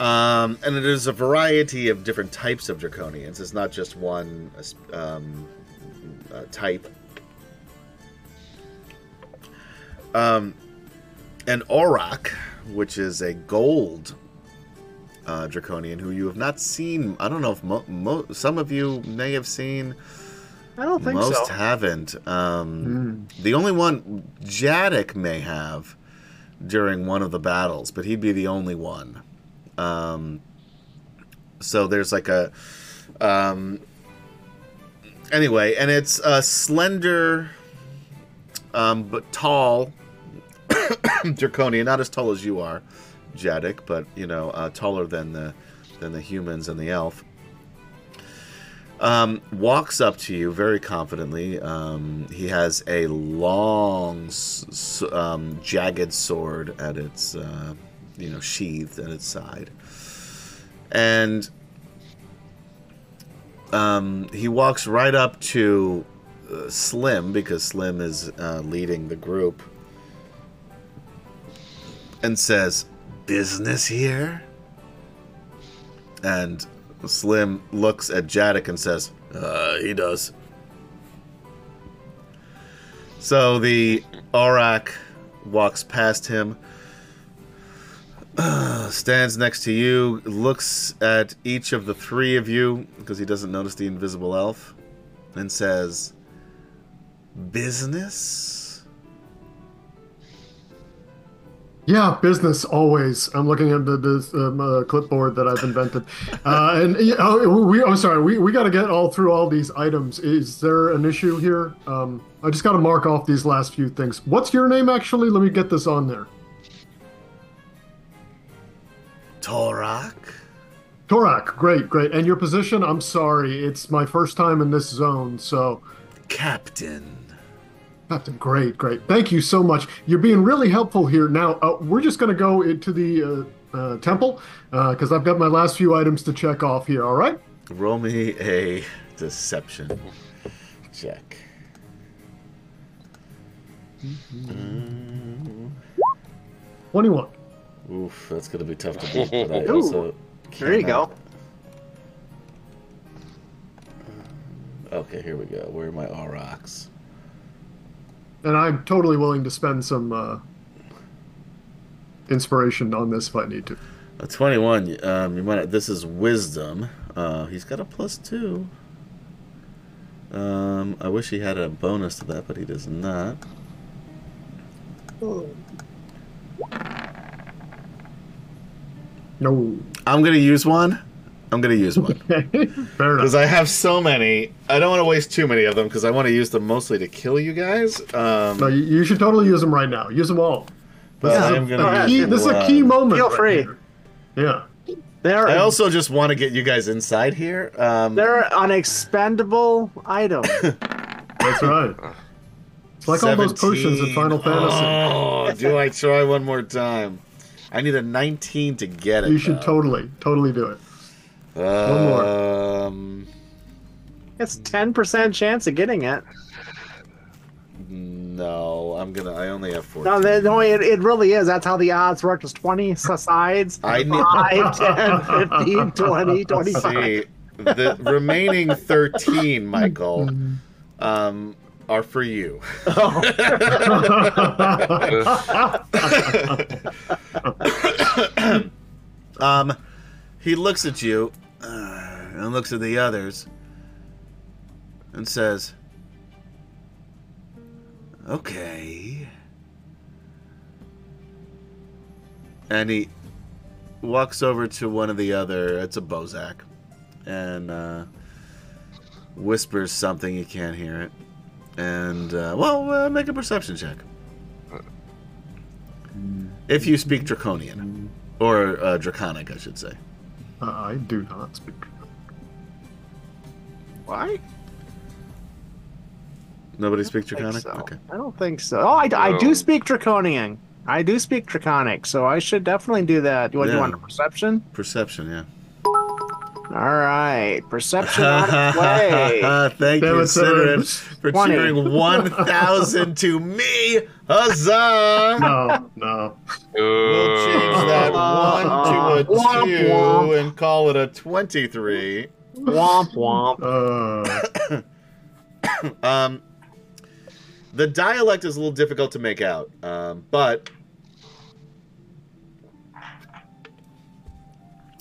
Speaker 2: Um, and it is a variety of different types of draconians. It's not just one uh, s- um, uh, type. Um, an auroch, which is a gold uh, draconian, who you have not seen. I don't know if mo- mo- some of you may have seen,
Speaker 3: I don't think
Speaker 2: most
Speaker 3: so. Hmm.
Speaker 2: haven't. Um,
Speaker 5: Mm.
Speaker 2: the only one Jaddick may have during one of the battles, but he'd be the only one. Um, so there's like a. Um, anyway, and it's uh, slender, um, but tall draconian, not as tall as you are, Jaddick, but you know uh, taller than the than the humans and the elf um, walks up to you very confidently. Um, he has a long, s- s- um, jagged sword at its, uh, you know, sheathed at its side, and um, he walks right up to uh, Slim because Slim is uh, leading the group, and says, "Business here." And Slim looks at Jaddick and says, uh, he does. So the Aurak walks past him, stands next to you, looks at each of the three of you, because he doesn't notice the invisible elf, and says, Business?
Speaker 5: Yeah, business always. I'm looking at the, this um, uh, clipboard that I've invented, uh, and yeah, oh, we. I'm sorry. We, we got to get all through all these items. Is there an issue here? Um, I just got to mark off these last few things. What's your name actually? Let me get this on there.
Speaker 2: Torak?
Speaker 5: Torak. Great, great. And your position? I'm sorry. It's my first time in this zone, so
Speaker 2: Captain.
Speaker 5: Captain, great, great. Thank you so much. You're being really helpful here. Now, uh, we're just going to go into the uh, uh, temple because I've got my last few items to check off here, all right?
Speaker 2: Roll me a deception check. Mm.
Speaker 5: 21.
Speaker 2: Oof, that's gonna be tough to beat. But I
Speaker 3: Ooh.
Speaker 2: also
Speaker 3: There you
Speaker 2: cannot- Okay, here we go. Where are my aurochs?
Speaker 5: And I'm totally willing to spend some uh, inspiration on this if I need to.
Speaker 2: A twenty-one. Um, you might. This is wisdom. Uh, he's got a plus two. Um, I wish he had a bonus to that, but he does not.
Speaker 5: No.
Speaker 2: I'm gonna use one. I'm gonna use one.
Speaker 5: Fair enough.
Speaker 2: Because I have so many, I don't want to waste too many of them. Because I want to use them mostly to kill you guys. Um,
Speaker 5: No, you, you should totally use them right now. Use them all.
Speaker 2: but
Speaker 3: yeah,
Speaker 2: I am
Speaker 3: go
Speaker 2: gonna
Speaker 3: ahead.
Speaker 2: use
Speaker 5: Key- this is a
Speaker 2: one.
Speaker 5: key moment.
Speaker 3: Feel
Speaker 5: right
Speaker 3: free.
Speaker 5: here. Yeah.
Speaker 3: They're
Speaker 2: I also just want to get you guys inside here. Um,
Speaker 3: they're an expendable item.
Speaker 5: That's right. It's like all those potions in
Speaker 2: 17.
Speaker 5: Final Fantasy.
Speaker 2: Oh, do I try one more time? I need a 19 to get it.
Speaker 5: You should
Speaker 2: though.
Speaker 5: totally, totally do it. one more.
Speaker 2: Um,
Speaker 3: it's ten percent chance of getting it.
Speaker 2: no, I'm gonna. I only have 14.
Speaker 3: No, that, no, it, it really is. That's how the odds work. There's 20 sides.
Speaker 2: I need-
Speaker 3: 5, 10, 15, 20, 25.
Speaker 2: See, the remaining 13, Michael,
Speaker 5: Mm.
Speaker 2: um, are for you. Um, he looks at you uh, and looks at the others and says, "Okay." And he walks over to one of the other. It's a Bozak, and uh, whispers something. You can't hear it. And uh, well, uh, make a perception check. If you speak Draconian or uh, Draconic, I should say.
Speaker 5: Uh, I do not speak.
Speaker 3: Why?
Speaker 2: Nobody speaks
Speaker 3: I don't
Speaker 2: Draconic.
Speaker 3: think so.
Speaker 2: Okay.
Speaker 3: I don't think so. Oh, I, I
Speaker 6: No.
Speaker 3: do speak Draconian. I do speak Draconic, so I should definitely do that. What do
Speaker 2: Yeah.
Speaker 3: you want? A perception?
Speaker 2: Perception, yeah.
Speaker 3: All right. Perception on its way.
Speaker 2: Thank
Speaker 5: Damn
Speaker 2: you,
Speaker 5: it, Severin.
Speaker 2: Severin, for
Speaker 3: Twenty.
Speaker 2: cheering 1,000 to me. Huzzah!
Speaker 5: No, no.
Speaker 2: We'll change that one to
Speaker 3: Womp
Speaker 2: a two
Speaker 3: womp.
Speaker 2: and call it a 23.
Speaker 3: Womp womp.
Speaker 5: Uh,
Speaker 2: Um, the dialect is a little difficult to make out, um, but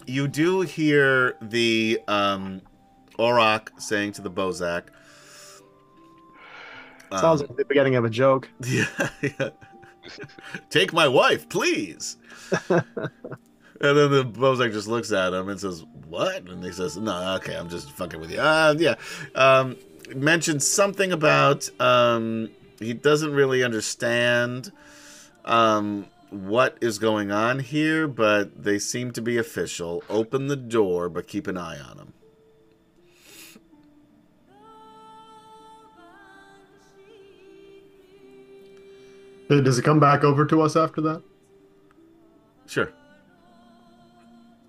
Speaker 2: you do hear the um, Orok saying to the Bozak. um,
Speaker 3: Sounds like the beginning of a joke.
Speaker 2: yeah, yeah. Take my wife, please. and then the Bozak just looks at him and says, What? And he says, No, okay, I'm just fucking with you. Uh, yeah. Um, mentioned something about um, he doesn't really understand um, what is going on here, but they seem to be official. Open the door, but keep an eye on him.
Speaker 5: does it come back over to us after that?
Speaker 2: Sure.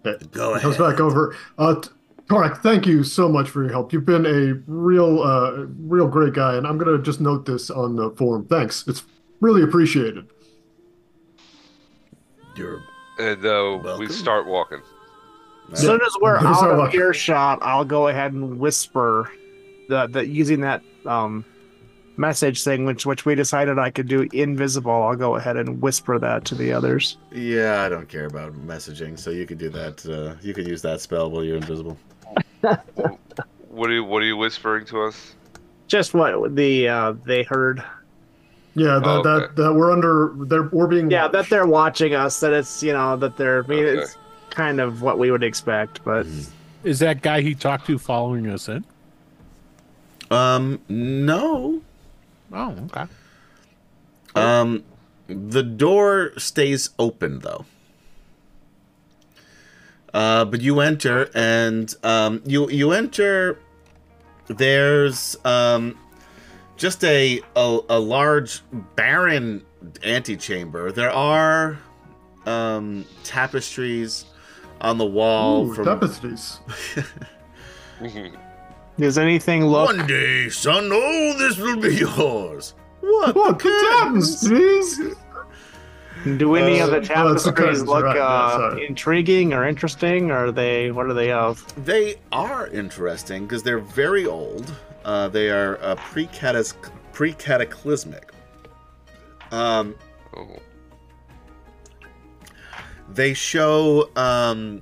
Speaker 5: It
Speaker 2: Go
Speaker 5: comes back over. Uh, T- Torak, thank you so much for your help. You've been a real, uh, real great guy, and I'm gonna just note this on the form. Thanks. It's really appreciated.
Speaker 2: You're
Speaker 6: And though we
Speaker 2: Welcome.
Speaker 6: start walking.
Speaker 3: As soon as we're
Speaker 5: There's
Speaker 3: out
Speaker 5: our
Speaker 3: of
Speaker 5: luck.
Speaker 3: earshot, I'll go ahead and whisper the, the using that um, message thing, which which we decided I could do invisible. I'll go ahead and whisper that to the others.
Speaker 2: Yeah, I don't care about messaging, so you could do that. Uh, you could use that spell while you're invisible.
Speaker 6: What are you, what are you whispering to us?
Speaker 3: Just what the uh, they heard.
Speaker 5: Yeah, that,
Speaker 6: Oh, okay.
Speaker 5: that that we're under. They're we're being.
Speaker 3: Yeah,
Speaker 5: watched.
Speaker 3: that they're watching us. That it's you know that they're. I mean,
Speaker 6: Okay.
Speaker 3: it's kind of what we would expect, but
Speaker 4: Is that guy he talked to following us in?
Speaker 2: Um, no.
Speaker 4: Oh, okay.
Speaker 2: Um, the door stays open though. Uh, but you enter, and um, you you enter. There's um, just a, a a large barren antechamber. There are um tapestries on the wall
Speaker 5: Ooh,
Speaker 2: from
Speaker 5: tapestries.
Speaker 3: does anything look?
Speaker 2: One day, son, all this will be yours. What?
Speaker 5: What the tapestries?
Speaker 3: Do any
Speaker 5: Uh,
Speaker 3: of the
Speaker 5: oh, it's the
Speaker 3: tapestries
Speaker 5: curtains,
Speaker 3: look
Speaker 5: right, yeah,
Speaker 3: uh,
Speaker 5: sorry.
Speaker 3: intriguing or interesting, or are they? What are they of?
Speaker 2: They are interesting because they're very old. Uh, they are uh, pre-catas- pre-cataclysmic. Um,
Speaker 6: Oh,
Speaker 2: they show um,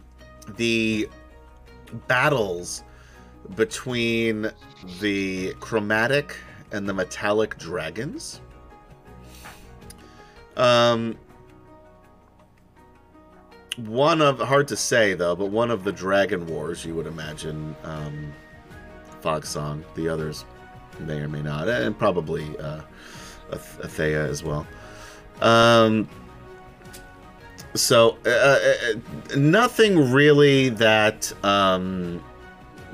Speaker 2: the battles between the chromatic and the metallic dragons. Um, one of hard to say though, but one of the dragon wars you would imagine. Um, Fog Song, the others may or may not, and probably uh, Ath- Athea as well. Um, so uh, uh, uh, nothing really that um,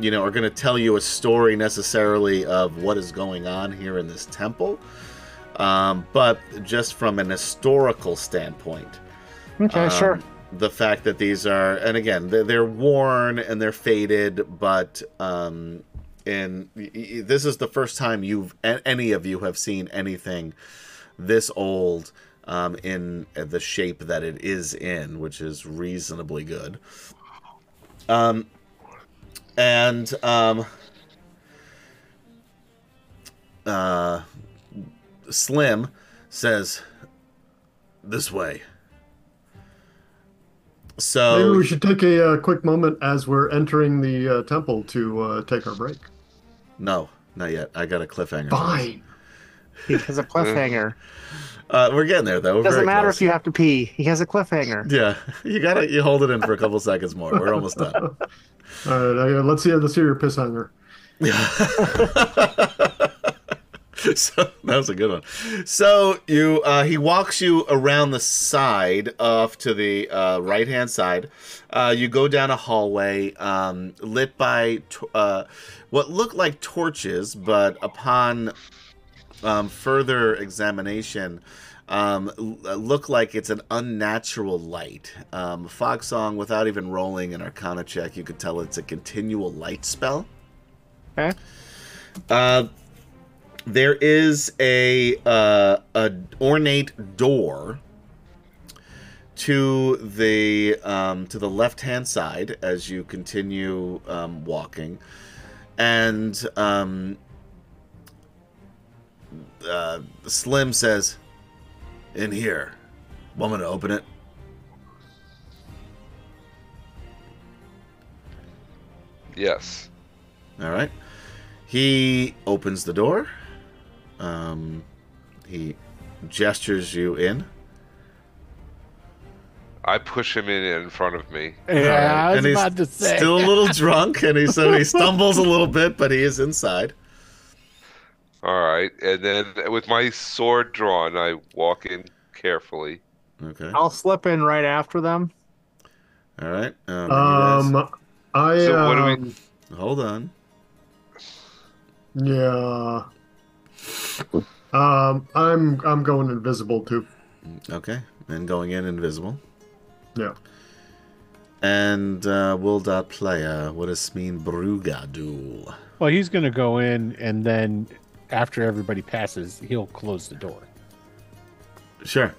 Speaker 2: you know are going to tell you a story necessarily of what is going on here in this temple um, but just from an historical standpoint
Speaker 3: Okay,
Speaker 2: um, The fact that these are, and again, they're, they're worn and they're faded, but um, in y- y- this is the first time you've a- any of you have seen anything this old um, in the shape that it is in, which is reasonably good. Um, and um, uh, Slim says, "This way."
Speaker 6: Oh,
Speaker 2: So
Speaker 5: Maybe we should take a uh, quick moment as we're entering the uh, temple to uh, take our break.
Speaker 2: No, not yet. I got a cliffhanger.
Speaker 5: Fine.
Speaker 3: He has a cliffhanger.
Speaker 2: Uh, we're getting there though. We're
Speaker 3: Doesn't
Speaker 2: very
Speaker 3: matter
Speaker 2: close.
Speaker 3: if you have to pee. He has a cliffhanger.
Speaker 2: Yeah, you gotta you hold it in for a couple seconds more. We're almost done.
Speaker 5: All right, uh, let's hear let's hear your piss hanger.
Speaker 2: so that was a good one. So you uh, he walks you around the side off to the uh, right hand side. Uh, you go down a hallway um, lit by t- uh, what looked like torches, but upon um, further examination. Um, l- look like it's an unnatural light. Um, Fox Song, without even rolling an Arcana check, you could tell it's a continual light spell.
Speaker 3: Okay.
Speaker 2: Uh, there is a uh, a ornate door to the um, to the left hand side as you continue um, walking, and um, uh, Slim says, "In here, want me to open it?"
Speaker 6: Yes.
Speaker 2: All right. He opens the door. Um, he gestures you in.
Speaker 6: I push him in in front of me.
Speaker 4: Yeah, I was
Speaker 2: and he's
Speaker 4: about to say.
Speaker 2: still a little drunk, and he so he stumbles a little bit, but he is inside.
Speaker 6: All right. And then with my sword drawn, I walk in carefully.
Speaker 2: Okay.
Speaker 3: I'll slip in right after them.
Speaker 2: All right. Um, you
Speaker 5: Um, I
Speaker 6: So what do we-
Speaker 5: um,
Speaker 2: guys- hold on.
Speaker 5: yeah. Um, I'm I'm going invisible too.
Speaker 2: Okay. And going in invisible.
Speaker 5: Yeah.
Speaker 2: And uh, will dot player? What does Smeen Bruga do?
Speaker 4: Well, he's going to go in, and then after everybody passes, he'll close the door.
Speaker 2: Sure.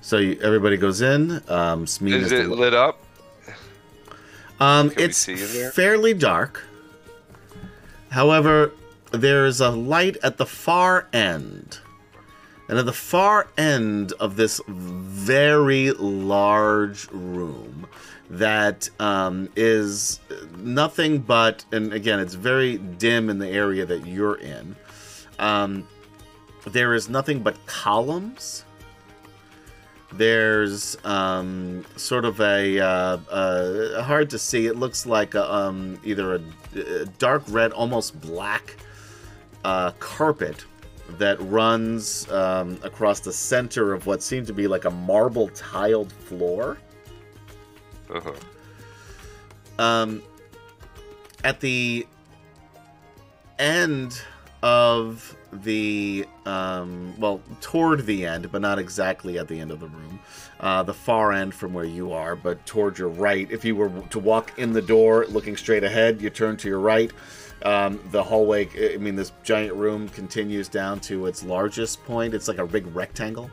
Speaker 2: So you, everybody goes in. Um, Smeen
Speaker 6: Is
Speaker 2: the
Speaker 6: it
Speaker 2: lo-
Speaker 6: lit up?
Speaker 2: Um,
Speaker 6: Can we
Speaker 2: it's
Speaker 6: see in there?
Speaker 2: fairly dark. However, there is a light at the far end. And at the far end of this very large room that um, is nothing but, and again, it's very dim in the area that you're in. Um, there is nothing but columns there's um, sort of a uh, uh, hard to see. It looks like a, um, either a, a dark red, almost black uh, carpet that runs um, across the center of what seemed to be like a marble tiled floor.
Speaker 6: Uh-huh.
Speaker 2: Um, at the end of the um, well, toward the end, but not exactly at the end of the room, uh, the far end from where you are, but toward your right. If you were to walk in the door, looking straight ahead, you turn to your right. Um, the hallway, I mean, this giant room continues down to its largest point. It's like a big rectangle.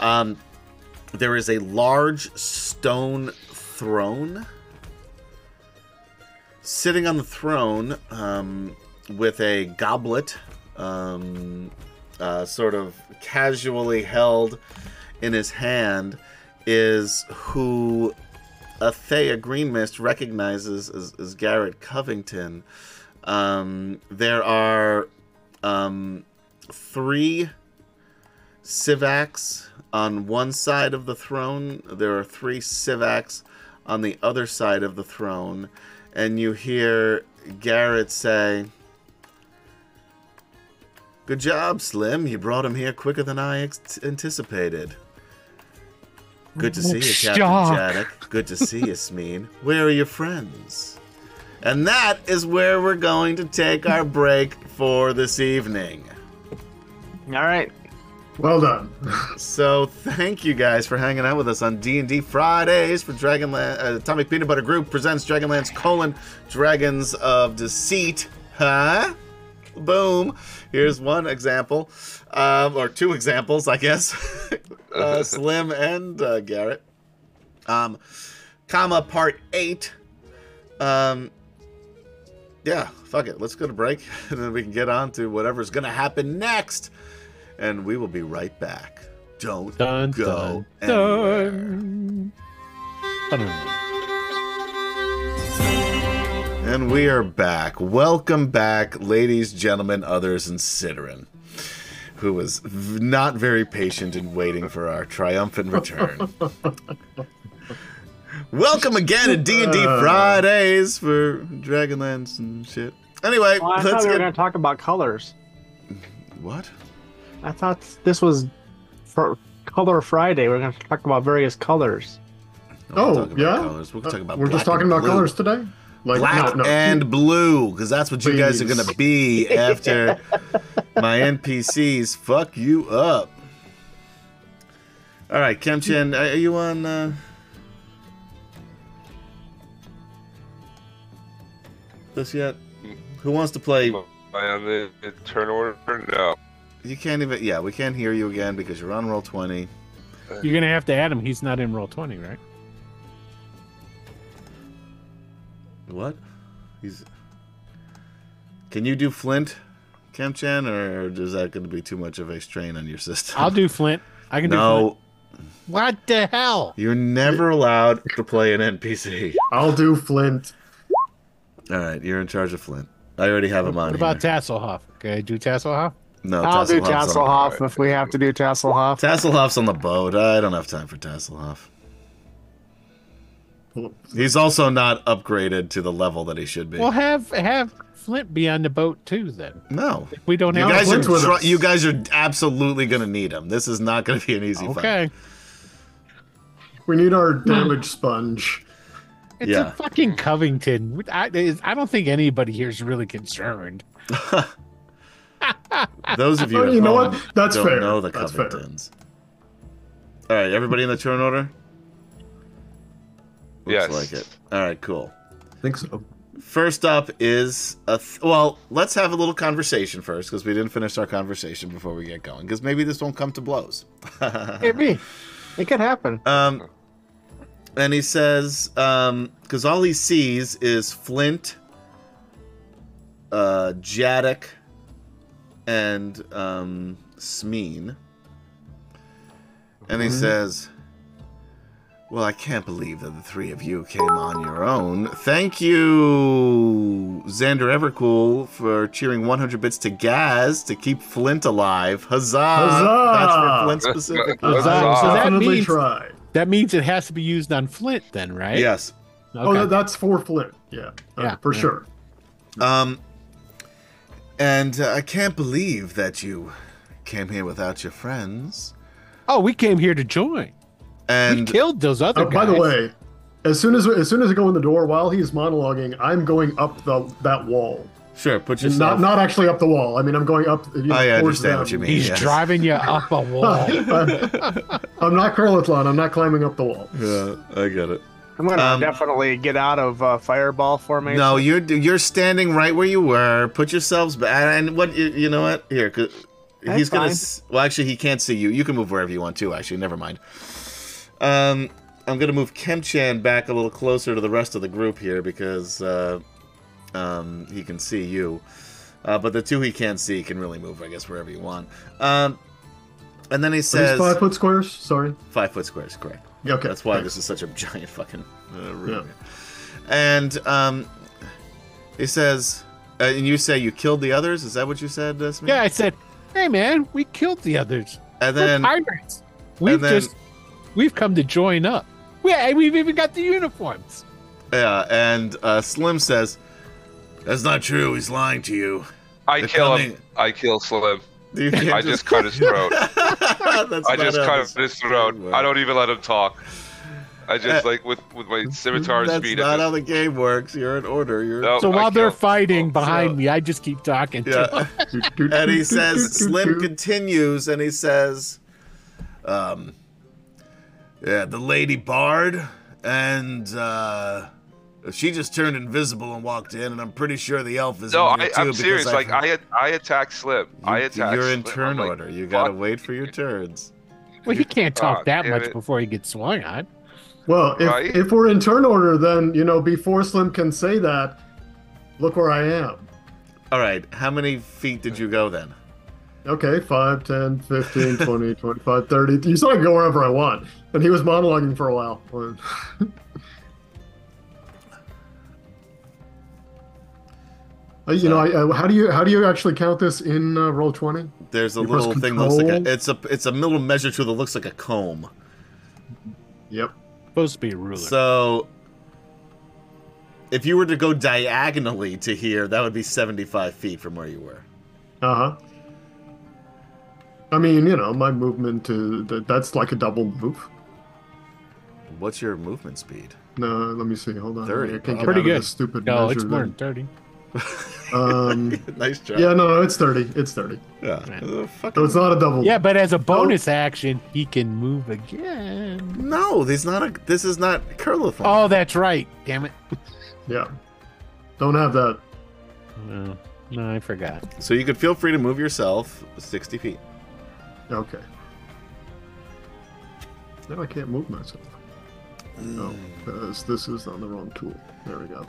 Speaker 2: Um, there is a large stone throne sitting on the throne um, with a goblet, um, uh, sort of casually held in his hand, is who Athea Greenmist recognizes as, as Garrett Covington. Um, there are um, three Civacs on one side of the throne. There are three Civacs on the other side of the throne. And you hear Garrett say, Good job, Slim. You brought him here quicker than I ex- anticipated. Good to see you, Captain
Speaker 4: Shock.
Speaker 2: Jaddock. Good to see you, Smeen. Where are your friends? And that is where we're going to take our break for this evening.
Speaker 3: All right.
Speaker 5: Well done.
Speaker 2: So thank you guys for hanging out with us on D and D Fridays for Dragonland uh, Atomic Peanut Butter Group presents Dragonlance colon Dragons of Deceit. Huh? Boom. Here's one example, um, or two examples, I guess. uh, Slim and uh, Garrett. Um, comma part eight. Um, yeah, fuck it. Let's go to break, and then we can get on to whatever's gonna happen next. And we will be right back. Don't
Speaker 4: Dun,
Speaker 2: go
Speaker 4: dun,
Speaker 2: anywhere.
Speaker 4: dun. I don't know.
Speaker 2: And we are back. Welcome back, ladies, gentlemen, others, and Sidorin, who was v- not very patient in waiting for our triumphant return. Welcome again to D and D
Speaker 4: Uh.
Speaker 2: Fridays for Dragonlance and shit. Anyway,
Speaker 3: Well, Oh, I thought
Speaker 2: let's
Speaker 3: we were
Speaker 2: get
Speaker 3: going to talk about colors.
Speaker 2: what?
Speaker 3: I thought this was for Color Friday. We are going to talk about various colors.
Speaker 2: No, we'll
Speaker 5: Oh,
Speaker 2: talk about
Speaker 5: yeah?
Speaker 2: colors. We'll talk about
Speaker 5: We're
Speaker 2: black
Speaker 5: just talking
Speaker 2: and
Speaker 5: about
Speaker 2: blue.
Speaker 5: colors today. Like
Speaker 2: black
Speaker 5: no, no.
Speaker 2: and blue because that's what you guys are
Speaker 5: Please.
Speaker 2: gonna be after my npcs fuck you up all right kemchin are you on uh... this yet who wants to play
Speaker 6: I on the, the turn order? No.
Speaker 2: You can't even. Yeah, we can't hear you again because you're on roll twenty.
Speaker 4: You're gonna have to add him. He's not in roll twenty, right?
Speaker 2: What? He's. Can you do Flint, Kemchan, or is that going to be too much of a strain on your system?
Speaker 4: I'll do Flint. I can do. Flint.
Speaker 2: No,
Speaker 4: What the hell?
Speaker 2: you're never allowed to play an NPC.
Speaker 5: I'll do Flint.
Speaker 2: All right, you're in charge of Flint. I already have him on.
Speaker 4: What about
Speaker 2: here.
Speaker 4: Tasselhoff? Can I do Tasselhoff?
Speaker 2: no,
Speaker 3: I'll do
Speaker 2: Tasselhoff's on-
Speaker 3: Tasselhoff if we have to do Tasselhoff.
Speaker 2: Tasselhoff's on the boat. I don't have time for Tasselhoff. He's also not upgraded to the level that he should be.
Speaker 4: Well, have have Flint be on the boat too. Then
Speaker 2: No.
Speaker 4: we don't
Speaker 2: You
Speaker 4: have.
Speaker 2: guys, are
Speaker 4: Flint.
Speaker 5: Flint's with
Speaker 2: tr-
Speaker 5: us.
Speaker 2: you guys are absolutely going to need him. This is not going to be an easy fight.
Speaker 4: okay.
Speaker 5: We need our
Speaker 4: Hmm.
Speaker 5: damage sponge.
Speaker 4: It's
Speaker 2: Yeah.
Speaker 4: a fucking Covington. I, I don't think anybody here is really concerned.
Speaker 2: Those of you,
Speaker 5: Oh,
Speaker 2: at
Speaker 5: you know
Speaker 2: home
Speaker 5: what? That's
Speaker 2: don't
Speaker 5: fair.
Speaker 2: know the
Speaker 5: That's fair.
Speaker 2: Covingtons. All right, everybody in the turn order. Looks
Speaker 6: Yes.
Speaker 2: like it. All right, cool.
Speaker 5: I think so.
Speaker 2: First up is a th- well. Let's have a little conversation first because we didn't finish our conversation before we get going. Because maybe this won't come to blows.
Speaker 3: Maybe. It could happen.
Speaker 2: Um, and he says, because all he sees is Flint, uh, Jaddock, and um, Smeen. And he says, Well, I can't believe that the three of you came on your own. Thank you, Xander Evercool, for cheering 100 bits to Gaz to keep Flint alive. Huzzah!
Speaker 5: Huzzah!
Speaker 2: That's for Flint specifically.
Speaker 6: Huzzah.
Speaker 4: Huzzah. So that
Speaker 5: Definitely
Speaker 4: means-
Speaker 5: try.
Speaker 4: That means it has to be used on Flint, then, right?
Speaker 2: Yes.
Speaker 5: Oh,
Speaker 4: Okay.
Speaker 5: that, that's for Flint. Yeah, uh,
Speaker 4: Yeah,
Speaker 5: for
Speaker 4: yeah.
Speaker 5: sure.
Speaker 2: Um, and uh, I can't believe that you came here without your friends.
Speaker 4: oh, we came here to join. we
Speaker 2: And
Speaker 4: killed those other
Speaker 5: Oh,
Speaker 4: guys.
Speaker 5: by the way, as soon as as soon as I go in the door, while he's monologuing, I'm going up the that wall.
Speaker 2: sure, put
Speaker 5: Not not actually up the wall. I mean, I'm going up. You know,
Speaker 2: Oh, I
Speaker 5: towards
Speaker 2: understand
Speaker 5: them.
Speaker 2: what you mean.
Speaker 4: he's
Speaker 2: yes.
Speaker 4: driving you up a wall.
Speaker 5: I'm not Curlithlon. I'm not climbing up the wall.
Speaker 2: Yeah, I get it.
Speaker 3: I'm going to
Speaker 2: um,
Speaker 3: definitely get out of uh, fireball formation.
Speaker 2: No, you're you're standing right where you were. Put yourselves back. And what you, you know what? Here, 'cause
Speaker 3: That's
Speaker 2: he's gonna.
Speaker 3: fine.
Speaker 2: s- Well, actually, he can't see you. You can move wherever you want to. Actually, never mind. Um, I'm gonna move Kemchan back a little closer to the rest of the group here because uh, um, he can see you. Uh, but the two he can't see can really move, I guess, wherever you want. Um, and then he
Speaker 5: Are
Speaker 2: says
Speaker 5: these five foot squares? Sorry.
Speaker 2: five foot squares, correct?
Speaker 5: Yeah, Okay.
Speaker 2: That's why
Speaker 5: thanks.
Speaker 2: this is such a giant fucking uh, room. And um, he says, uh, and you say you killed the others. Is that what you said, uh, Smee?
Speaker 4: yeah, I said, "Hey, man, we killed the others.
Speaker 2: And
Speaker 4: We're
Speaker 2: then
Speaker 4: pirates. We've
Speaker 2: then-
Speaker 4: just we've come to join up. We, and we've even got the uniforms.
Speaker 2: yeah, and uh, Slim says, "That's not true. He's lying to you."
Speaker 6: I
Speaker 2: They're
Speaker 6: kill him.
Speaker 2: coming.
Speaker 6: I kill Slim.
Speaker 2: You can't
Speaker 6: I just cut his throat.
Speaker 2: That's
Speaker 6: I just
Speaker 2: not how this-
Speaker 6: cut his throat. I don't even let him talk. I just like with with my scimitar
Speaker 2: Uh, That's
Speaker 6: speed.
Speaker 2: not how the game works. You're in order. You're
Speaker 6: No,
Speaker 4: so
Speaker 6: I
Speaker 4: while they're
Speaker 6: kill-
Speaker 4: fighting
Speaker 2: so-
Speaker 4: behind me, I just keep talking. to them.
Speaker 2: yeah. and he says slim continues and he says um yeah the lady bard and uh she just turned invisible and walked in and i'm pretty sure the elf is
Speaker 6: No,
Speaker 2: in here
Speaker 6: I,
Speaker 2: too
Speaker 6: I'm
Speaker 2: because
Speaker 6: serious.
Speaker 2: I-
Speaker 6: Like I, I attack Slim. I
Speaker 2: You-
Speaker 6: attack.
Speaker 2: you're in
Speaker 6: Slim.
Speaker 2: turn
Speaker 6: I'm like,
Speaker 2: order you gotta
Speaker 6: fuck.
Speaker 2: wait for your turns
Speaker 4: Well, he can't talk
Speaker 2: Oh,
Speaker 6: God
Speaker 4: that
Speaker 6: damn
Speaker 4: much
Speaker 6: it.
Speaker 4: before he gets swung on.
Speaker 5: Well, if,
Speaker 6: Right?
Speaker 5: if we're in turn order, then you know before Slim can say that, look where I am.
Speaker 2: all right how many feet did you go then
Speaker 5: Okay, 5, 10, 15, 20, 25, 30. You said I can go wherever I want. And he was monologuing for a while. Uh, you know, I, I, how do you how do you actually count this in uh, roll twenty?
Speaker 2: there's a
Speaker 5: You press
Speaker 2: little thing that looks like a,
Speaker 5: control?
Speaker 2: it's a it's a little measure tool that looks like a comb
Speaker 5: Yep.
Speaker 4: Supposed to be a ruler.
Speaker 2: So, if you were to go diagonally to here, that would be 75 feet from where you were.
Speaker 5: Uh huh. I mean, you know, my movement to that, that's like a double move.
Speaker 2: What's your movement speed?
Speaker 5: No, let me see. Hold on.
Speaker 2: 30.
Speaker 5: I can't
Speaker 4: Pretty
Speaker 5: get out of
Speaker 4: good.
Speaker 5: this stupid
Speaker 4: no,
Speaker 5: measure
Speaker 4: it's more
Speaker 5: thing.
Speaker 4: than thirty.
Speaker 5: Um,
Speaker 2: nice try.
Speaker 5: yeah, no, no, it's 30. It's 30.
Speaker 2: Yeah. Uh,
Speaker 5: So
Speaker 2: fucking-
Speaker 5: it's not a double.
Speaker 4: Yeah, but as a bonus action, he can move again.
Speaker 2: No, this is not a. This is not curlathon.
Speaker 4: Oh, that's right. Damn it.
Speaker 5: Yeah. Don't have that.
Speaker 4: No. Oh, No, I forgot.
Speaker 2: So you could feel free to move yourself 60 feet.
Speaker 5: Okay. Now I can't move myself. Oh, because this is on the wrong tool. There we go.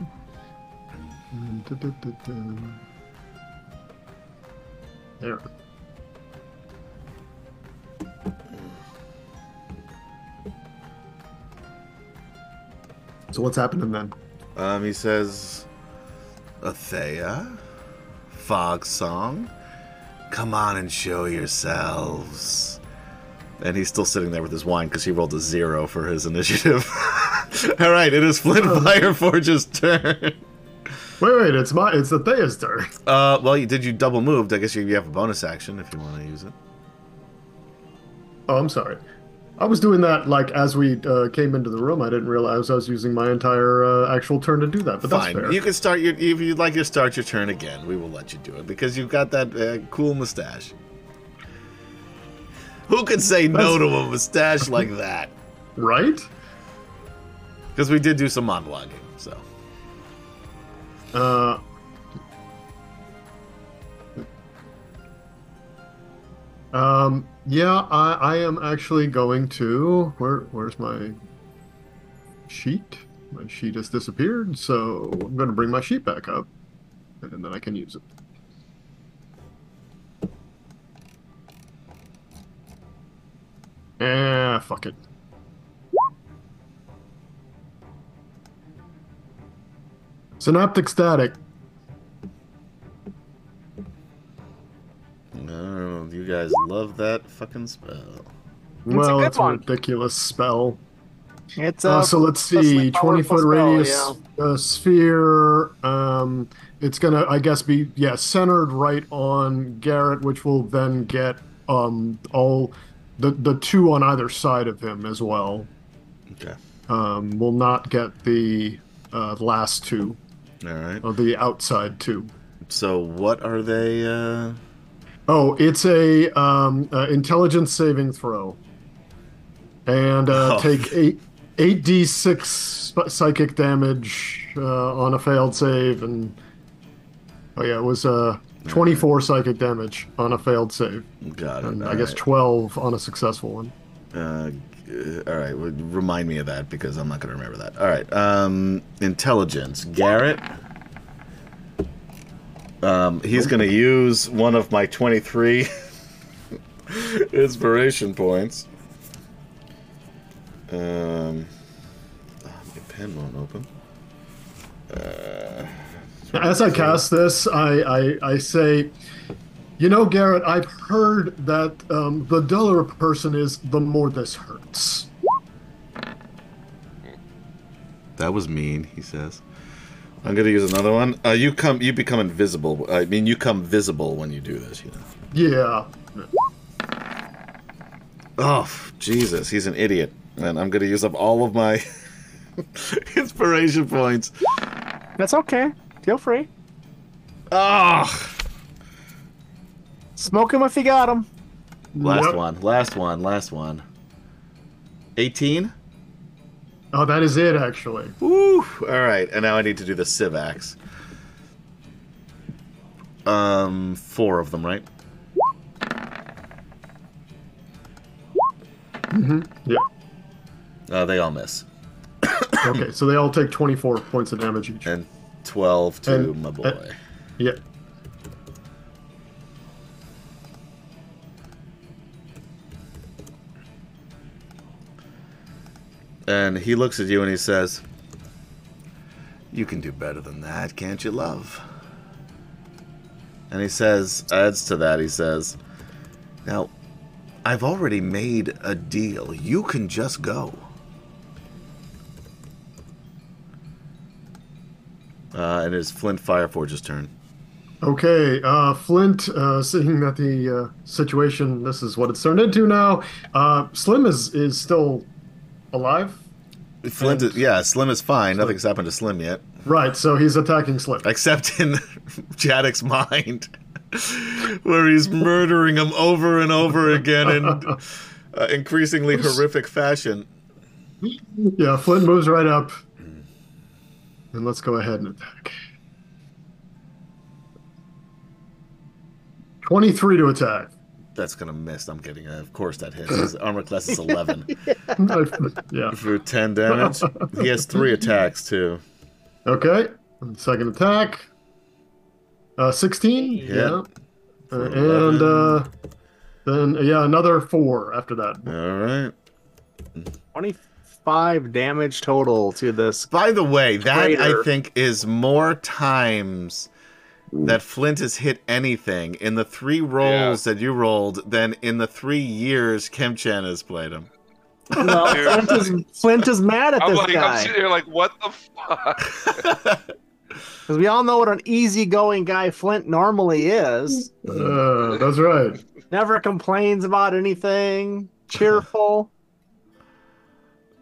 Speaker 5: There. So what's happening then?
Speaker 2: Um, he says, Athea, Fog Song, come on and show yourselves. And he's still sitting there with his wine because he rolled a zero for his initiative. All right, it is Flint Fireforge's turn.
Speaker 5: Wait, wait, it's my it's Athea's turn.
Speaker 2: Uh, well, you, did you double moved? I guess you, you have a bonus action if you want to use it.
Speaker 5: Oh, I'm sorry. I was doing that like as we uh, came into the room. I didn't realize I was using my entire uh, actual turn to do that, but
Speaker 2: Fine,
Speaker 5: that's fair.
Speaker 2: you can start your if you'd like to start your turn again. We will let you do it because you've got that uh, cool mustache. Who could say no to a mustache like that?
Speaker 5: Right?
Speaker 2: Because we did do some monologuing, so
Speaker 5: Uh, um, yeah, I, I am actually going to. Where, where's my sheet? My sheet has disappeared, so I'm going to bring my sheet back up, and then I can use it. Ah, fuck it. Synaptic static.
Speaker 2: I don't know. You guys love that fucking spell.
Speaker 5: well,
Speaker 3: good
Speaker 5: it's
Speaker 3: one.
Speaker 5: a ridiculous spell.
Speaker 3: It's
Speaker 5: Uh,
Speaker 3: a
Speaker 5: so let's see,
Speaker 3: ridiculously
Speaker 5: twenty
Speaker 3: powerful
Speaker 5: foot
Speaker 3: spell,
Speaker 5: radius
Speaker 3: yeah.
Speaker 5: uh, sphere. Um, it's gonna, I guess, be yeah, centered right on Garrett, which will then get um all the the two on either side of him as well.
Speaker 2: Okay.
Speaker 5: Um, will not get the uh, last two
Speaker 2: All right.
Speaker 5: or the outside two.
Speaker 2: So what are they? Uh...
Speaker 5: Oh, it's a um, uh, intelligence saving throw, and uh,
Speaker 2: Oh.
Speaker 5: take eight eight d six sp- psychic damage uh, on a failed save, and oh yeah, it was uh, twenty four psychic damage on a failed save,
Speaker 2: Got it.
Speaker 5: and Um, I
Speaker 2: all
Speaker 5: guess
Speaker 2: right.
Speaker 5: twelve on a successful one.
Speaker 2: Uh, g- all right. well, Remind me of that because I'm not going to remember that. All right. Um, intelligence. Garrett. Um, he's going to use one of my 23 inspiration points. Um, oh, my pen won't open.
Speaker 5: As I cast this, I, I, I say, you know, Garrett, I've heard that um, the duller a person is, the more this hurts.
Speaker 2: That was mean, he says. I'm gonna use another one. Uh, you come, you become invisible. I mean, you come visible when you do this. You know.
Speaker 5: Yeah.
Speaker 2: Oh, f- Jesus, he's an idiot. And I'm going to use up all of my inspiration points.
Speaker 3: That's okay. Feel free.
Speaker 2: Oh,
Speaker 3: Smoke him if you got him.
Speaker 2: last
Speaker 5: Yep.
Speaker 2: one, last one, last one. 18?
Speaker 5: Oh, that is it, actually.
Speaker 2: Woo! All right, and now I need to do the Civax. Um, four of them, right?
Speaker 5: Yeah.
Speaker 2: Uh, they all miss.
Speaker 5: Okay, so they all take 24 points of damage each.
Speaker 2: And 12 to
Speaker 5: And-
Speaker 2: my boy.
Speaker 5: and- Yeah.
Speaker 2: And he looks at you and he says, You can do better than that, can't you, love? And he says, adds to that, he says, Now, I've already made a deal. You can just go. Uh, and it is Flint Fireforge's turn.
Speaker 5: Okay, uh, Flint, uh, seeing that the uh, situation, this is what it's turned into now. Uh, Slim is, is still alive.
Speaker 2: Flint, is, yeah, Slim is fine. Nothing's happened to Slim yet,
Speaker 5: Right, so he's attacking Slim.
Speaker 2: except in Jaddick's mind, where he's murdering him over and over again in uh, increasingly horrific fashion.
Speaker 5: Yeah, Flint moves right up. And let's go ahead and attack. 23 to attack.
Speaker 2: That's gonna miss. I'm kidding. Of course that hits. His armor class is 11
Speaker 5: yeah.
Speaker 2: for 10 damage. He has three attacks too.
Speaker 5: Okay. Second attack. Uh, 16.
Speaker 2: Yeah.
Speaker 5: Uh, and uh, then, yeah, another four after that.
Speaker 2: All right.
Speaker 3: 25 damage total to this.
Speaker 2: By the way, that I
Speaker 3: Traitor.
Speaker 2: think is more times that Flint has hit anything in the three rolls that you rolled than in the three years Kemchan has played him.
Speaker 3: Well, Flint, is, Flint is mad at
Speaker 6: I'm
Speaker 3: this
Speaker 6: like, I'm
Speaker 3: guy
Speaker 6: sitting here like, what the fuck?
Speaker 3: because we all know what an easygoing guy Flint normally is.
Speaker 2: Uh-huh.
Speaker 5: Uh, that's right.
Speaker 3: Never complains about anything. Cheerful.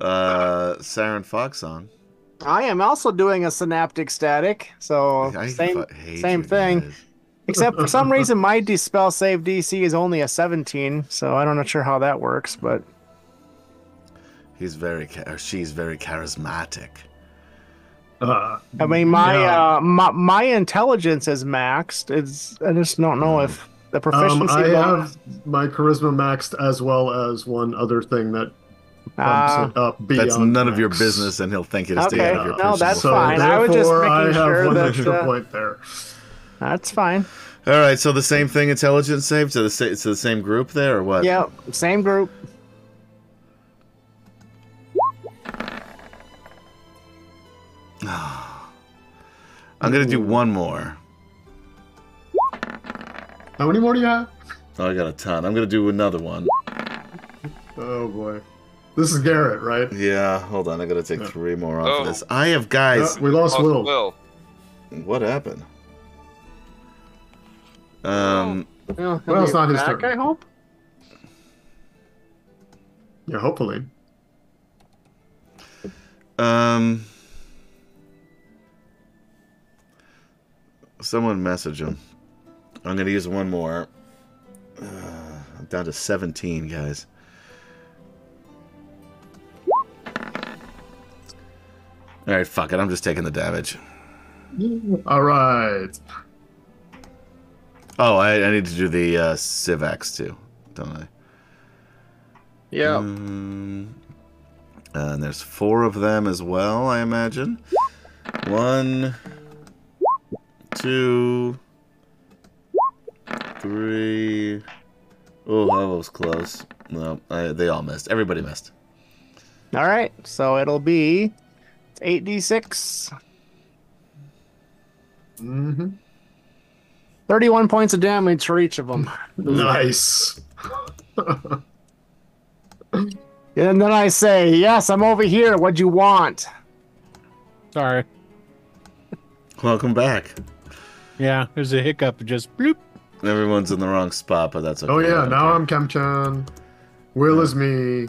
Speaker 2: Uh, Siren Fox on.
Speaker 3: I am also doing a synaptic static, so
Speaker 2: I
Speaker 3: same
Speaker 2: fu- hate
Speaker 3: same
Speaker 2: you
Speaker 3: thing.
Speaker 2: guys.
Speaker 3: Except for some reason, my dispel save DC is only a 17, so I'm not sure how that works. But
Speaker 2: He's very, cha- or she's very charismatic. Uh-huh.
Speaker 5: Uh,
Speaker 3: I mean, my
Speaker 5: Yeah.
Speaker 3: uh, my, my intelligence is maxed. It's I just don't know if the proficiency.
Speaker 5: um, I
Speaker 3: bonus-
Speaker 5: have my charisma maxed as well as one other thing that bumps
Speaker 3: Ah,
Speaker 5: it up beyond.
Speaker 2: That's none of your
Speaker 5: max.
Speaker 2: business, and he'll think it is taken
Speaker 3: Okay.
Speaker 2: out of your
Speaker 3: No,
Speaker 2: personal.
Speaker 3: that's
Speaker 5: so
Speaker 3: fine. I was just
Speaker 5: therefore,
Speaker 3: making
Speaker 5: I have
Speaker 3: sure
Speaker 5: one
Speaker 3: that,
Speaker 5: extra
Speaker 3: uh,
Speaker 5: point there.
Speaker 3: that's fine.
Speaker 2: All right, so the same thing, intelligence save to the sa- to the same group there, or what?
Speaker 3: Yeah, same group.
Speaker 2: I'm gonna do one more.
Speaker 5: How many more do you have?
Speaker 2: Oh, I got a ton. I'm gonna do another one.
Speaker 5: Oh boy, this is Garrett, right?
Speaker 2: Yeah, hold on. I gotta take
Speaker 5: Yeah.
Speaker 2: three more off
Speaker 6: Oh.
Speaker 2: of this. I have guys.
Speaker 5: Uh, we lost
Speaker 6: Oh,
Speaker 5: Will.
Speaker 6: Will.
Speaker 2: What happened? Um.
Speaker 3: Well,
Speaker 5: Well, it's not his turn.
Speaker 3: I hope.
Speaker 5: Yeah, hopefully.
Speaker 2: Um. Someone message him. I'm gonna use one more. Uh, I'm down to 17, guys. All right, fuck it. I'm just taking the damage.
Speaker 5: All right.
Speaker 2: Oh, I, I need to do the uh, Civax too, don't I?
Speaker 3: Yeah.
Speaker 2: Um, and there's four of them as well, I imagine. One, two, three. Oh, that was close. No, I, they all missed. Everybody missed.
Speaker 3: All right, so it'll be 8d6,
Speaker 5: hmm
Speaker 3: 31 points of damage for each of them.
Speaker 5: Nice.
Speaker 3: And then I say, "Yes, I'm over here. What'd you want?"
Speaker 4: Sorry.
Speaker 2: Welcome back.
Speaker 4: Yeah, there's a hiccup. Just bloop.
Speaker 2: Everyone's in the wrong spot, but that's okay.
Speaker 5: Oh
Speaker 2: I
Speaker 5: yeah,
Speaker 2: don't
Speaker 5: now
Speaker 2: care.
Speaker 5: I'm Kemchan. Will is me.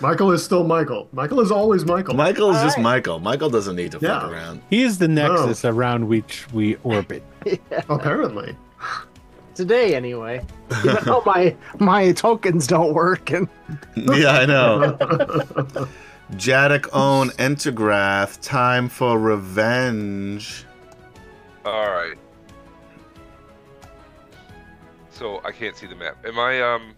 Speaker 5: Michael is still Michael. Michael is always Michael.
Speaker 2: Michael's just
Speaker 3: Alright.
Speaker 2: Michael. Michael doesn't need to fuck
Speaker 5: Yeah.
Speaker 2: around.
Speaker 4: He is the nexus around which we orbit.
Speaker 5: Apparently.
Speaker 3: Today, anyway. Even though my my tokens don't work, and
Speaker 2: yeah, I know. Jadok own Entergrath. Time for revenge.
Speaker 6: All right. So I can't see the map. Am I um?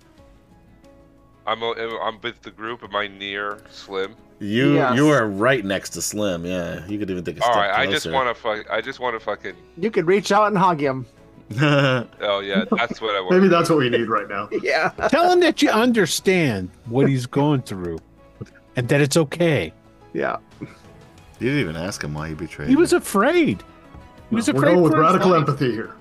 Speaker 6: I'm o- am- I'm with the group. Am I near Slim?
Speaker 2: You
Speaker 3: Yes.
Speaker 2: you are right next to Slim. Yeah, you could even take a step
Speaker 6: All right.
Speaker 2: closer.
Speaker 6: I just want to fuck. I just want to fucking.
Speaker 3: you could reach out and hug him.
Speaker 2: to.
Speaker 6: Oh yeah, that's what I want.
Speaker 5: Maybe that's what we need right now.
Speaker 3: Yeah.
Speaker 4: Tell him that you understand what he's going through and that it's okay.
Speaker 3: Yeah.
Speaker 2: you didn't even ask him why he betrayed.
Speaker 4: He was
Speaker 2: you.
Speaker 4: afraid. He was
Speaker 5: We're
Speaker 4: afraid
Speaker 5: going with
Speaker 4: for his
Speaker 5: radical
Speaker 4: life.
Speaker 5: empathy here.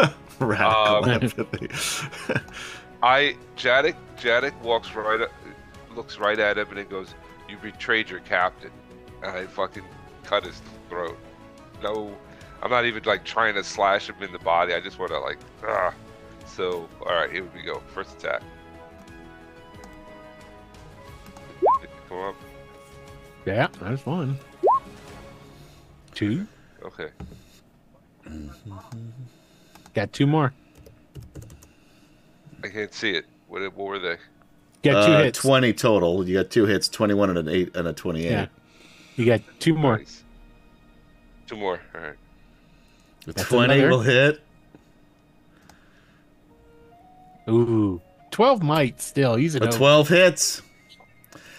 Speaker 2: radical
Speaker 6: Um,
Speaker 2: empathy.
Speaker 6: I Jaddick Jaddick walks right, up, looks right at him, and then goes, "You betrayed your captain," and I fucking cut his throat. No, I'm not even like trying to slash him in the body. I just want to like, ah. So, all right, here we go. First attack. Come on.
Speaker 4: Yeah, that's one. Two.
Speaker 6: Okay.
Speaker 4: Got two more.
Speaker 6: I can't see it. What, what were they?
Speaker 4: Got two
Speaker 2: Uh,
Speaker 4: hits.
Speaker 2: Twenty total. You got two hits. Twenty-one and an eight and a twenty-eight.
Speaker 4: Yeah. You got two more.
Speaker 6: Nice. Two more. All right.
Speaker 2: The
Speaker 4: That's
Speaker 2: Twenty
Speaker 4: another.
Speaker 2: will hit.
Speaker 4: Ooh, 12 might still. He's an
Speaker 2: The
Speaker 4: oaf.
Speaker 2: 12 hits.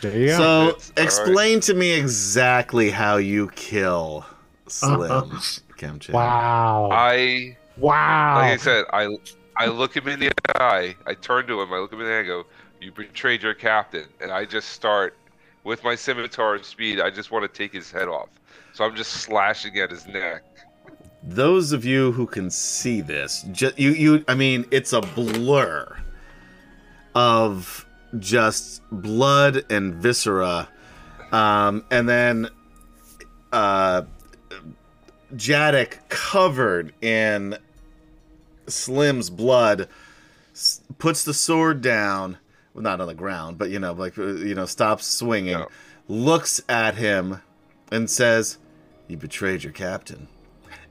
Speaker 4: There you go.
Speaker 2: So,
Speaker 6: It's all
Speaker 2: explain to me exactly how you kill Slim Kemchin.
Speaker 4: Uh-huh. wow.
Speaker 6: I
Speaker 4: wow.
Speaker 6: like I said, I I look him in the eye. I turn to him. I look him in the eye. and go, "You betrayed your captain." And I just start with my scimitar and speed. I just want to take his head off. So I'm just slashing at his neck.
Speaker 2: Those of you who can see this, ju- you you I mean, it's a blur of just blood and viscera. Um, and then uh Jaddick covered in Slim's blood s- puts the sword down, well, not on the ground, but you know, like uh, you know, stops swinging,
Speaker 6: Yeah.
Speaker 2: looks at him and says, "You betrayed your captain."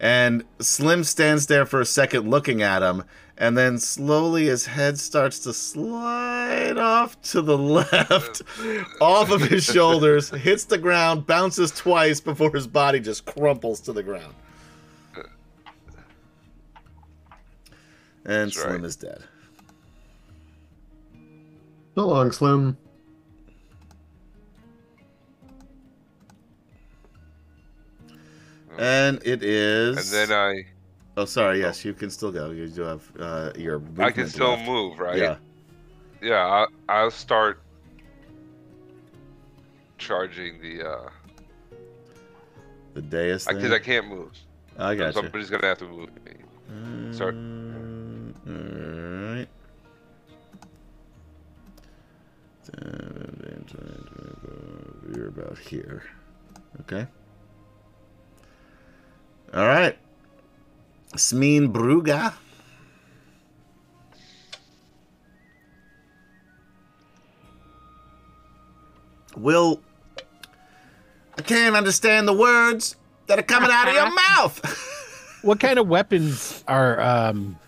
Speaker 2: And Slim stands there for a second looking at him, and then slowly his head starts to slide off to the left, off of his shoulders, hits the ground, bounces twice before his body just crumples to the ground.
Speaker 6: Uh.
Speaker 2: And
Speaker 6: That's
Speaker 2: Slim
Speaker 6: right.
Speaker 2: is dead.
Speaker 5: So long, Slim.
Speaker 2: And it is.
Speaker 6: And then uh, I
Speaker 2: oh, sorry. Yes, you can still go. You do have uh, your.
Speaker 6: I
Speaker 2: movement
Speaker 6: can still
Speaker 2: left.
Speaker 6: move, right?
Speaker 2: Yeah.
Speaker 6: Yeah, I, I'll start charging the. uh
Speaker 2: The dais thing.
Speaker 6: Because I can't move.
Speaker 2: I got you.
Speaker 6: Somebody's gonna have to move me. Sorry.
Speaker 2: All right. You're about here. Okay. All right. Smeen Bruga. Will. I can't understand the words that are coming out of your mouth.
Speaker 4: what kind of weapons are um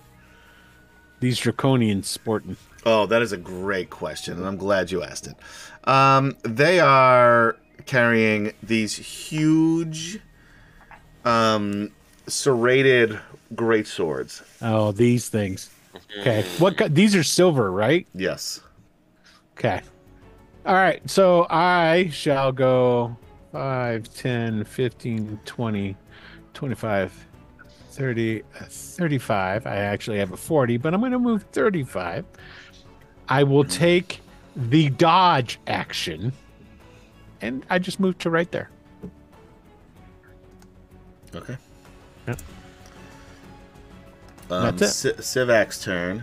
Speaker 4: these draconians sporting?
Speaker 2: Oh, that is a great question, and I'm glad you asked it. Um, they are carrying these huge, um, serrated great swords.
Speaker 4: Oh, these things. Okay. What ki- these are silver, right?
Speaker 2: Yes.
Speaker 4: Okay. All right. So I shall go 5, 10, 15, 20, 25, 30, uh, 35. I actually have a 40, but I'm going to move 35. I will take the dodge action. And I just moved to right there.
Speaker 2: Okay.
Speaker 4: Yep.
Speaker 2: Um,
Speaker 4: That's
Speaker 2: Si- Sivak's turn.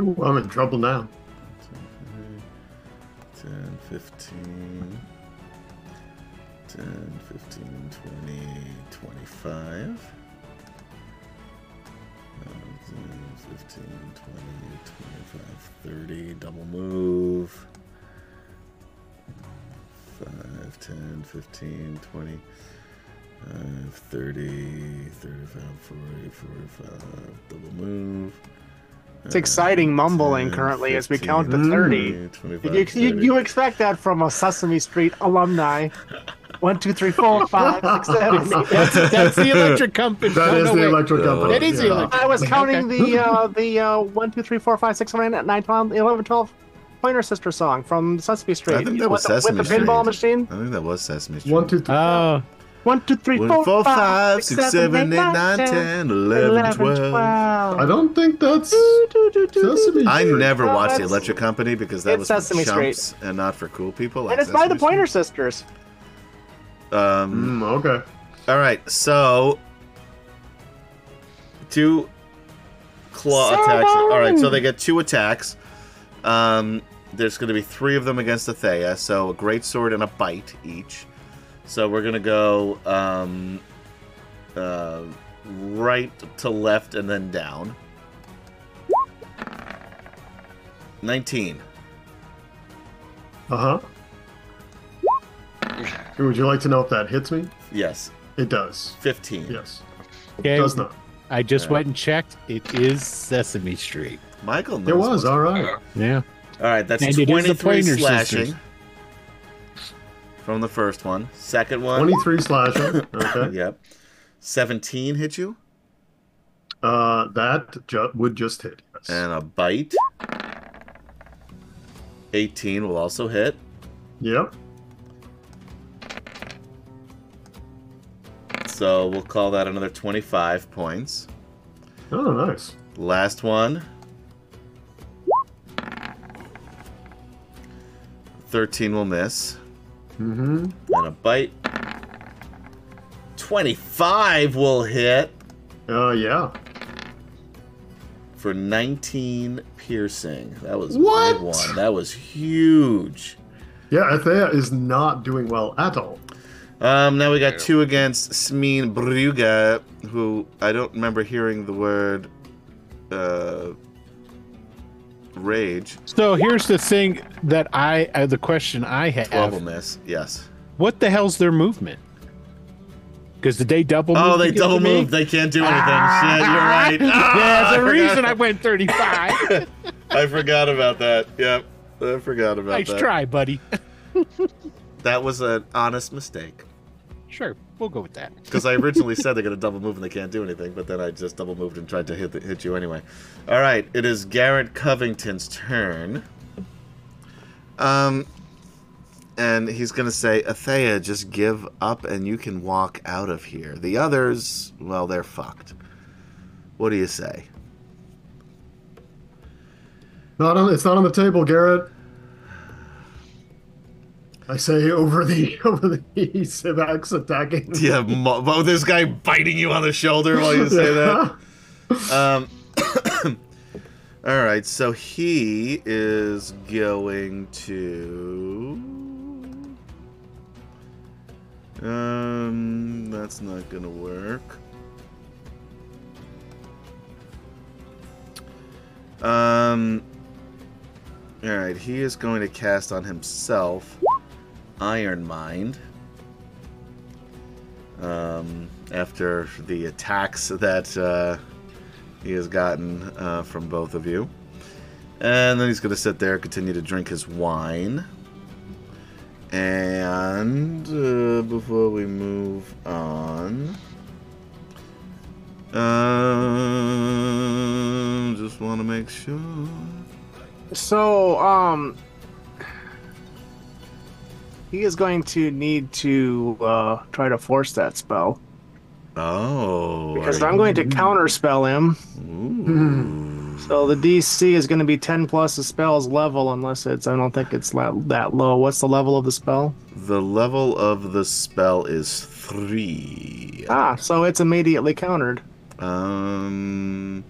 Speaker 5: Ooh, I'm in trouble now.
Speaker 2: 10, 15, 10, 15, 20, 25. Um, 10, 15, 20, 25, 30, double move. 5, 10, 15, 20, 5, 30, 35, 40, 45, double move.
Speaker 3: It's exciting mumbling
Speaker 2: 10,
Speaker 3: currently as we count to
Speaker 2: 15,
Speaker 3: 30.
Speaker 2: 25,
Speaker 3: You, you,
Speaker 2: 30.
Speaker 3: you expect that from a Sesame Street alumni. One, two, three, four, five, six, seven. eight.
Speaker 4: That's, that's the electric company.
Speaker 5: That
Speaker 4: No,
Speaker 5: is
Speaker 4: Oh, no,
Speaker 5: the
Speaker 4: wait.
Speaker 5: electric company.
Speaker 4: That is the
Speaker 5: yeah.
Speaker 4: electric-
Speaker 3: I was counting the uh, the uh, one, two, three, four, five, six, seven, eight, nine, 12, 11, 12 Pointer Sister song from Sesame Street.
Speaker 2: think that was
Speaker 3: with, the,
Speaker 2: Sesame
Speaker 3: with the pinball
Speaker 2: Street.
Speaker 3: machine.
Speaker 2: I think that was Sesame Street.
Speaker 5: One, two, three.
Speaker 4: Oh,
Speaker 3: One, two, three,
Speaker 2: One,
Speaker 3: four,
Speaker 2: four,
Speaker 3: five, six, seven, eight, nine, ten,
Speaker 2: 10, 11, 12.
Speaker 5: I don't think that's
Speaker 3: Do, do, do, do, do,
Speaker 5: Sesame.
Speaker 2: I
Speaker 5: Street.
Speaker 2: never
Speaker 3: No,
Speaker 2: watched The
Speaker 3: that's-
Speaker 2: Electric Company because that
Speaker 3: It's
Speaker 2: was for
Speaker 3: Sesame Street.
Speaker 2: chumps and not for cool people. like
Speaker 3: And it's by the
Speaker 2: Sesame
Speaker 3: Pointer
Speaker 2: Street.
Speaker 3: Sisters.
Speaker 2: Um,
Speaker 5: Mm, okay.
Speaker 2: All right, so two claw
Speaker 3: So
Speaker 2: attacks. All right, so
Speaker 3: long.
Speaker 2: they get two attacks. Um, there's going to be three of them against Athea, so a great sword and a bite each. So we're going to go um, uh, right to left and then down. 19.
Speaker 5: Uh huh. Would you like to know if that hits me?
Speaker 2: Yes.
Speaker 5: It does.
Speaker 2: 15.
Speaker 5: Yes.
Speaker 4: okay.
Speaker 5: Does not.
Speaker 4: I just went and checked. It is Sesame Street.
Speaker 2: Michael knows.
Speaker 5: It was all right.
Speaker 6: Yeah.
Speaker 4: Yeah.
Speaker 2: All right, that's
Speaker 4: And it is the
Speaker 2: 23
Speaker 4: Pointer
Speaker 2: slashing
Speaker 4: Sisters.
Speaker 2: from the first one. Second one,
Speaker 5: Twenty-three slashing. Okay.
Speaker 2: yep. 17 hit you?
Speaker 5: Uh, that ju- would just hit. Yes.
Speaker 2: And a bite. 18 will also hit.
Speaker 5: Yep.
Speaker 2: So we'll call that another 25 points.
Speaker 5: Oh, nice.
Speaker 2: Last one. 13 will miss.
Speaker 5: Mm-hmm.
Speaker 2: And a bite. 25 will hit
Speaker 5: Uh, yeah.
Speaker 2: for 19 piercing. That was
Speaker 5: What?
Speaker 2: big one. That was huge.
Speaker 5: Yeah, Athea is not doing well at all.
Speaker 2: Um, now we got
Speaker 6: Yeah.
Speaker 2: two against Smeen Brugge, who I don't remember hearing the word uh, rage.
Speaker 4: So here's the thing that I, uh, the question I
Speaker 2: Twelve will
Speaker 4: have:
Speaker 2: miss. Yes.
Speaker 4: What the hell's their movement? Because did they double?
Speaker 2: Oh,
Speaker 4: move to
Speaker 2: they
Speaker 4: get to
Speaker 2: double
Speaker 4: me?
Speaker 2: moved. They can't do anything.
Speaker 4: Ah!
Speaker 2: Shit, you're right. Ah,
Speaker 4: yeah, there's a
Speaker 2: forgot-
Speaker 4: reason I went 35.
Speaker 2: I forgot about that. Yep. I forgot about
Speaker 4: nice
Speaker 2: that.
Speaker 4: try, buddy.
Speaker 2: That was an honest mistake.
Speaker 4: Sure, we'll go with that.
Speaker 2: Because I originally said they're going to double move and they can't do anything, but then I just double moved and tried to hit, the, hit you anyway. All right, it is Garrett Covington's turn. Um, and he's going to say, Athea, just give up and you can walk out of here. The others, well, they're fucked. What do you say?
Speaker 5: Not on. It's not on the table, Garrett. I say over the over the Civax attacking.
Speaker 2: Do you have mo- oh, this guy biting you on the shoulder while you say that? Um, all right, so he is going to. Um, that's not gonna work. Um, all right, he is going to cast on himself Iron Mind. Um, after the attacks that uh, he has gotten uh, from both of you. And then he's going to sit there, continue to drink his wine. And uh, before we move on, um, just want to make sure.
Speaker 3: So, um, he is going to need to uh, try to force that spell
Speaker 2: Oh,
Speaker 3: because
Speaker 2: are
Speaker 3: I'm going to counterspell him.
Speaker 2: you-
Speaker 3: So the DC is going to be 10 plus the spell's level, unless it's I don't think it's la- that low. What's the level of the spell?
Speaker 2: the level of the spell is three.
Speaker 3: Ah, so it's immediately countered.
Speaker 2: Um,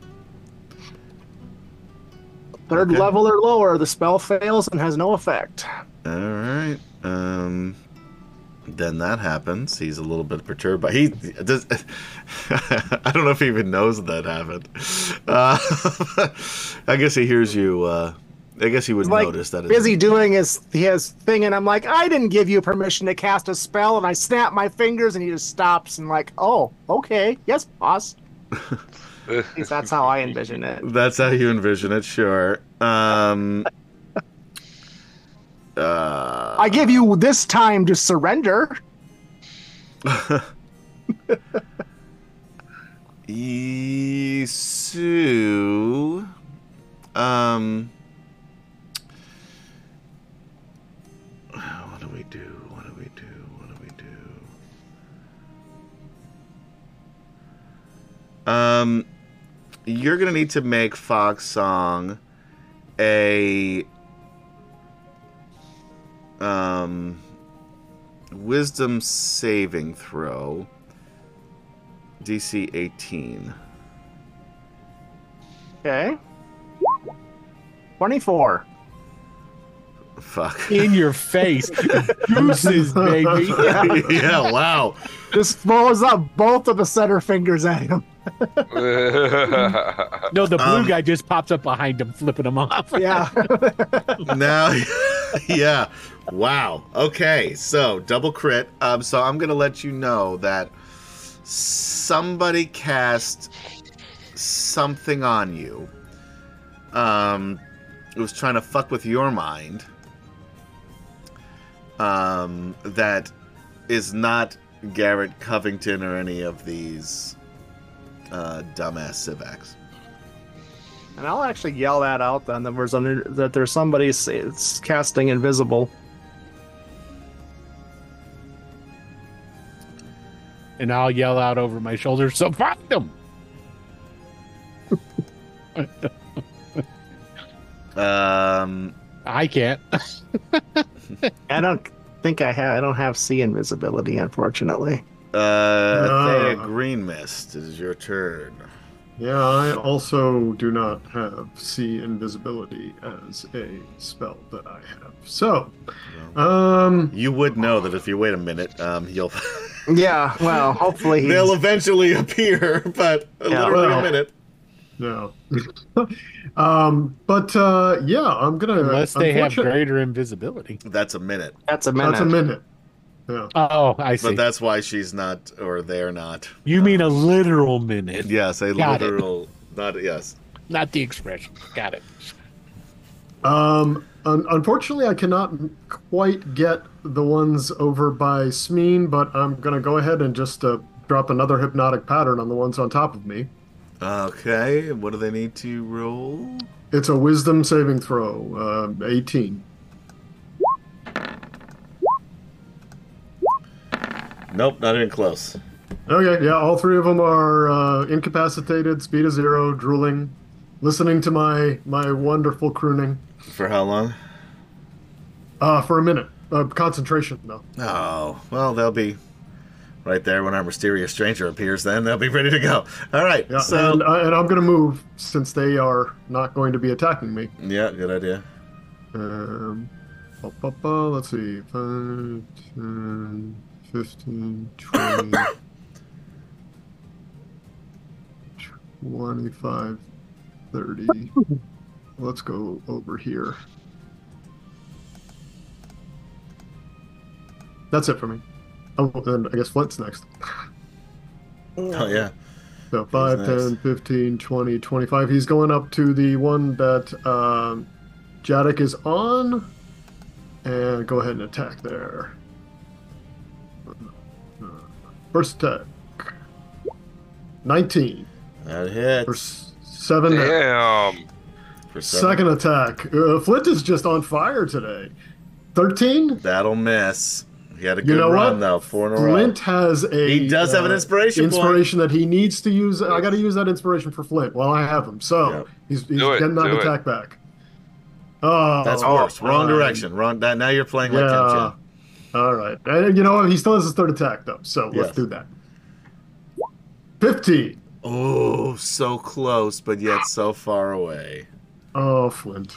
Speaker 3: Third
Speaker 2: Okay.
Speaker 3: level or lower, the spell fails and has no effect.
Speaker 2: All right. Um. Then that happens. He's a little bit perturbed, but he does. I don't know if he even knows that happened. Uh, I guess he hears you. Uh, I guess he would
Speaker 3: Like,
Speaker 2: notice that. it's-
Speaker 3: Busy doing his his thing, and I'm like, I didn't give you permission to cast a spell, and I snap my fingers, and he just stops and like, oh, okay, yes, boss. At least that's how I envision it.
Speaker 2: That's how you envision it. Sure. Um. Uh,
Speaker 3: I give you this time to surrender.
Speaker 2: E- so, um, what do we do? What do we do? What do we do? Um, you're gonna need to make Fox Song a um wisdom saving throw. DC 18.
Speaker 3: Okay. Twenty-four.
Speaker 2: Fuck.
Speaker 4: In your face, deuces, baby.
Speaker 2: yeah, wow.
Speaker 3: Just throws up both of the center fingers at him.
Speaker 4: No, the blue
Speaker 2: Um,
Speaker 4: guy just pops up behind him, flipping him off.
Speaker 3: Yeah.
Speaker 2: Now, yeah, wow. Okay, so double crit. Um, so I'm going to let you know that somebody cast something on you. Um, it was trying to fuck with your mind. Um, that is not Garrett Covington or any of these
Speaker 7: uh, dumbass Civax.
Speaker 3: And I'll actually yell that out then that there's, under, that there's somebody s- it's casting invisible.
Speaker 4: and I'll yell out over my shoulder, so find them.
Speaker 7: Um,
Speaker 4: I can't.
Speaker 3: I don't think I have. I don't have sea invisibility, unfortunately.
Speaker 7: uh, Thea
Speaker 5: No.
Speaker 7: Green Mist, it is your turn.
Speaker 5: Yeah, I also do not have see invisibility as a spell that I have. So, um,
Speaker 7: You would know that if you wait a minute, um, you'll
Speaker 3: Yeah. Well, hopefully he's,
Speaker 7: they'll eventually appear, but literally
Speaker 5: Well.
Speaker 7: a minute.
Speaker 5: no. um, but uh, yeah, I'm gonna
Speaker 4: Unless they have
Speaker 5: unfortunate-
Speaker 4: greater invisibility.
Speaker 7: That's a minute,
Speaker 3: that's a minute.
Speaker 5: That's a minute. Yeah.
Speaker 4: Oh, I see.
Speaker 7: but that's why she's not or they're not.
Speaker 4: you mean a literal minute,
Speaker 7: Yes, a
Speaker 4: Got it.
Speaker 7: literal. Not yes.
Speaker 4: not the expression. Got it.
Speaker 5: Um, un- unfortunately, I cannot m- quite get the ones over by Smeen, but I'm gonna go ahead and just uh, drop another hypnotic pattern on the ones on top of me.
Speaker 7: Okay, what do they need to roll?
Speaker 5: It's a Wisdom saving throw, uh, 18.
Speaker 2: Nope, not even close.
Speaker 5: Okay, yeah, all three of them are uh, incapacitated, speed of zero, drooling, listening to my my wonderful crooning
Speaker 2: For how long?
Speaker 5: uh, for a minute. Uh, concentration, though.
Speaker 2: Oh, well, they'll be right there when our mysterious stranger appears. Then they'll be ready to go. All right.
Speaker 5: Yeah,
Speaker 2: so
Speaker 5: and, uh, I and I'm gonna move since they are not going to be attacking me.
Speaker 2: yeah, good idea.
Speaker 5: Um, ba, ba, ba, let's see. 5, 10, 15, 20, 25, 30. Let's go over here. That's it for me. Oh, then I guess Flint's next.
Speaker 2: Oh yeah.
Speaker 5: So 5,
Speaker 2: next.
Speaker 5: 10, 15, 20, 25. He's going up to the one that um, Jadek is on. And go ahead and attack there. First attack 19
Speaker 2: That hits.
Speaker 5: for s- 7.
Speaker 6: Damn.
Speaker 2: For seven.
Speaker 5: Second attack. Uh, Flint is just on fire today. 13?
Speaker 2: That'll miss. He had a good
Speaker 5: You know
Speaker 2: run
Speaker 5: what?
Speaker 2: though, four in a row.
Speaker 5: Flint has a. uh,
Speaker 2: He does have an inspiration point.
Speaker 5: Inspiration that he needs to use. I got to use that inspiration for Flint while I have him. So
Speaker 2: Yep.
Speaker 5: he's, he's
Speaker 6: Do it,
Speaker 5: getting that
Speaker 6: do it.
Speaker 5: attack back. Oh,
Speaker 2: That's worse. Wrong
Speaker 5: fine.
Speaker 2: direction. Wrong. That, now you're playing like Kim
Speaker 5: Yeah.
Speaker 2: Chin.
Speaker 5: All right. And you know what? He still has his third attack though, so
Speaker 2: Yes.
Speaker 5: let's do that. Fifteen.
Speaker 2: Oh, so close, but yet so far away.
Speaker 5: Oh, Flint.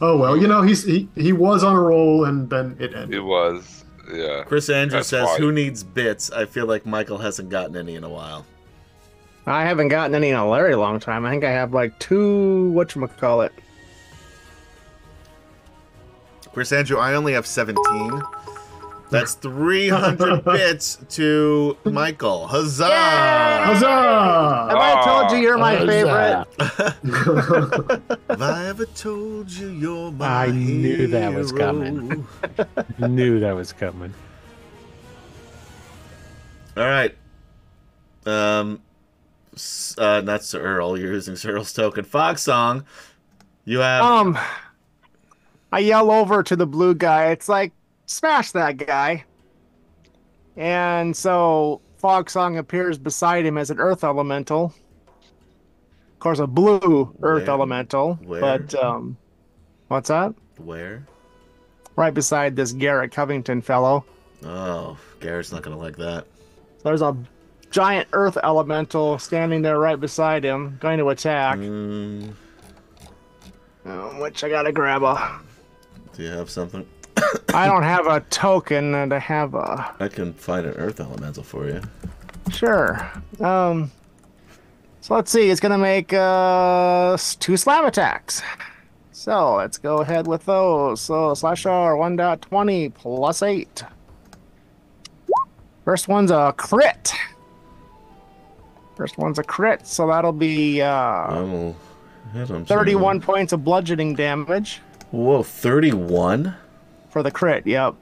Speaker 5: Oh well, you know he's he, he was on a roll and then it
Speaker 6: It
Speaker 5: ended.
Speaker 6: was. Yeah.
Speaker 2: Chris Andrews
Speaker 6: That's
Speaker 2: says,
Speaker 6: why.
Speaker 2: "Who needs bits?" I feel like Michael hasn't gotten any in a while.
Speaker 3: I haven't gotten any in a very long time. I think I have like two. Whatchamacallit.
Speaker 7: Chris Andrew, I only have 17. That's 300 bits to Michael. Huzzah!
Speaker 5: Huzzah!
Speaker 3: Have I told you you're my
Speaker 4: Huzzah.
Speaker 3: favorite?
Speaker 7: Have I ever told you you're my
Speaker 4: I knew that was
Speaker 7: hero?
Speaker 4: coming. Knew that was coming.
Speaker 2: All right. Um, s- uh, not Sir Earl. You're using Sir Earl's token. Fox song. You have.
Speaker 3: Um, I yell over to the blue guy. It's like, smash that guy. And so Fog Song appears beside him as an Earth Elemental. Of course, a blue Earth
Speaker 2: Where?
Speaker 3: Elemental.
Speaker 2: Where?
Speaker 3: But um, what's that?
Speaker 2: where?
Speaker 3: Right beside this Garrett Covington fellow.
Speaker 2: Oh, Garrett's not gonna like that.
Speaker 3: There's a giant Earth Elemental standing there right beside him, going to attack.
Speaker 2: Mm,
Speaker 3: uh, Which I gotta grab a.
Speaker 2: do you have something?
Speaker 3: I don't have a token, and I have a.
Speaker 2: I can find an Earth elemental for you.
Speaker 3: Sure. Um, so let's see. It's gonna make uh s- two slam attacks. So let's go ahead with those. So slash R one dot twenty plus eight. First one's a crit. First one's a crit, so that'll be uh,
Speaker 2: I'll hit him.
Speaker 3: thirty-one points of bludgeoning damage
Speaker 2: Whoa, 31?
Speaker 3: for the crit. Yep.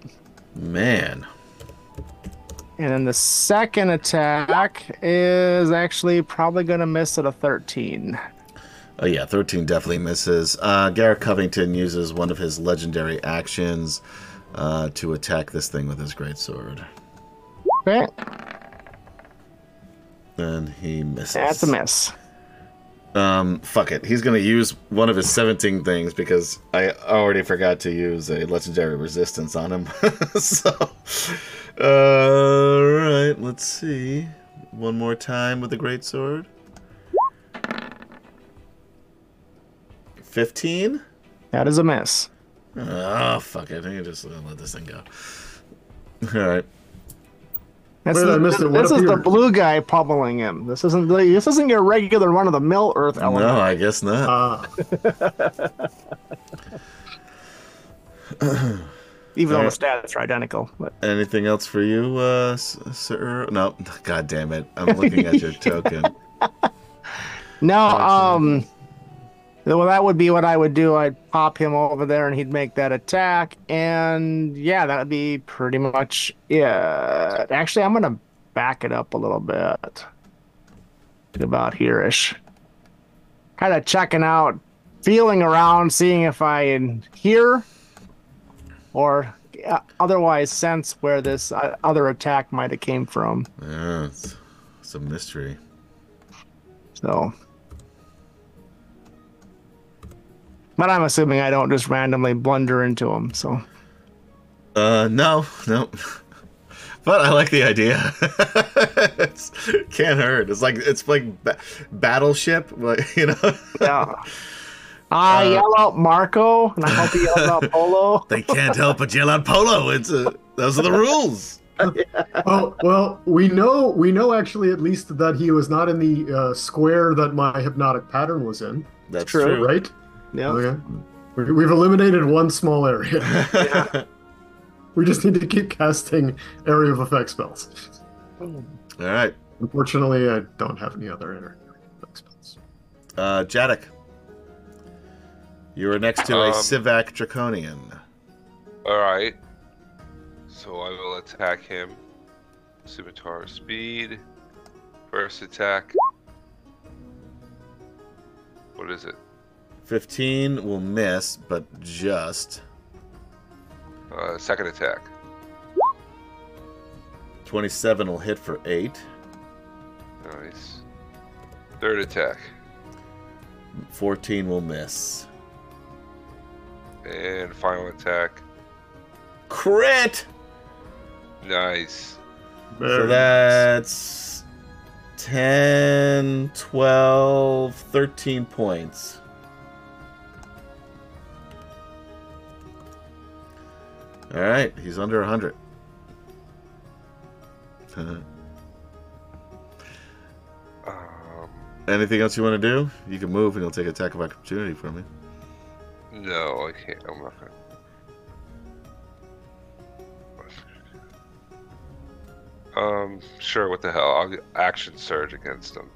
Speaker 2: Man.
Speaker 3: And then the second attack is actually probably going to miss at a 13.
Speaker 2: Oh yeah, thirteen definitely misses. Uh, Garrett Covington uses one of his legendary actions uh, to attack this thing with his great sword.
Speaker 3: Okay,
Speaker 2: Then he misses.
Speaker 3: that's a miss.
Speaker 2: Um, fuck it. He's gonna use one of his seventeen things because I already forgot to use a legendary resistance on him. so, all right, let's see. One more time with the great sword. Fifteen.
Speaker 3: That is a miss.
Speaker 2: Oh fuck it! I can just let this thing go. All right.
Speaker 3: This,
Speaker 5: Wait,
Speaker 3: is,
Speaker 5: I missed it. What
Speaker 3: this is the
Speaker 5: appeared?
Speaker 3: blue guy pummeling him. This isn't this isn't your regular run of the mill Earth element.
Speaker 2: No, I guess not.
Speaker 5: Uh,
Speaker 3: even though the
Speaker 5: Uh,
Speaker 2: Alright.
Speaker 3: stats are identical. But
Speaker 2: Anything else for you, uh, s- sir? No. God damn it! I'm looking at your token.
Speaker 3: no, um, well, that would be what I would do. I'd pop him over there, and he'd make that attack, and yeah, that would be pretty much it. Actually, I'm gonna back it up a little bit, to about here-ish. Kind of checking out, feeling around, seeing if I can hear or uh, otherwise sense where this uh, other attack might have came from.
Speaker 2: Yeah, it's, it's a mystery.
Speaker 3: So. But I'm assuming I don't just randomly blunder into them. So
Speaker 2: Uh, no, no. But I like the idea. it's, can't hurt. It's like it's like ba- battleship, like you know.
Speaker 3: yeah, Uh, I yell out Marco, and I hope he yells out Polo.
Speaker 2: they can't help but yell out polo. It's a, those are the rules.
Speaker 5: oh well, we know we know actually at least that he was not in the uh, square that my hypnotic pattern was in,
Speaker 2: That's
Speaker 3: True.
Speaker 2: true.
Speaker 5: right?
Speaker 3: Yeah,
Speaker 5: Okay. We- We've eliminated one small area. We just need to keep casting area of effect spells.
Speaker 2: All right,
Speaker 5: Unfortunately, I don't have any other area of effect spells.
Speaker 2: uh, Jadok. You are next to a
Speaker 6: Um,
Speaker 2: Civac Draconian.
Speaker 6: All right. So I will attack him. Scimitar speed. First attack. What is it?
Speaker 2: Fifteen will miss, but just
Speaker 6: Uh, second attack.
Speaker 2: twenty-seven will hit for eight.
Speaker 6: Nice. Third attack.
Speaker 2: 14 will miss.
Speaker 6: And final attack.
Speaker 2: Crit!
Speaker 6: Nice.
Speaker 2: So that's 10, 12, 13 points. All right, he's under 100.
Speaker 6: Um,
Speaker 2: Anything else you want to do? You can move and he'll take attack of opportunity from you.
Speaker 6: no, I can't. I'm not gonna. Um, sure. What the hell? I'll action surge against him.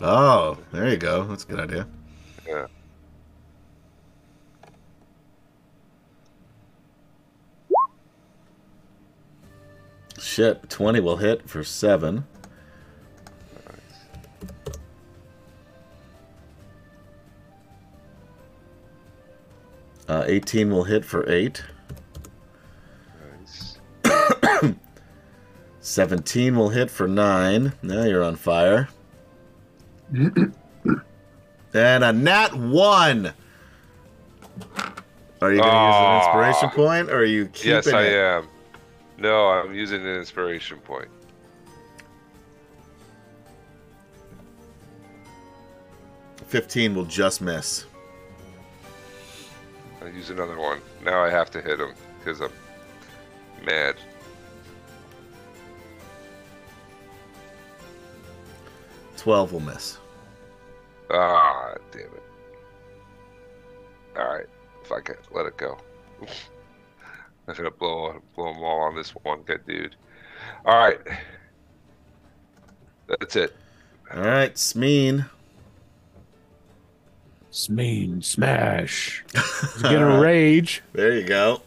Speaker 2: Oh, there you go. That's a good idea. Shit, 20 will hit for 7. Uh, 18 will hit for 8.
Speaker 6: Nice.
Speaker 2: 17 will hit for 9. Now you're on fire. and a nat 1! Are you going to use an inspiration
Speaker 6: Ah.
Speaker 2: point or are you keeping
Speaker 6: Yes, I
Speaker 2: it?
Speaker 6: am. No, I'm using an inspiration point.
Speaker 2: am. 15 will just miss.
Speaker 6: I use another one. Now I have to hit him because I'm mad.
Speaker 2: Twelve will miss.
Speaker 6: Ah, damn it. All right, if I can let it go. I'm gonna blow blow them all on this one good dude. All right, that's it.
Speaker 2: All right, Smeen.
Speaker 4: Smean smash. He's gonna rage.
Speaker 2: There you go.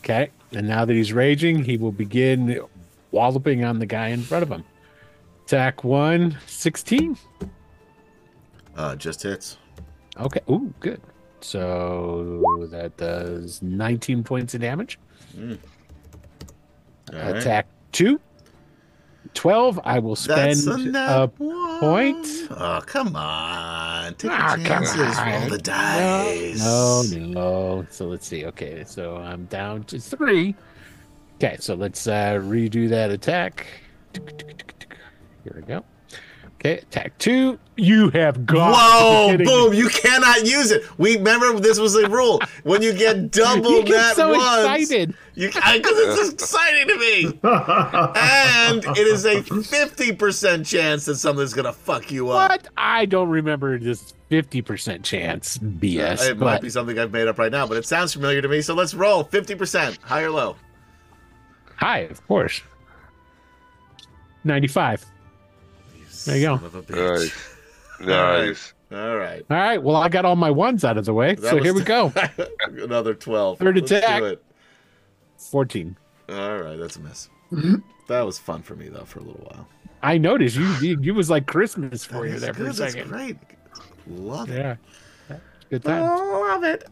Speaker 4: Okay. And now that he's raging, he will begin walloping on the guy in front of him. Attack one, 16.
Speaker 2: Uh, just hits.
Speaker 4: Okay. Ooh, good. So that does 19 points of damage.
Speaker 2: All right.
Speaker 4: Attack two, 12. I will spend
Speaker 2: That's
Speaker 4: a
Speaker 2: enough. one.
Speaker 4: point.
Speaker 2: Oh, come on. Take
Speaker 4: Ah,
Speaker 2: your
Speaker 4: come
Speaker 2: chances. Roll
Speaker 4: on.
Speaker 2: the dice.
Speaker 4: No, no. So let's see. Okay, so I'm down to three. Okay, so let's uh, redo that attack. Here we go. Okay, attack two. You have got.
Speaker 2: Whoa!
Speaker 4: Kidding.
Speaker 2: Boom! You cannot use it. We remember this was a rule. When you get double
Speaker 4: You
Speaker 2: that
Speaker 4: get so
Speaker 2: once,
Speaker 4: excited.
Speaker 2: you because it's exciting to me, and it is a fifty percent chance that something's gonna fuck you up. Uh,
Speaker 4: What? I don't remember this fifty percent chance BS.
Speaker 2: Uh, it might
Speaker 4: but
Speaker 2: be something I've made up right now, but it sounds familiar to me. So let's roll fifty percent, high or low.
Speaker 4: hi, of course. Ninety-five. There you go.
Speaker 2: Son of a bitch.
Speaker 6: Nice. Nice.
Speaker 2: All right.
Speaker 4: All right. Well, I got all my ones out of the way.
Speaker 2: That
Speaker 4: so
Speaker 2: was-
Speaker 4: here we go.
Speaker 2: Another twelve.
Speaker 4: Third
Speaker 2: Let's do
Speaker 4: attack.
Speaker 2: it.
Speaker 4: Fourteen.
Speaker 2: All right, that's a miss.
Speaker 4: Mm-hmm.
Speaker 2: that was fun for me though for a little while.
Speaker 4: I noticed you. You, you was like Christmas for you
Speaker 2: That's
Speaker 4: there for a
Speaker 2: good, that's
Speaker 4: second.
Speaker 2: great. Love it.
Speaker 4: Yeah. Good time.
Speaker 2: Love it.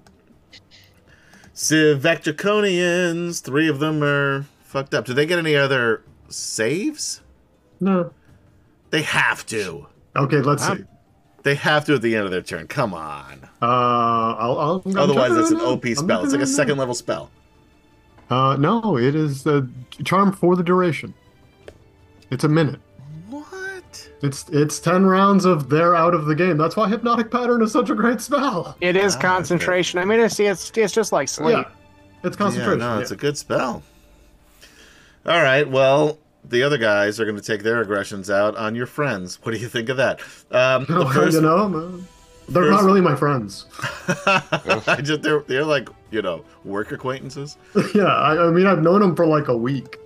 Speaker 2: Sivectraconians, three of them are fucked up. Do they get any other saves?
Speaker 5: no.
Speaker 2: They have to.
Speaker 5: Okay, let's see.
Speaker 2: They have to at the end of their turn. Come on.
Speaker 5: Uh, I'll, I'll, I'm
Speaker 2: Otherwise,
Speaker 5: checking
Speaker 2: it's an
Speaker 5: right now.
Speaker 2: OP
Speaker 5: I'm
Speaker 2: spell. It's
Speaker 5: checking
Speaker 2: like a
Speaker 5: right
Speaker 2: second level spell.
Speaker 5: now. Uh, no, it is a charm for the duration. It's a minute.
Speaker 2: What?
Speaker 5: It's it's ten rounds of they're out of the game. That's why hypnotic pattern is such a great spell.
Speaker 3: It is
Speaker 2: Ah, okay.
Speaker 3: concentration. I mean, it's, it's it's just like sleep.
Speaker 5: Yeah, it's
Speaker 2: Yeah,
Speaker 5: concentration.
Speaker 2: no, it's
Speaker 5: yeah.
Speaker 2: a good spell. All right. Well, the other guys are going to take their aggressions out on your friends. What do you think of that? Um, the first
Speaker 5: you know, uh, they're
Speaker 2: first-
Speaker 5: not really my friends.
Speaker 2: I just they're they're like you know work acquaintances.
Speaker 5: yeah, I, I mean, I've known them for like a week.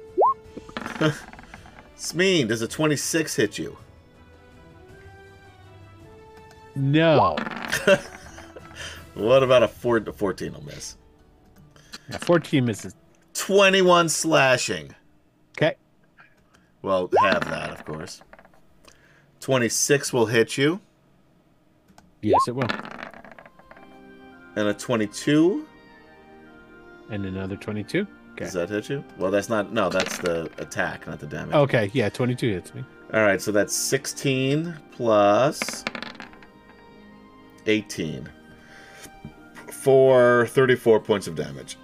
Speaker 2: Smeen, does a twenty six hit you?
Speaker 4: No.
Speaker 2: What about a four, a fourteen? Will miss.
Speaker 4: Yeah, 14 misses.
Speaker 2: Twenty one slashing.
Speaker 4: Okay.
Speaker 2: Well, have that of course. Twenty six will hit you,
Speaker 4: Yes, it will.
Speaker 2: and a twenty two.
Speaker 4: And another 22. Okay.
Speaker 2: Does that hit you? Well, that's not. No, that's the attack, not the damage.
Speaker 4: Okay. Yeah, 22 hits me.
Speaker 2: All right, so that's 16 plus 18 for 34 points of damage.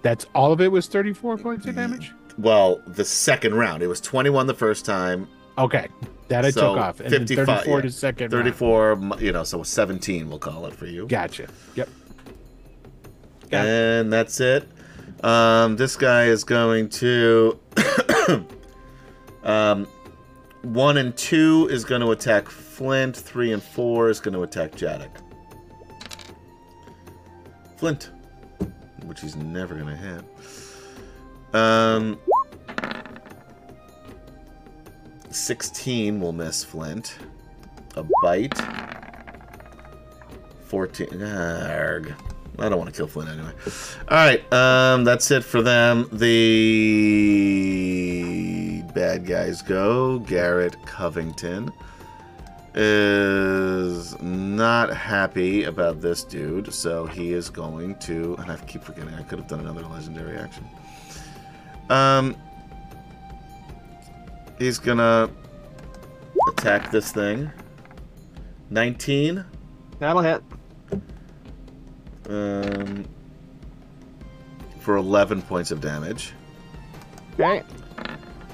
Speaker 4: That's all of it was 34 points of damage?
Speaker 2: Well, the second round, it was 21 the first time,
Speaker 4: Okay. That I
Speaker 2: So,
Speaker 4: took off. And then
Speaker 2: 55,
Speaker 4: 34
Speaker 2: yeah.
Speaker 4: to second. round.
Speaker 2: 34, m- you know, so 17 we'll call it for you.
Speaker 4: Gotcha. Yep. got it.
Speaker 2: And that's it. Um, this guy is going to. um, one and two is going to attack Flint. Three and four is going to attack Jaddock. Flint, which he's never going to hit. Um, 16 will miss Flint. A bite. 14. Arg. I don't want to kill Flint anyway. All right, um, that's it for them. The bad guys go. Garrett Covington is not happy about this dude, so he is going to. And I keep forgetting I could have done another legendary action. Um, he's gonna attack this thing. 19.
Speaker 3: That'll hit.
Speaker 2: Um, for 11 points of damage.
Speaker 3: Right.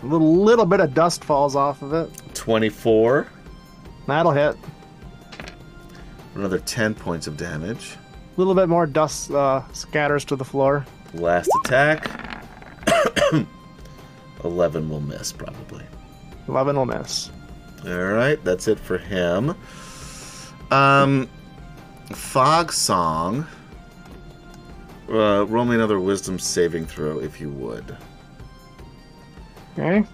Speaker 3: A little, little bit of dust falls off of it.
Speaker 2: 24
Speaker 3: That'll hit. A
Speaker 2: for another 10 points of damage.
Speaker 3: little bit more dust uh, scatters to the floor.
Speaker 2: Last attack. 11 will miss, probably.
Speaker 3: Eleven will miss.
Speaker 2: All right, that's it for him. Um, Fog Song. Uh, roll me another wisdom saving throw if you would.
Speaker 3: Okay.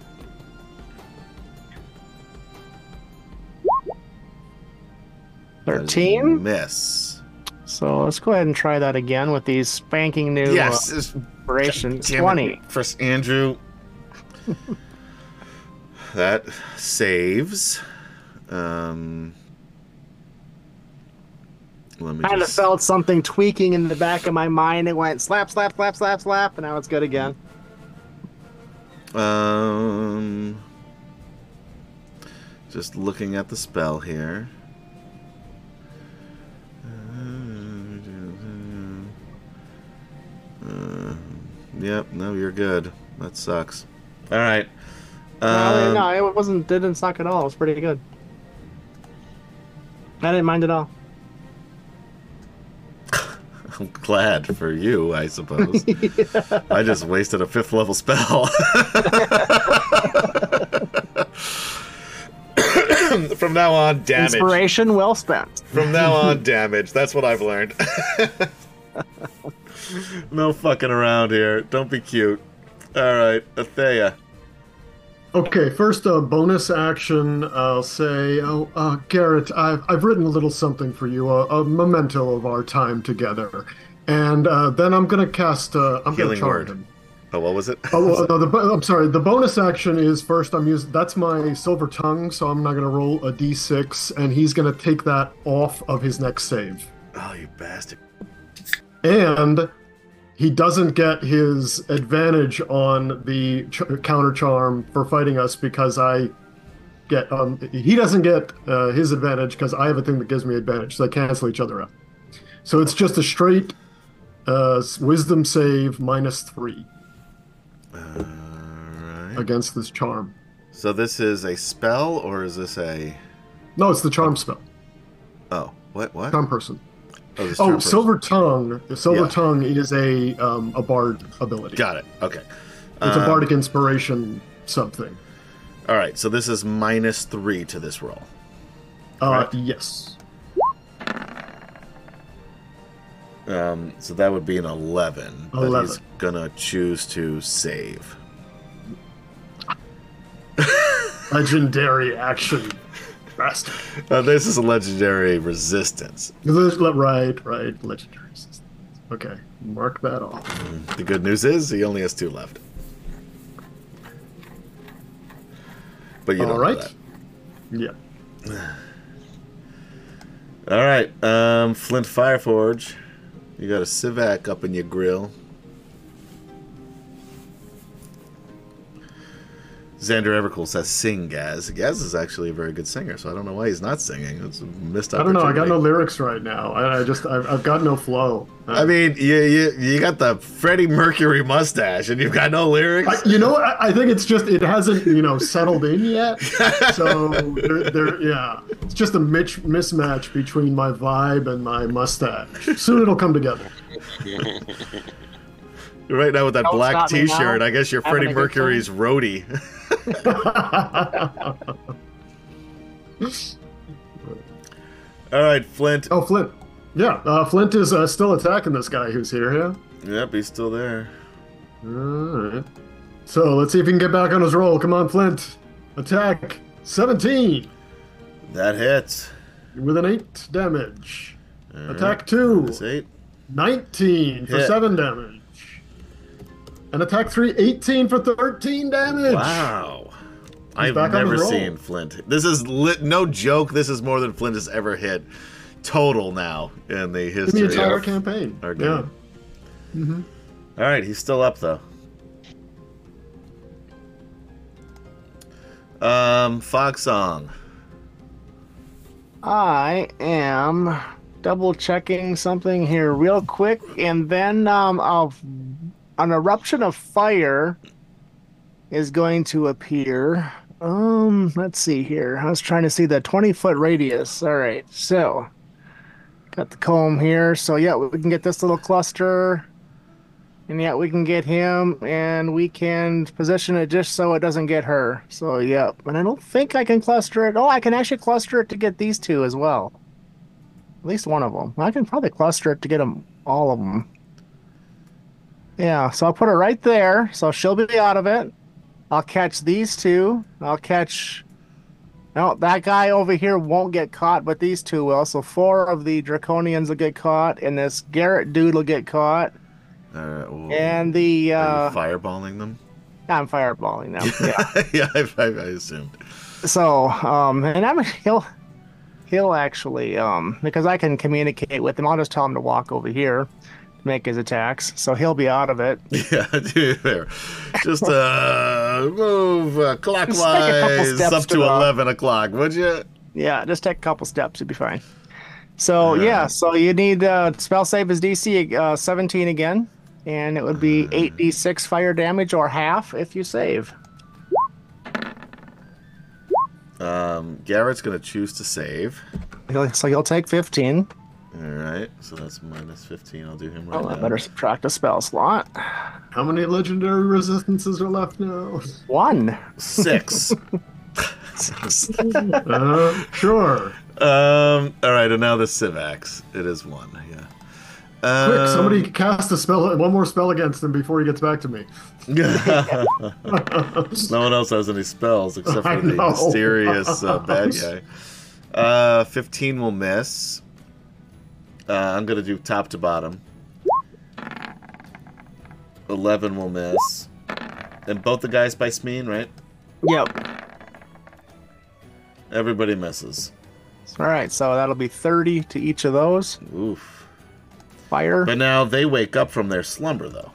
Speaker 2: That is a
Speaker 3: Thirteen.
Speaker 2: Miss.
Speaker 3: So let's go ahead and try that again with these spanking new
Speaker 2: Yes, it's
Speaker 3: uh, operations.
Speaker 2: Damn it.
Speaker 3: Twenty.
Speaker 2: First, Andrew. that saves. Um, let me
Speaker 3: Kind of
Speaker 2: just-
Speaker 3: felt something tweaking in the back of my mind. It went slap, slap, slap, slap, slap, and now it's good again.
Speaker 2: Um, just looking at the spell here. Uh, yep, no, you're good. That sucks. All right.
Speaker 3: no,
Speaker 2: Um,
Speaker 3: no, it wasn't. Didn't suck at all. It was pretty good. I didn't mind at all.
Speaker 2: I'm glad for you, I suppose. I just wasted a fifth level spell. From now on, damage.
Speaker 3: Inspiration well spent.
Speaker 2: From now on, damage. That's what I've learned. no fucking around here. Don't be cute. All right, Athea.
Speaker 5: Okay, first uh, bonus action. I'll say, oh, uh, Garrett, I've, I've written a little something for you, uh, a, a memento of our time together. And uh, then I'm going to cast. Uh, I'm going
Speaker 2: Healing
Speaker 5: to charm
Speaker 2: word.
Speaker 5: him.
Speaker 2: Oh, what was it?
Speaker 5: Oh, well, no, the, bo- I'm sorry. The bonus action is first. I'm using that's my silver tongue, so I'm not going to roll a d6, and he's going to take that off of his next save,
Speaker 2: Oh, you bastard.
Speaker 5: and he doesn't get his advantage on the ch- counter charm for fighting us because I get um he doesn't get uh, his advantage because I have a thing that gives me advantage. So they cancel each other out. So it's just a straight uh, s- wisdom save minus three
Speaker 2: All right.
Speaker 5: against this charm.
Speaker 2: So this is a spell, or is this a?
Speaker 5: No, it's the charm spell.
Speaker 2: Oh, what? What?
Speaker 5: Charm person.
Speaker 2: Oh, this
Speaker 5: Oh,
Speaker 2: trooper.
Speaker 5: silver tongue. The silver
Speaker 2: Yeah.
Speaker 5: tongue is a um, a bard ability.
Speaker 2: Got it. Okay.
Speaker 5: It's a
Speaker 2: Um,
Speaker 5: bardic inspiration something.
Speaker 2: All right, so this is minus three to this roll.
Speaker 5: Uh, Yes.
Speaker 2: Um, so that would be an eleven. that he's
Speaker 5: 11.
Speaker 2: gonna choose to save.
Speaker 5: Legendary action. Bastard.
Speaker 2: Uh, this is a legendary resistance.
Speaker 5: This- Right, right. Legendary. resistance. Okay, mark that off.
Speaker 2: The good news is he only has two left. But you
Speaker 5: All
Speaker 2: don't
Speaker 5: right.
Speaker 2: know that.
Speaker 5: Yeah.
Speaker 2: All right, um, Flint Fireforge, you got a Civac up in your grill. Xander Evercool says sing Gaz. Gaz is actually a very good singer, so I don't know why he's not singing. It's a missed
Speaker 5: I don't
Speaker 2: opportunity.
Speaker 5: know. I got no lyrics right now. I, I just I've, I've got no flow.
Speaker 2: I mean, you, you you got the Freddie Mercury mustache, and you've got no lyrics.
Speaker 5: I, you know, what? I, I think it's just it hasn't you know settled in yet. So there, there yeah, it's just a mitch, mismatch between my vibe and my mustache. Soon it'll come together.
Speaker 2: Right now with that
Speaker 3: Don't
Speaker 2: black
Speaker 3: stop me now.
Speaker 2: T-shirt, I guess you're
Speaker 3: Having a
Speaker 2: Freddie
Speaker 3: good
Speaker 2: Mercury's roadie. All right, Flint.
Speaker 5: oh, Flint. Yeah, uh, Flint is uh, still attacking this guy who's here. Yeah.
Speaker 2: Yep, he's still there.
Speaker 5: All right. So let's see if he can get back on his roll. Come on, Flint. Attack. Seventeen
Speaker 2: That hits.
Speaker 5: with an eight damage.
Speaker 2: All
Speaker 5: Attack
Speaker 2: right,
Speaker 5: two.
Speaker 2: that's eight.
Speaker 5: 19 for
Speaker 2: Hit.
Speaker 5: 7 damage. And attack 3, 18 for 13 damage.
Speaker 2: Wow. I've
Speaker 5: back on
Speaker 2: never
Speaker 5: the roll.
Speaker 2: seen Flint. This is lit, no joke. This is more than Flint has ever hit total now in the
Speaker 5: In the
Speaker 2: history.
Speaker 5: entire
Speaker 2: of-
Speaker 5: campaign.
Speaker 2: Our game.
Speaker 5: Yeah. Mm-hmm.
Speaker 2: All right, he's still up though. Um, Fox Song.
Speaker 3: I am double checking something here real quick, and then um, of an eruption of fire is going to appear. Um, let's see here. I was trying to see the twenty foot radius. All right, so got the comb here. So yeah, we can get this little cluster. And yeah, we can get him, and we can position it just so it doesn't get her. So, yep. And I don't think I can cluster it. Oh, I can actually cluster it to get these two as well. At least one of them. I can probably cluster it to get them all of them. Yeah. So I'll put her right there. So she'll be out of it. I'll catch these two. I'll catch. No, that guy over here won't get caught, but these two will. So four of the draconians will get caught, and this Garrett dude will get caught,
Speaker 2: All right, well,
Speaker 3: and the. Uh,
Speaker 2: are you fireballing them?
Speaker 3: I'm fireballing now. Yeah.
Speaker 2: yeah, I, I, I assumed.
Speaker 3: so, um, and I'm he'll he'll actually um because I can communicate with him. I'll just tell him to walk over here, to make his attacks. So he'll be out of it.
Speaker 2: Yeah, dude, there. Just uh, move uh, clockwise
Speaker 3: steps
Speaker 2: up to
Speaker 3: to the-
Speaker 2: eleven o'clock, would you?
Speaker 3: Yeah, just take a couple steps. You'll be fine. So yeah, so you need uh, spell save is DC uh, 17 again, and it would be 8d6 fire damage or half if you save.
Speaker 2: Um, Garrett's gonna choose to save.
Speaker 3: He'll- So you'll take 15.
Speaker 2: All right, so that's minus fifteen. I'll do him right
Speaker 3: Oh, I
Speaker 2: now.
Speaker 3: better subtract a spell slot.
Speaker 5: How many legendary resistances are left now?
Speaker 3: One.
Speaker 2: Six.
Speaker 5: Uh, sure.
Speaker 2: um, all right, and now the Civax. It is one. Yeah.
Speaker 5: Quick,
Speaker 2: Um,
Speaker 5: somebody cast a spell, one more spell against him before he gets back to me.
Speaker 2: no one else has any spells except
Speaker 5: I
Speaker 2: for the
Speaker 5: know.
Speaker 2: mysterious uh, bad guy. Uh, 15 will miss. Uh, I'm going to do top to bottom. 11 will miss. And both the guys by Smeen, right?
Speaker 3: Yep.
Speaker 2: Everybody misses.
Speaker 3: All right, so that'll be 30 to each of those.
Speaker 2: Oof.
Speaker 3: Fire.
Speaker 2: But now they wake up from their slumber, though.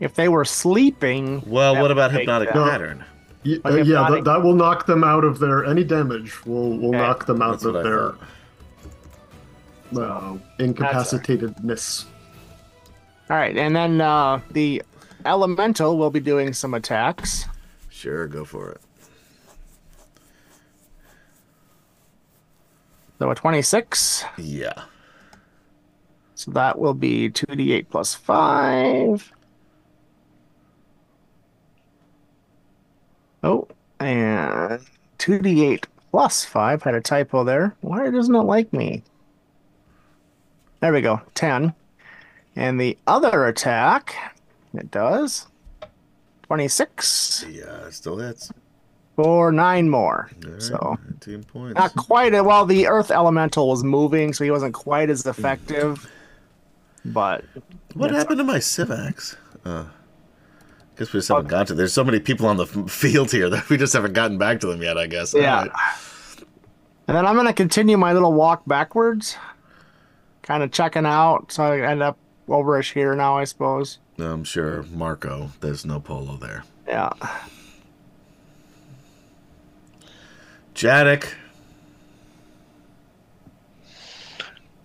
Speaker 3: If they were sleeping,
Speaker 2: Well,
Speaker 3: That
Speaker 2: what about
Speaker 3: would take
Speaker 2: hypnotic
Speaker 5: that.
Speaker 2: pattern?
Speaker 5: Y-
Speaker 3: Like
Speaker 5: uh,
Speaker 3: if
Speaker 5: yeah,
Speaker 3: not-
Speaker 5: that, that will knock them out of their any damage. Will will
Speaker 3: Okay.
Speaker 5: knock them out
Speaker 2: That's what
Speaker 5: of
Speaker 2: I
Speaker 5: their
Speaker 2: thought.
Speaker 5: uh, incapacitatedness.
Speaker 3: all right, and then uh, the elemental will be doing some attacks.
Speaker 2: Sure, go for it.
Speaker 3: So a 26.
Speaker 2: Yeah.
Speaker 3: So that will be 2d8 plus 5. Oh, and 2d8 plus 5. Had a typo there. Why doesn't it like me? There we go. 10. And the other attack, it does 26
Speaker 2: Yeah, it still hits.
Speaker 3: for 9 more.
Speaker 2: All right,
Speaker 3: So.
Speaker 2: 19 points.
Speaker 3: Not quite. a- Well, the Earth Elemental was moving, so he wasn't quite as effective. But
Speaker 2: What happened to my Civax? Uh, guess we just haven't gotten to. There's so many people on the f- field here that we just haven't gotten back to them yet. I guess.
Speaker 3: Yeah.
Speaker 2: Alright.
Speaker 3: And then I'm gonna continue my little walk backwards, kind of checking out. So I end up overish here now, I suppose.
Speaker 2: I'm sure Marco. There's no polo there.
Speaker 3: Yeah.
Speaker 2: Jaddick.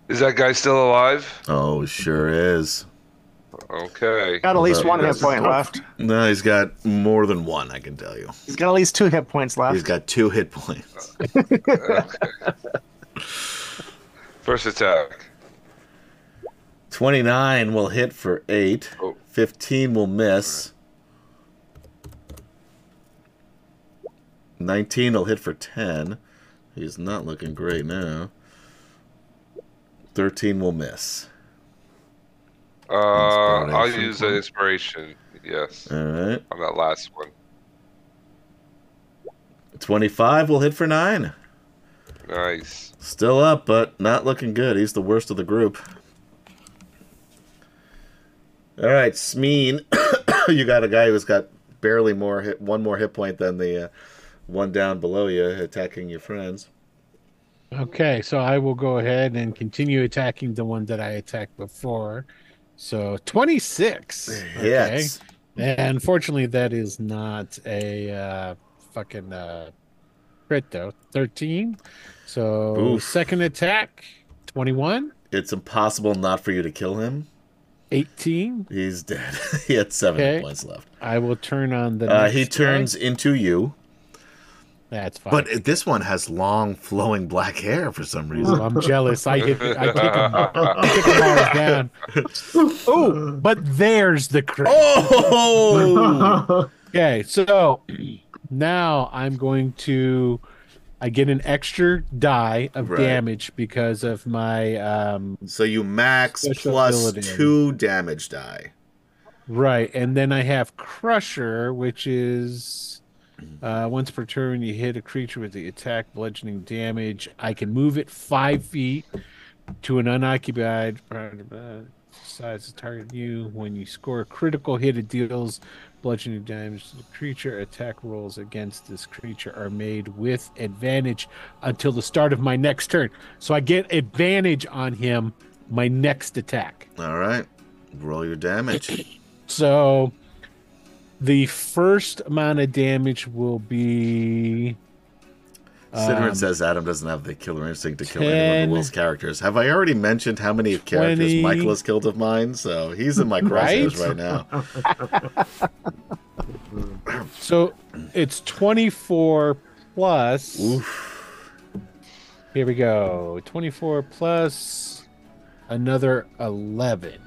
Speaker 6: Is that guy still alive?
Speaker 2: Oh, sure is.
Speaker 6: Okay.
Speaker 3: Got at least
Speaker 2: Although-
Speaker 3: one hit point left.
Speaker 2: No, he's got more than one. I can tell you.
Speaker 3: He's got at least two hit points
Speaker 2: He's
Speaker 3: left.
Speaker 2: got two hit points.
Speaker 6: First attack.
Speaker 2: Twenty-nine will hit for eight.
Speaker 6: Oh.
Speaker 2: Fifteen will miss. Nineteen will hit for ten. He's not looking great now. Thirteen will miss.
Speaker 6: Uh, I'll
Speaker 2: Inspiration
Speaker 6: use an
Speaker 2: point.
Speaker 6: inspiration. Yes,
Speaker 2: All right.
Speaker 6: on that last one.
Speaker 2: Twenty-five will hit for nine.
Speaker 6: Nice.
Speaker 2: Still up, but not looking good. He's the worst of the group. All right, Smeen, you got a guy who's got barely more hit, one more hit point than the uh, one down below you, attacking your friends.
Speaker 4: Okay, so I will go ahead and continue attacking the one that I attacked before. So 26. Okay.
Speaker 2: Hits.
Speaker 4: And unfortunately, that is not a uh, fucking uh, crit, though. 13. So,
Speaker 2: Oof.
Speaker 4: second attack 21,
Speaker 2: It's impossible not for you to kill him.
Speaker 4: 18.
Speaker 2: He's dead. he had seven hit
Speaker 4: Okay.
Speaker 2: points left.
Speaker 4: I will turn on the.
Speaker 2: Uh,
Speaker 4: next
Speaker 2: he
Speaker 4: attack.
Speaker 2: turns into you,
Speaker 4: That's fine.
Speaker 2: but it- this one has long, flowing black hair for some reason.
Speaker 4: I'm jealous. I get, I kick him, I kick
Speaker 2: Uh,
Speaker 4: him all down. Oh, but there's the crit.
Speaker 2: oh!
Speaker 4: Okay, so now I'm going to I get an extra die of
Speaker 2: Right.
Speaker 4: damage because of my um
Speaker 2: So you max
Speaker 4: Special
Speaker 2: plus
Speaker 4: ability.
Speaker 2: two damage die.
Speaker 4: right, and then I have crusher, which is uh, once per turn you hit a creature with the attack bludgeoning damage. I can move it five feet to an unoccupied part of the size of target you. When you score a critical hit, it deals Bludgeoning damage to the creature. Attack rolls against this creature are made with advantage until the start of my next turn. So I get advantage on him my next attack.
Speaker 2: All right. Roll your damage.
Speaker 4: So the first amount of damage will be
Speaker 2: Sidran
Speaker 4: Um,
Speaker 2: says Adam doesn't have the killer instinct to kill
Speaker 4: 10.
Speaker 2: anyone but Will's characters. Have I already mentioned how many characters
Speaker 4: 20.
Speaker 2: Michael has killed of mine? So he's in my crosshairs right,
Speaker 4: Right?
Speaker 2: now.
Speaker 4: so it's 24 plus Here we go. 24 plus another 11.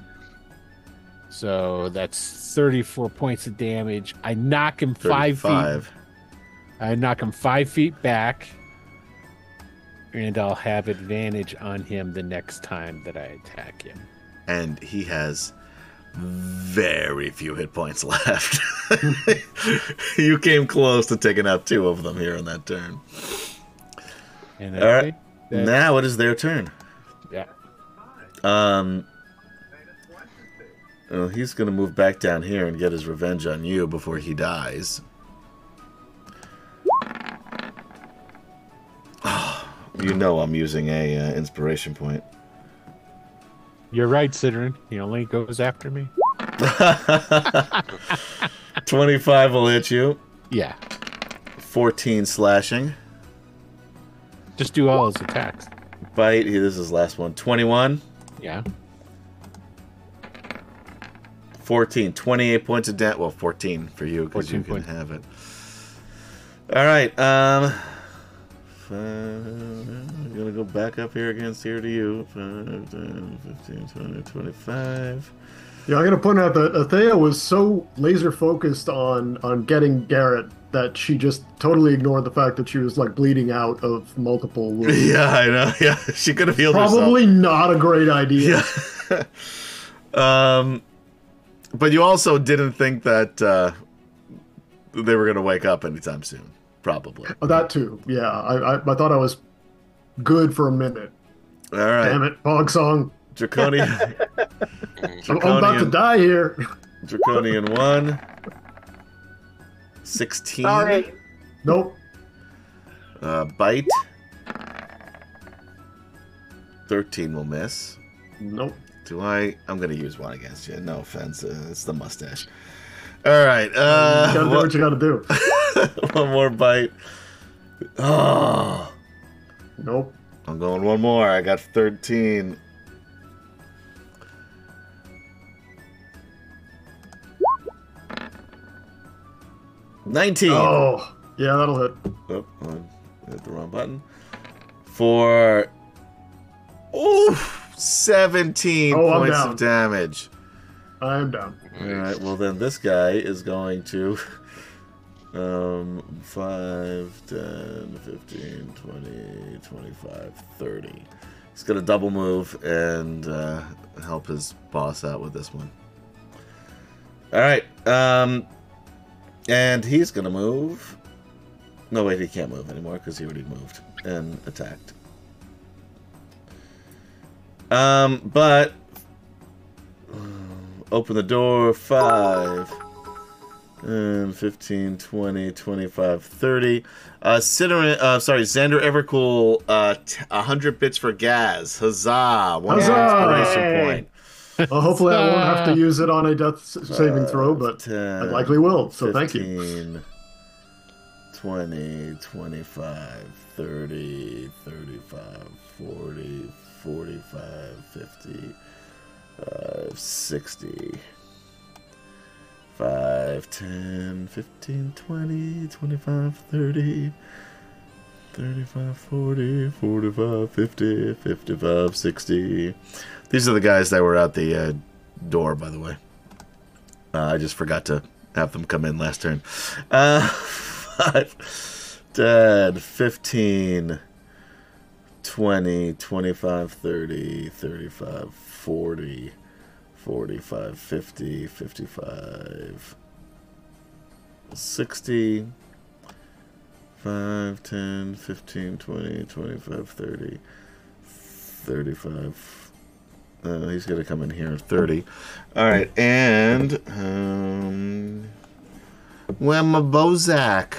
Speaker 4: So that's 34 points of damage. I knock him five feet.
Speaker 2: Thirty-five.
Speaker 4: I knock him five feet back. And I'll have advantage on him the next time that I attack him.
Speaker 2: and he has very few hit points left. you came close to taking out two of them here in that turn.
Speaker 4: And
Speaker 2: All
Speaker 4: I
Speaker 2: right.
Speaker 4: think that's-
Speaker 2: Now it is their turn.
Speaker 4: yeah.
Speaker 2: Um, well, he's gonna move back down here and get his revenge on you before he dies. you know I'm using a uh, inspiration point.
Speaker 4: You're right, Sidran. He only goes after me.
Speaker 2: Twenty-five will hit you.
Speaker 4: Yeah.
Speaker 2: Fourteen slashing.
Speaker 4: Just do all his attacks.
Speaker 2: Bite. He- This is his last one. 21,
Speaker 4: Yeah.
Speaker 2: 14, 28 points of damage. Well, 14 for you because you
Speaker 4: 14
Speaker 2: can
Speaker 4: points.
Speaker 2: have it. All right. Um, five, I'm going to go back up here against here to you. Five, 10, 15, 20, 25.
Speaker 5: Yeah, I gotta point out that Athea was so laser focused on on getting Garrett that she just totally ignored the fact that she was like bleeding out of multiple wounds.
Speaker 2: Yeah, I know. Yeah, she could have healed herself.
Speaker 5: Probably not a great idea.
Speaker 2: Yeah. um, but you also didn't think that uh, they were going to wake up anytime soon, probably.
Speaker 5: Oh, That too. Yeah, I, I I thought I was good for a minute.
Speaker 2: All right.
Speaker 5: Damn it, Bog Song.
Speaker 2: Draconian.
Speaker 5: I'm, I'm about to
Speaker 2: Draconian-
Speaker 5: die here.
Speaker 2: Draconian 1. 16.
Speaker 3: Sorry.
Speaker 5: nope.
Speaker 2: Uh, bite. 13 will miss.
Speaker 5: Nope.
Speaker 2: Do I? I'm going to use one against you. No offense. Uh, it's the mustache. All right. Uh,
Speaker 5: gotta do
Speaker 2: one-
Speaker 5: what you gotta do.
Speaker 2: one more bite. Oh.
Speaker 5: Nope.
Speaker 2: I'm going one more. I got 13. Nineteen.
Speaker 5: Oh, yeah, that'll hit.
Speaker 2: Oh, I hit the wrong button. For oof, 17
Speaker 5: Oh, I'm
Speaker 2: points
Speaker 5: down.
Speaker 2: of damage.
Speaker 5: I'm down.
Speaker 2: All right. Well, then this guy is going to um 5 10 15 20 25 30. He's going to double move and uh, help his boss out with this one. All right. Um and he's going to move. No wait, he can't move anymore cuz he already moved and attacked. Um but uh, Open the door. 5, and 15, 20, 25, 30. Uh, Cinder, uh, sorry, Xander Evercool, uh, t- 100 bits for Gaz. Huzzah! One
Speaker 5: Huzzah!
Speaker 2: inspiration
Speaker 3: Yay!
Speaker 2: point.
Speaker 5: Well, hopefully, I won't have to use it on a death s-
Speaker 2: Uh,
Speaker 5: saving throw, but
Speaker 2: 10,
Speaker 5: I likely will. So thank you.
Speaker 2: 15, 20, 25, 30, 35, 40, 45, 50, uh, 60. 5, 10, 15, 20, 25, 30, 35, 40, 45, 50, 55, 60. These are the guys that were at the uh, door, by the way. Uh, I just forgot to have them come in last turn. Uh, 5, 10, 15, 20, 25, 30, 35, 40, 45, 50, 55, 60, 5, 10, 15, 20, 25, 30, 35. Uh, he's going to come in here at 30. All right, and um, Where my Bozak?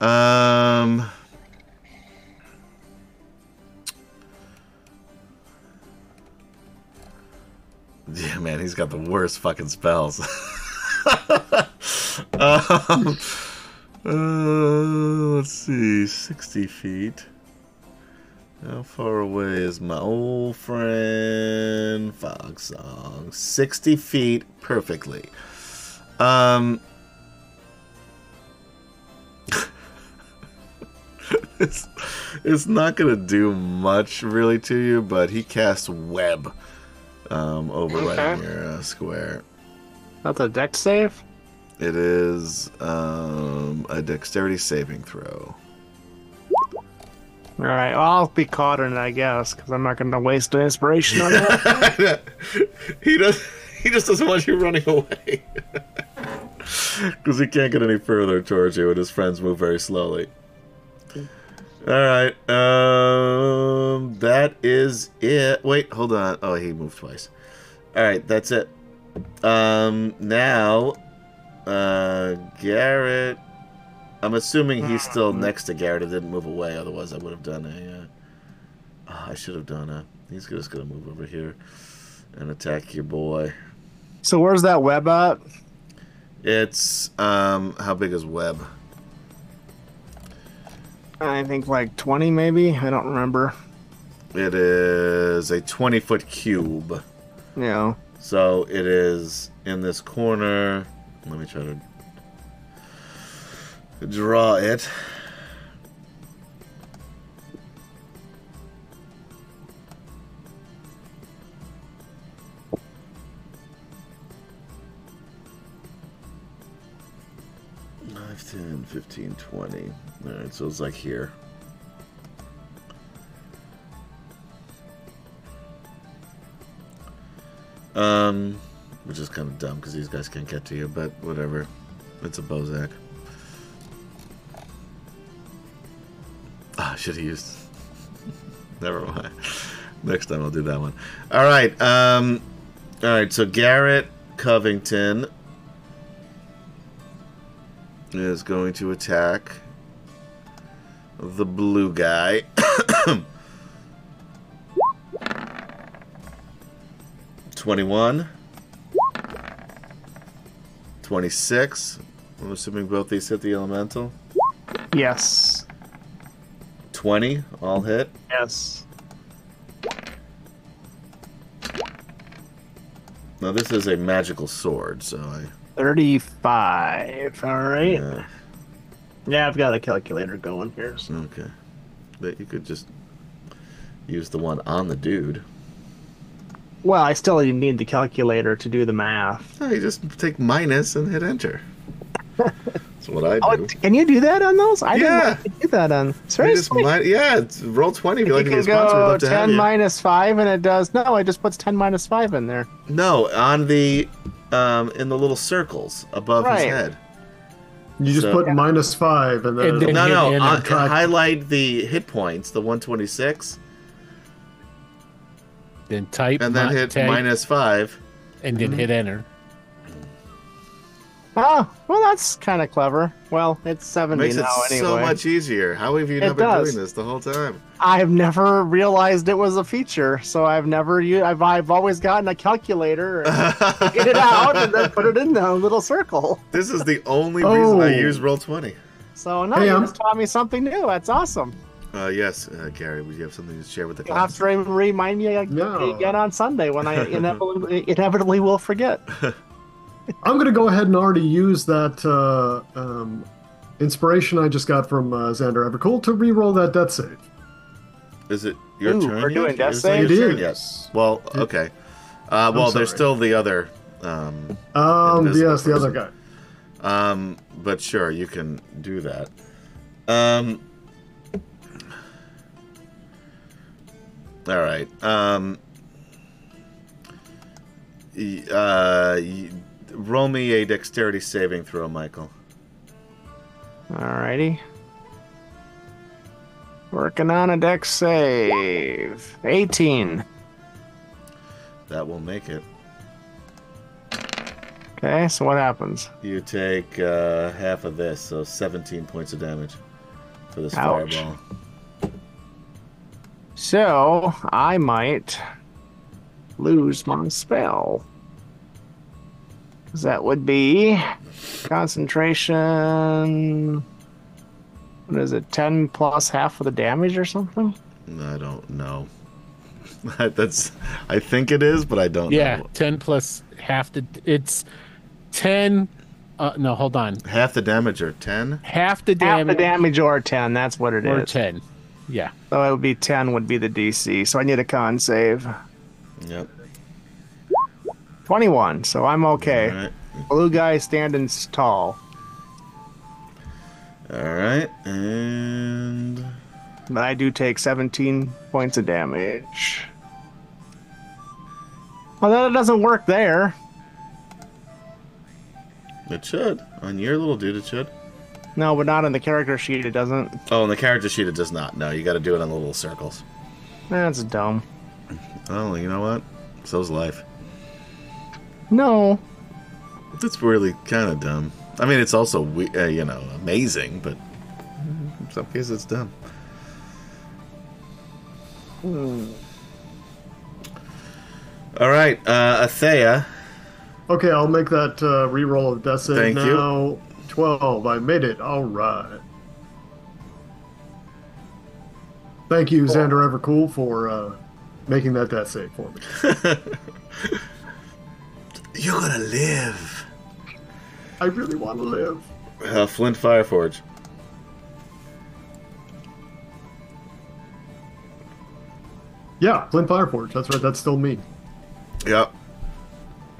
Speaker 2: Um. Yeah, man, he's got the worst fucking spells. um, uh, let's see, 60 feet. How far away is my old friend Fog Song? 60 feet perfectly. Um. it's, it's not going to do much really to you, but he casts Web um, over right in
Speaker 6: Okay.
Speaker 2: your uh, square.
Speaker 3: That's a deck save.
Speaker 2: It is um, a dexterity saving throw.
Speaker 3: All right, well, I'll be caught in it, I guess, because I'm not going to waste an inspiration on that.
Speaker 2: he does. He just doesn't want you running away because he can't get any further towards you, and his friends move very slowly. All right. Um, that is it. Wait, hold on. Oh, he moved twice. All right, that's it. Um, now, uh, Garrett. I'm assuming he's still next to Garrett. It didn't move away, otherwise I would have done a. Uh, Ah, I should have done a. He's just gonna move over here and attack your boy.
Speaker 3: so where's that web at?
Speaker 2: It's um, how big is web?
Speaker 3: I think like 20, maybe. I don't remember.
Speaker 2: It is a twenty foot cube,
Speaker 3: You know,
Speaker 2: so it is in this corner. Let me try to draw it. Five, 10, 15, 20. All right, so it's like here. Um, which is kind of dumb because these guys can't get to you, but whatever. It's a Bozak. Ah, should have used. Never mind. Next time I'll do that one. All right. Um, all right. So Garrett Covington is going to attack the blue guy. Twenty-one. 26. I'm assuming both these hit the elemental.
Speaker 3: yes,
Speaker 2: 20, all hit.
Speaker 3: yes.
Speaker 2: Now, this is a magical sword, so I.
Speaker 3: 35. All right. Yeah,
Speaker 2: Yeah,
Speaker 3: I've got a calculator going here. So.
Speaker 2: okay. But you could just use the one on the dude.
Speaker 3: Well, I still need the calculator to do the math.
Speaker 2: No, you just take minus and hit enter. That's what I
Speaker 3: Oh,
Speaker 2: do.
Speaker 3: can you do that on those? I didn't know
Speaker 2: Yeah.
Speaker 3: I could do that on.
Speaker 2: You just
Speaker 3: Seriously?
Speaker 2: mi- yeah, it's roll 20 if you
Speaker 3: You
Speaker 2: like to be
Speaker 3: can
Speaker 2: a sponsor. We'd
Speaker 3: go
Speaker 2: love to have
Speaker 3: 10
Speaker 2: you.
Speaker 3: minus 5 and it does. No, it just puts 10 minus 5 in there.
Speaker 2: no, on the. Um, in the little circles above his
Speaker 3: Right.
Speaker 2: head.
Speaker 5: You just
Speaker 2: So-
Speaker 5: put minus five, and then,
Speaker 4: And then-
Speaker 2: No,
Speaker 4: hit
Speaker 2: no.
Speaker 4: enter.
Speaker 2: on- highlight the hit points, the 126,
Speaker 4: Then type
Speaker 2: and then
Speaker 4: mi-
Speaker 2: hit Mm-hmm.
Speaker 4: type,
Speaker 2: minus five.
Speaker 4: and then hit enter.
Speaker 3: Oh, well, that's kind of clever. Well, it's 70
Speaker 2: Makes it
Speaker 3: now anyway.
Speaker 2: so much easier. How have you
Speaker 3: It
Speaker 2: not been
Speaker 3: does.
Speaker 2: doing this the whole time?
Speaker 3: I've never realized it was a feature, so I've never u- I've I've always gotten a calculator, and get it out, and then put it in the little circle.
Speaker 2: this is the only reason I
Speaker 5: Oh.
Speaker 2: use roll twenty.
Speaker 3: So no,
Speaker 5: Hey,
Speaker 3: you
Speaker 2: um,
Speaker 5: I'm-
Speaker 3: just taught me something new. That's awesome.
Speaker 2: Uh, yes, uh, Gary, would you have something to share with the
Speaker 3: You'll have
Speaker 2: class?
Speaker 3: to re- remind me ag-
Speaker 5: No.
Speaker 3: again on Sunday when I inevitably, inevitably will forget.
Speaker 5: I'm going to go ahead and already use that uh, um, inspiration I just got from uh, Xander Evercool to re-roll that death save.
Speaker 2: Is it your
Speaker 3: Ooh,
Speaker 2: turn?
Speaker 3: we're
Speaker 2: yet?
Speaker 3: doing death
Speaker 2: Is it
Speaker 5: It
Speaker 2: your turn
Speaker 5: is.
Speaker 2: yet? Well, okay. Uh, well,
Speaker 5: sorry.
Speaker 2: there's still the other. Um,
Speaker 5: Um,
Speaker 2: Invisible
Speaker 5: yes, the other
Speaker 2: person.
Speaker 5: guy.
Speaker 2: um, but sure, you can do that. Um, all right. Um, y- uh, y- roll me a dexterity saving throw, Michael.
Speaker 3: Alrighty. Working on a deck save. 18.
Speaker 2: That will make it.
Speaker 3: Okay, so what happens?
Speaker 2: You take uh, half of this, so 17 points of damage for this
Speaker 3: Ouch.
Speaker 2: fireball.
Speaker 3: So I might lose my spell. 'Cause That would be concentration. What is it? Ten plus half of the damage or something?
Speaker 2: I don't know. That's. I think it is, but I don't
Speaker 4: Yeah,
Speaker 2: know.
Speaker 4: ten plus half the. It's ten. Uh, no, hold on.
Speaker 2: Half the damage or 10?
Speaker 4: Half the
Speaker 3: Half
Speaker 4: damage
Speaker 3: the damage or ten. That's what it is.
Speaker 4: or ten. Yeah.
Speaker 3: So it would be ten. Would be the DC. So I need a con save.
Speaker 2: Yep.
Speaker 3: Twenty-one. So I'm okay.
Speaker 2: All right.
Speaker 3: Blue guy standing s- tall,
Speaker 2: All right. And.
Speaker 3: but I do take seventeen points of damage. Well, that doesn't work there.
Speaker 2: It should. On your little dude, it should.
Speaker 3: No, but not on the character sheet. It doesn't.
Speaker 2: Oh, on the character sheet, it does not. No, you got to do it on the little circles.
Speaker 3: That's dumb.
Speaker 2: Oh, you know what? So's life.
Speaker 3: No.
Speaker 2: That's really kind of dumb. I mean, it's also, we- uh, you know, amazing, but in some cases it's dumb. Hmm. All right, uh, Athea.
Speaker 5: Okay, I'll make that uh, reroll of death save
Speaker 2: Thank you.
Speaker 5: now. 12. I made it. All right. Thank you, Xander Evercool, for uh, making that death save for me.
Speaker 2: You're gonna live.
Speaker 5: I really want to live.
Speaker 2: Uh, Flint Fireforge.
Speaker 5: Yeah, Flint Fireforge. That's right. That's still me.
Speaker 2: Yep.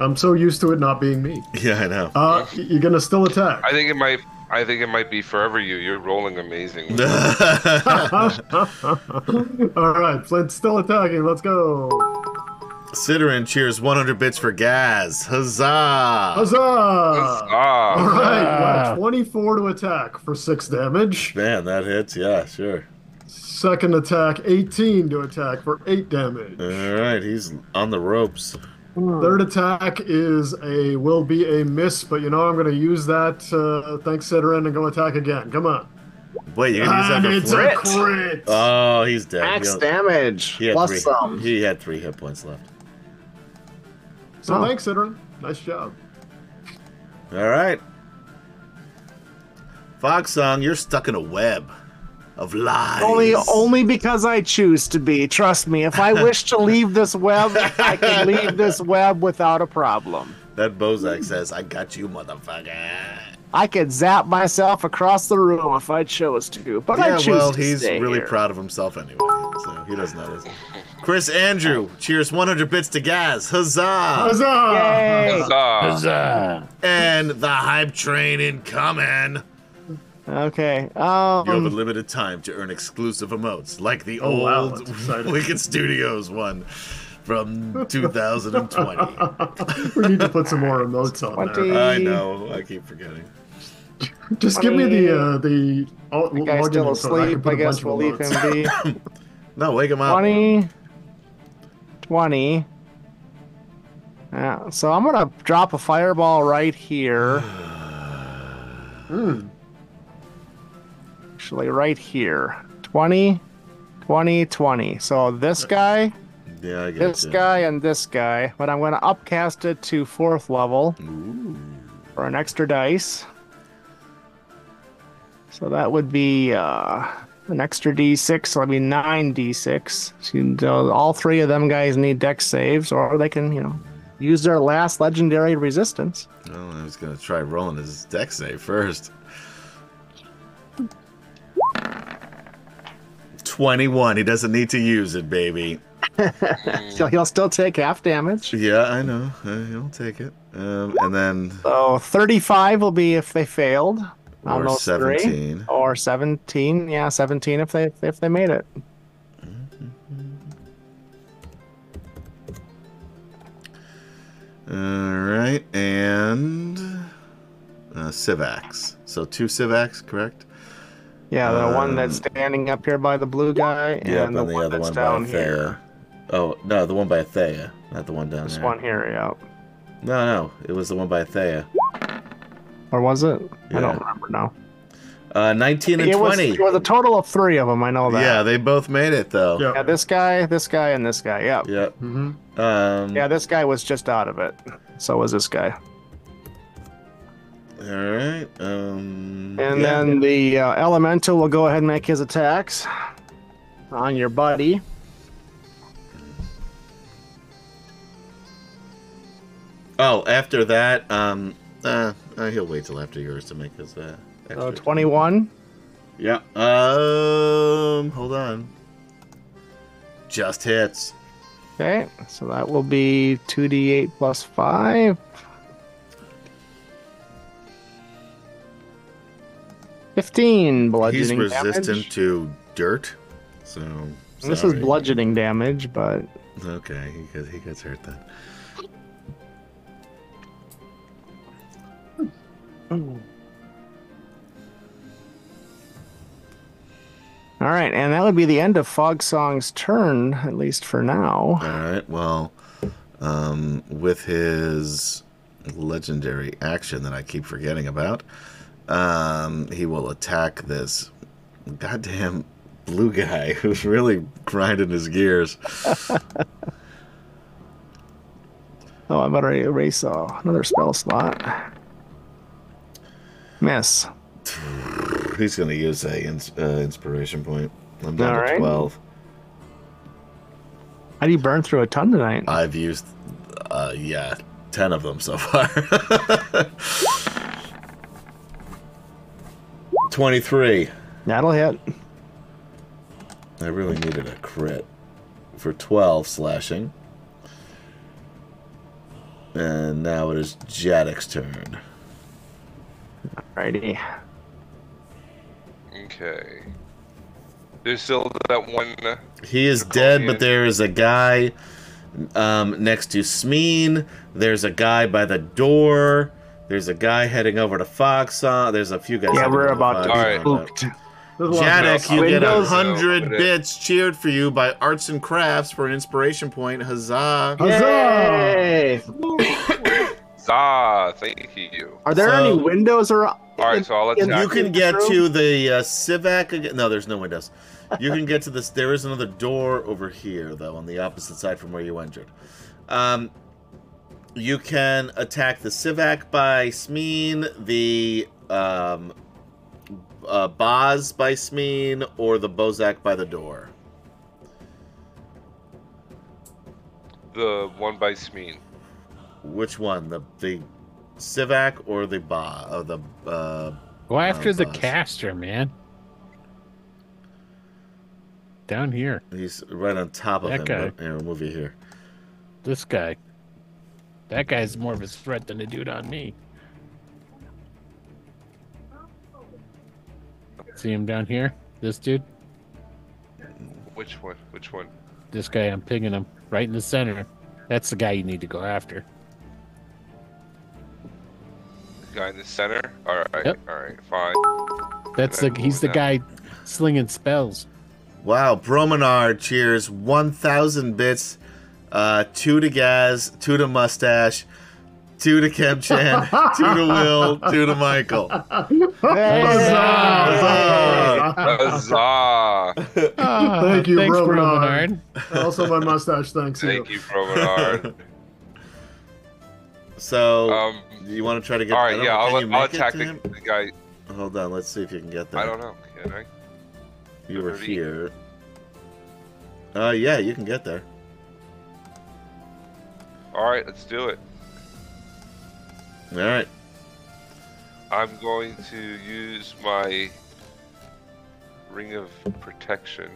Speaker 5: I'm so used to it not being me.
Speaker 2: Yeah, I know.
Speaker 5: Uh, y- you're gonna still attack.
Speaker 6: I think it might. I think it might be forever. You. You're rolling amazing.
Speaker 5: All right, Flint's still attacking. Let's go.
Speaker 2: Sidorin cheers 100 bits for Gaz. Huzzah!
Speaker 5: Huzzah! All
Speaker 6: ah,
Speaker 5: right, got a 24 to attack for six damage.
Speaker 2: Man, that hits. Yeah, sure.
Speaker 5: Second attack, 18 to attack for eight damage.
Speaker 2: All right, he's on the ropes.
Speaker 5: Third attack is a will be a miss, but you know I'm gonna use that. Uh, thanks, Sidorin, and go attack again. Come on.
Speaker 2: Wait, you're gonna use that
Speaker 5: And
Speaker 2: for
Speaker 5: it's
Speaker 2: Flint?
Speaker 5: a crit. Uh,
Speaker 2: Oh, he's dead.
Speaker 3: Max
Speaker 2: He-
Speaker 3: damage
Speaker 2: he had
Speaker 3: plus
Speaker 2: three,
Speaker 3: some.
Speaker 2: He had three hit points left.
Speaker 5: so
Speaker 3: Oh.
Speaker 5: thanks, Sidorin. Nice job.
Speaker 2: All right. Foxong, you're stuck in a web of lies.
Speaker 3: Only, only because I choose to be. Trust me. If I wish to leave this web, I can leave this web without a problem.
Speaker 2: That Bozak says, "I got you, motherfucker."
Speaker 3: I could zap myself across the room if I chose to, but I
Speaker 2: yeah,
Speaker 3: choose
Speaker 2: well,
Speaker 3: to
Speaker 2: he's
Speaker 3: stay
Speaker 2: really
Speaker 3: here.
Speaker 2: proud of himself anyway, so he doesn't notice. Chris Andrew cheers 100 bits to Gaz. Huzzah!
Speaker 5: Huzzah!
Speaker 3: Yay.
Speaker 6: huzzah.
Speaker 2: And the hype train incoming.
Speaker 3: Okay.
Speaker 2: You have a
Speaker 3: Um,
Speaker 2: limited time to earn exclusive emotes, like the
Speaker 5: Oh, wow,
Speaker 2: old
Speaker 5: that's exciting.
Speaker 2: Wicked Studios one from 2020.
Speaker 5: we need to put some more emotes on there.
Speaker 3: 20.
Speaker 2: I know, I keep forgetting.
Speaker 5: Just give me the uh, the. Oh,
Speaker 3: the guy's still asleep. I, guess we'll leave him be.
Speaker 2: No, wake him up.
Speaker 3: 20. 20. Yeah, so I'm going to drop a fireball right here.
Speaker 2: Hmm.
Speaker 3: Actually, right here. 20, 20, 20. So this guy,
Speaker 2: Yeah, I guess.
Speaker 3: this guy, and this guy. But I'm going to upcast it to fourth level for an extra dice. So that would be uh, an extra d6. So that'd be nine d6. So you know, all three of them guys need dex saves, or they can, you know, use their last legendary resistance.
Speaker 2: Well, I was gonna try rolling his deck save first. 21. He doesn't need to use it, baby.
Speaker 3: So he'll still take half damage.
Speaker 2: Yeah, I know. Uh, He'll take it. Um, and then
Speaker 3: So 35 will be if they failed. on
Speaker 2: or
Speaker 3: those three.
Speaker 2: 17.
Speaker 3: Or 17, yeah, 17 if they if they made it.
Speaker 2: All right, and uh, Civax. So two Civax, correct?
Speaker 3: Yeah, the one
Speaker 2: Um,
Speaker 3: that's standing up here by the blue guy, and
Speaker 2: Yep,
Speaker 3: the, one that's down here.
Speaker 2: Oh no, the one by Thea, not the one down
Speaker 3: This
Speaker 2: there.
Speaker 3: one here, yeah.
Speaker 2: No, no, it was the one by Thea.
Speaker 3: Or was it? I
Speaker 2: Yeah.
Speaker 3: don't remember now.
Speaker 2: Uh, 19 and
Speaker 3: It was,
Speaker 2: 20.
Speaker 3: it was a total of three of them. I know that.
Speaker 2: yeah, they both made it though.
Speaker 5: Yeah.
Speaker 3: Yeah, this guy, this guy, and this guy. Yeah.
Speaker 2: Yep.
Speaker 5: Mm-hmm.
Speaker 2: Um,
Speaker 3: Yeah, this guy was just out of it. So was this guy.
Speaker 2: All right. Um,
Speaker 3: And
Speaker 2: yeah.
Speaker 3: then the uh, elemental will go ahead and make his attacks on your buddy.
Speaker 2: Oh, after that, um, uh, uh, he'll wait till after yours to make his uh.
Speaker 3: So
Speaker 2: extra
Speaker 3: 21.
Speaker 2: Yeah. Um, hold on. Just hits.
Speaker 3: Okay. So that will be 2d8 plus 5. Fifteen
Speaker 2: He's
Speaker 3: bludgeoning
Speaker 2: resistant
Speaker 3: damage.
Speaker 2: to dirt, so.
Speaker 3: This is
Speaker 2: sorry.
Speaker 3: bludgeoning damage, but
Speaker 2: Okay, he gets, he gets hurt then.
Speaker 3: all right, and that would be the end of Fog Song's turn, at least for now.
Speaker 2: All right. Well, um, with his legendary action that I keep forgetting about, um, he will attack this goddamn blue guy who's really grinding his gears.
Speaker 3: Oh, I better erase uh, another spell slot. Miss.
Speaker 2: He's going to use a ins- uh, inspiration point. I'm down
Speaker 3: All
Speaker 2: to
Speaker 3: right.
Speaker 2: twelve.
Speaker 3: How do you burn through a ton tonight?
Speaker 2: I've used, uh, yeah, ten of them so far. Twenty-three.
Speaker 3: That'll hit.
Speaker 2: I really needed a crit for 12 slashing. And now it is Jadek's turn.
Speaker 3: Alrighty.
Speaker 6: Okay. There's still that one.
Speaker 2: He is dead,
Speaker 6: Oh, yeah.
Speaker 2: but there is a guy um, next to Smeen. There's a guy by the door. There's a guy heading over to Foxon. There's a few guys.
Speaker 3: Yeah,
Speaker 2: heading
Speaker 3: we're
Speaker 2: over
Speaker 3: about to
Speaker 6: All
Speaker 3: be
Speaker 6: right.
Speaker 2: Foxon, but-
Speaker 3: spooked.
Speaker 5: There's a lot of
Speaker 2: Jadek,
Speaker 5: mouth.
Speaker 2: you get a
Speaker 6: Windows.
Speaker 2: hundred
Speaker 6: Open it.
Speaker 2: bits cheered for you by Arts and Crafts for an inspiration point. Huzzah!
Speaker 5: Huzzah!
Speaker 3: Yay!
Speaker 6: Ah, thank you.
Speaker 3: Are there
Speaker 2: So-
Speaker 3: any windows or
Speaker 6: All right, so I'll
Speaker 3: And
Speaker 6: attack.
Speaker 2: You can get
Speaker 3: Through?
Speaker 2: to the uh, Civac again. No, there's no windows. You can get to this. There is another door over here, though, on the opposite side from where you entered. Um, you can attack the Civac by Smeen, the um, uh, Boz by Smeen, or the Bozak by the door.
Speaker 6: the one by Smeen.
Speaker 2: Which one? The the Civac or the Ba? Or the uh,
Speaker 4: Go after the
Speaker 2: gosh.
Speaker 4: caster, man. Down here.
Speaker 2: he's right on top of
Speaker 4: That
Speaker 2: him.
Speaker 4: guy.
Speaker 2: but- Here, we'll move you here.
Speaker 4: This guy. That guy's more of a threat than the dude on me. See him down here? This dude?
Speaker 6: Which one? Which one?
Speaker 4: This guy, I'm pinging him right in the center. That's the guy you need to go after.
Speaker 6: Guy in the center. All right.
Speaker 4: Yep.
Speaker 6: All right. Fine.
Speaker 4: That's the he's the guy slinging spells.
Speaker 2: Wow, Brominar cheers 1,000 bits, uh, two to Gaz, two to Mustache, two to Kem Chan, two to Will, two to Michael.
Speaker 5: Huzzah!
Speaker 6: Huzzah!
Speaker 4: Ah,
Speaker 5: Thank you,
Speaker 4: thanks,
Speaker 5: Romanar. also, my mustache. Thanks.
Speaker 6: Thank you, Provenard.
Speaker 2: So,
Speaker 6: Um.
Speaker 2: you want to try to get
Speaker 6: All
Speaker 2: I
Speaker 6: right.
Speaker 2: don't
Speaker 6: Yeah.
Speaker 2: know, can
Speaker 6: I'll,
Speaker 2: you
Speaker 6: I'll
Speaker 2: make it
Speaker 6: attack
Speaker 2: to
Speaker 6: the,
Speaker 2: him?
Speaker 6: the guy.
Speaker 2: Hold on, let's see if you can get there.
Speaker 6: I don't know. Can I?
Speaker 2: You were
Speaker 6: 30.
Speaker 2: here. Uh, yeah, you can get there.
Speaker 6: All right. Let's do it.
Speaker 2: All right.
Speaker 6: I'm going to use my ring of protection.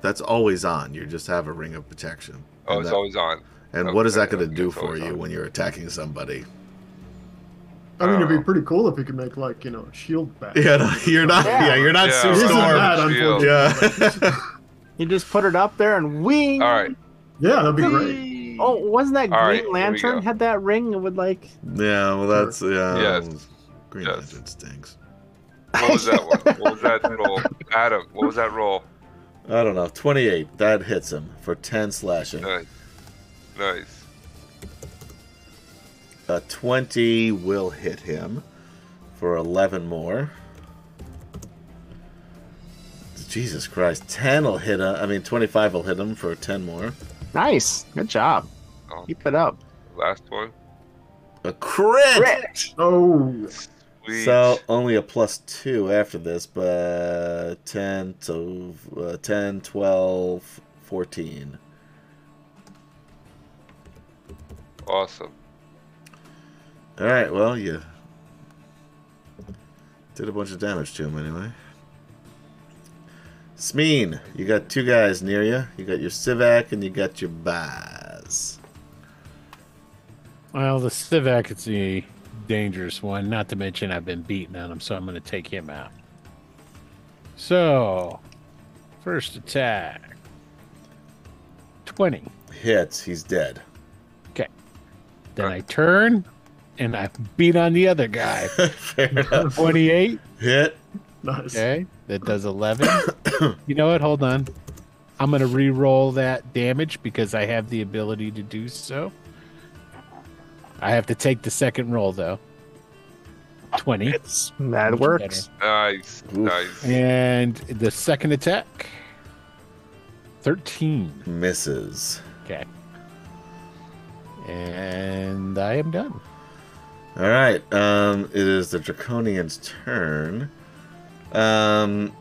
Speaker 2: That's always on. You just have a ring of protection.
Speaker 6: Oh,
Speaker 2: and
Speaker 6: it's
Speaker 2: that-
Speaker 6: always on.
Speaker 2: and what is that
Speaker 6: okay,
Speaker 2: going to
Speaker 6: okay,
Speaker 2: do
Speaker 6: it's
Speaker 2: for
Speaker 6: always
Speaker 2: you
Speaker 6: on.
Speaker 2: when you're attacking somebody?
Speaker 5: I mean, it'd be pretty cool if you could make like you know a shield back.
Speaker 2: Yeah, no, you're not. Yeah, you're not
Speaker 6: Yeah,
Speaker 2: Sue
Speaker 6: right.
Speaker 5: Isn't
Speaker 2: Storm.
Speaker 5: that
Speaker 6: Shield.
Speaker 5: unfortunate?
Speaker 2: Yeah.
Speaker 3: You just put it up there and wing.
Speaker 6: All right.
Speaker 5: Yeah, that'd be great.
Speaker 3: Oh, wasn't that Green
Speaker 6: All right, here we
Speaker 3: Lantern
Speaker 6: go.
Speaker 3: had that ring? It would like.
Speaker 2: yeah, well, that's yeah.
Speaker 6: Yes.
Speaker 2: Green
Speaker 6: Yes.
Speaker 2: Lantern stinks.
Speaker 6: What was that one? What was that roll? Adam, what was that roll?
Speaker 2: I don't know. Twenty-eight. That hits him for ten slashing.
Speaker 6: Nice. Nice.
Speaker 2: A 20 Uh, will hit him for 11 more. Jesus Christ. 10 will hit him. I mean, 25 will hit him for 10 more.
Speaker 3: Nice. Good job.
Speaker 6: Um,
Speaker 3: Keep it up.
Speaker 6: last one.
Speaker 2: A crit!
Speaker 3: Crit.
Speaker 5: Oh,
Speaker 6: Sweet.
Speaker 2: So only a plus two after this, but 10, so, uh, 10 12, 14.
Speaker 6: Awesome.
Speaker 2: All right, well, you did a bunch of damage to him anyway. Smeen, you got two guys near you. You got your Civac and you got your Baz.
Speaker 4: Well, the Civac is a dangerous one, not to mention I've been beating on him, so I'm going to take him out. So, first attack 20.
Speaker 2: Hits, he's dead.
Speaker 4: Then I turn and I beat on the other guy.
Speaker 2: Fair enough.
Speaker 4: 28.
Speaker 2: Hit.
Speaker 5: nice.
Speaker 4: Okay, that does 11. you know what? Hold on. I'm going to re roll that damage because I have the ability to do so. I have to take the second roll, though. 20.
Speaker 3: It's, that works.
Speaker 6: Nice. Nice.
Speaker 4: And the second attack 13.
Speaker 2: Misses.
Speaker 4: Okay. And I am done.
Speaker 2: All right. Um, it is the Draconian's turn. Um,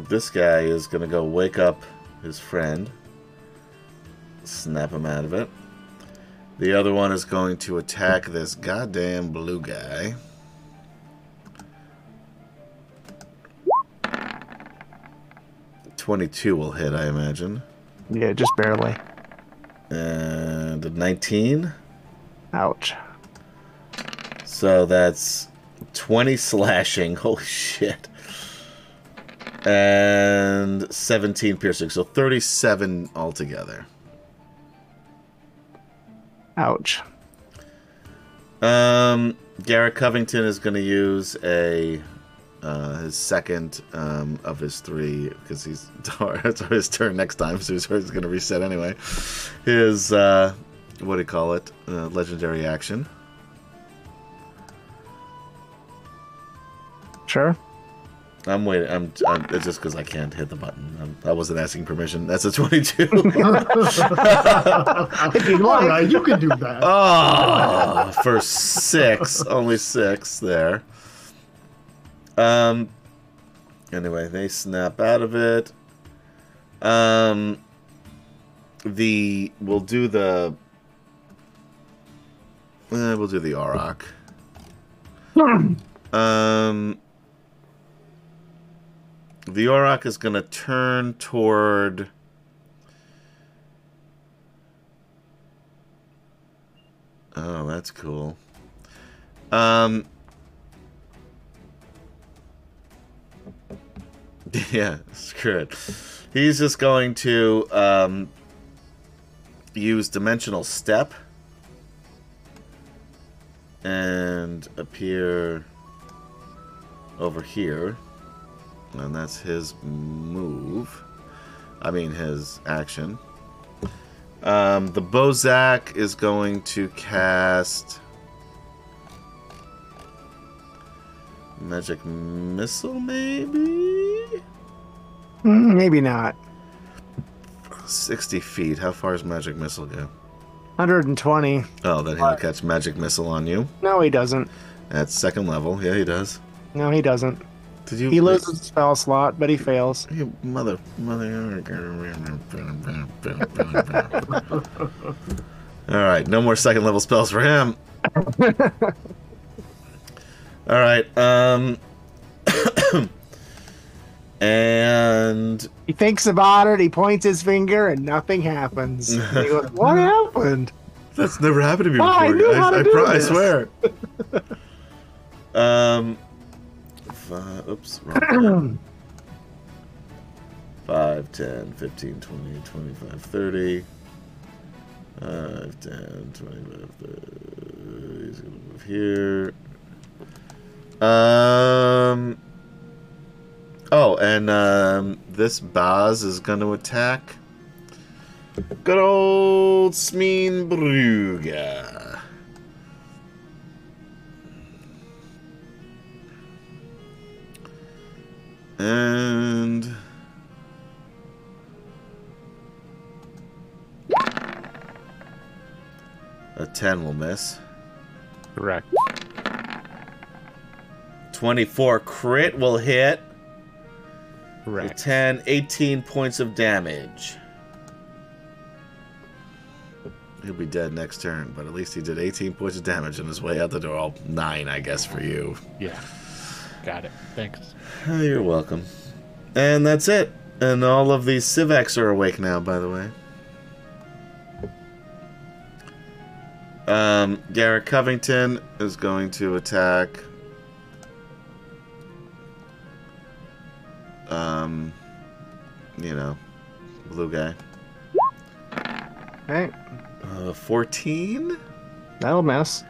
Speaker 2: this guy is gonna go wake up his friend, snap him out of it. The other one is going to attack this goddamn blue guy. Twenty-two will hit, I imagine,
Speaker 3: Yeah, just barely.
Speaker 2: and a nineteen.
Speaker 3: Ouch.
Speaker 2: So that's 20 slashing. Holy shit. And 17 piercing. So 37 altogether.
Speaker 3: Ouch.
Speaker 2: Um, Garrett Covington is going to use a uh, his second um, of his three because he's it's his turn next time, so he's going to reset anyway. His uh, what do you call it? Uh, legendary action.
Speaker 3: Sure.
Speaker 2: I'm waiting. I'm, I'm it's just because I can't hit the button. I'm, I wasn't asking permission. That's a 22.
Speaker 5: All right, you can do that.
Speaker 6: Um,
Speaker 2: oh, for six, only six there. Um. Anyway, they snap out of it. Um. The we'll do the. eh, we'll do the Auroch. Um. The Auroch is going to turn toward. Oh, that's cool. Um. Yeah, screw it. He's just going to um, use dimensional step and appear over here, and that's his move. I mean, his action. Um, the Bozak is going to cast magic missile, maybe
Speaker 3: Mm, Maybe not.
Speaker 2: sixty feet. How far does magic missile go?
Speaker 3: 120.
Speaker 2: Oh, then he'll catch magic missile on you
Speaker 3: No, he doesn't.
Speaker 2: at second level. Yeah, he does.
Speaker 3: No, he doesn't.
Speaker 2: Did you?
Speaker 3: He loses a spell slot, but he fails.
Speaker 2: You mother, mother. All right, no more second level spells for him. All right, um, and
Speaker 3: He thinks about it, he points his finger, and nothing happens. And he goes, what happened?
Speaker 2: that's never happened to me
Speaker 3: Oh, I
Speaker 2: before.
Speaker 3: knew
Speaker 2: guys.
Speaker 3: how to
Speaker 2: I,
Speaker 3: do
Speaker 2: pro- I
Speaker 3: this.
Speaker 2: swear. um, five, oops, wrong. button. 5, 10, 15, 20, 25, 30. 5, 10, 25, 30. He's going to move here. Um. Oh, and um, this Baz is going to attack good old Smeenbrugge. And a 10 will miss.
Speaker 4: Correct.
Speaker 2: 24 crit will hit. A
Speaker 4: Correct.
Speaker 2: 10, 18 points of damage. He'll be dead next turn, but at least he did 18 points of damage on his way out the door. All nine, I guess, for you.
Speaker 4: Yeah. Got it. Thanks.
Speaker 2: Oh, you're welcome. And that's it. And all of the Civex are awake now, by the way. Um, Garrett Covington is going to attack. Um, you know, blue guy.
Speaker 3: Okay,
Speaker 2: Uh, 14?
Speaker 3: that'll miss.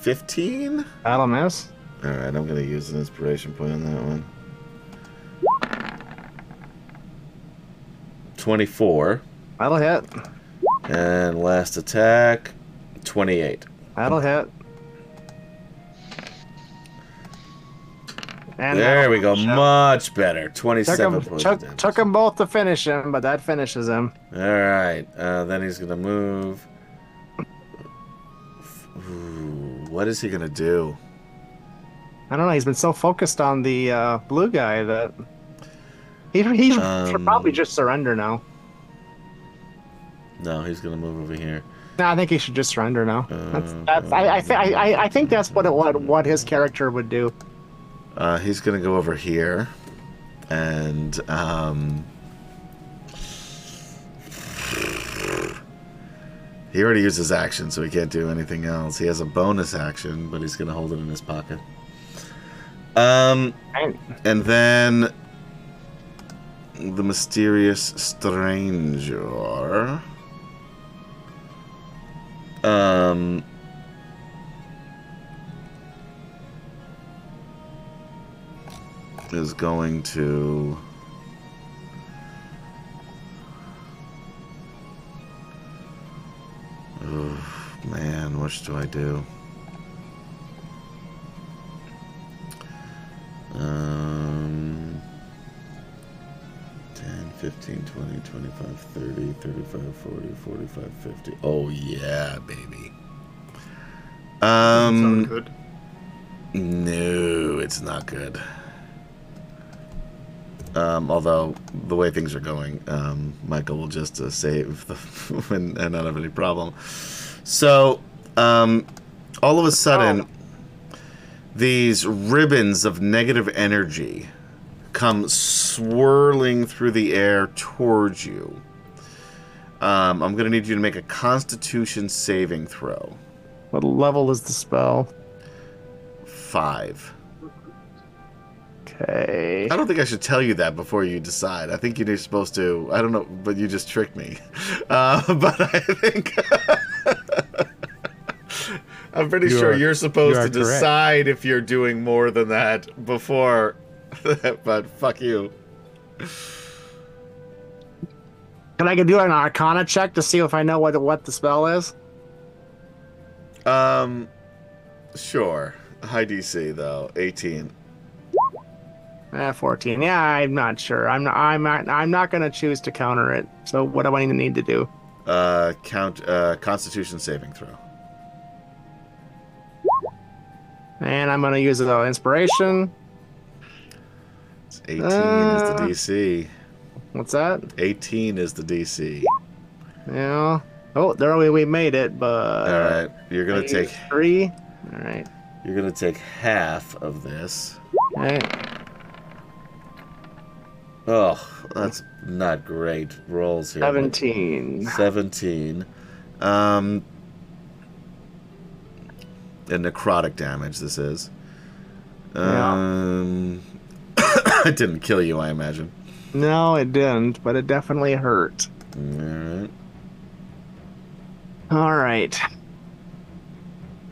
Speaker 2: 15?
Speaker 3: That'll miss.
Speaker 2: Alright, I'm gonna use an inspiration point on that one. 24.
Speaker 3: That'll hit.
Speaker 2: And last attack, 28.
Speaker 3: That'll hit. And
Speaker 2: There
Speaker 3: that'll
Speaker 2: we go.
Speaker 3: finish him.
Speaker 2: Much better.
Speaker 3: Took
Speaker 2: 27
Speaker 3: him,
Speaker 2: points of
Speaker 3: took,
Speaker 2: damage.
Speaker 3: took 'em both to finish him, but that finishes him.
Speaker 2: All right. Uh, then he's going to move. Ooh, what is he going to do?
Speaker 3: I don't know. He's been so focused on the uh, blue guy that he, he should
Speaker 2: Um,
Speaker 3: probably just surrender now.
Speaker 2: No, he's going to move over here.
Speaker 3: No, I think he should just surrender now. That's,
Speaker 2: Uh,
Speaker 3: that's I, I, th- I, I- I think that's what it, what what his character would do.
Speaker 2: Uh, he's gonna go over here, and um, he already used his action, so he can't do anything else. He has a bonus action, but he's gonna hold it in his pocket. Um,
Speaker 3: Right.
Speaker 2: and then the mysterious stranger. Um. is going to Oh, man, what do I do? Um 10, 15, 20, 25, 30, 35, 40, 45, 50. Oh yeah, baby.
Speaker 5: Doesn't
Speaker 2: Um
Speaker 5: sound good.
Speaker 2: no, it's not good. Um, although the way things are going, um, Michael will just uh, save the and, and not have any problem. So, um, all of a sudden, these ribbons of negative energy come swirling through the air towards you. Um, I'm going to need you to make a Constitution saving throw.
Speaker 3: What level is the spell?
Speaker 2: Five.
Speaker 3: Okay.
Speaker 2: I don't think I should tell you that before you decide. I think you're supposed to. I don't know, but you just tricked me. Uh, but I think I'm pretty
Speaker 4: You
Speaker 2: sure
Speaker 4: are-
Speaker 2: you're supposed
Speaker 4: you are
Speaker 2: to decide if you're doing more than that before. but fuck you.
Speaker 3: Can I do an Arcana check to see if I know what what the spell is?
Speaker 2: Um, sure. High DC though, 18.
Speaker 3: Eh, fourteen. Yeah, I'm not sure. I'm not, I'm not, I'm not gonna choose to counter it. So what do I need to do?
Speaker 2: Uh, count. Uh, Constitution saving throw.
Speaker 3: And I'm gonna use the inspiration.
Speaker 2: It's 18
Speaker 3: Uh.
Speaker 2: is the DC.
Speaker 3: What's that?
Speaker 2: 18 is the DC.
Speaker 3: Yeah. Oh, there we, we made it, but
Speaker 2: All right, you're
Speaker 3: Uh, I
Speaker 2: gonna
Speaker 3: used
Speaker 2: take
Speaker 3: three. All right.
Speaker 2: You're gonna take half of this.
Speaker 3: All right.
Speaker 2: Oh, that's not great rolls here. but-
Speaker 3: Seventeen.
Speaker 2: Seventeen. Um, and necrotic damage. This is.
Speaker 3: Yeah.
Speaker 2: Um, it didn't kill you, I imagine.
Speaker 3: No, it didn't, but it definitely hurt.
Speaker 2: All right.
Speaker 3: All right.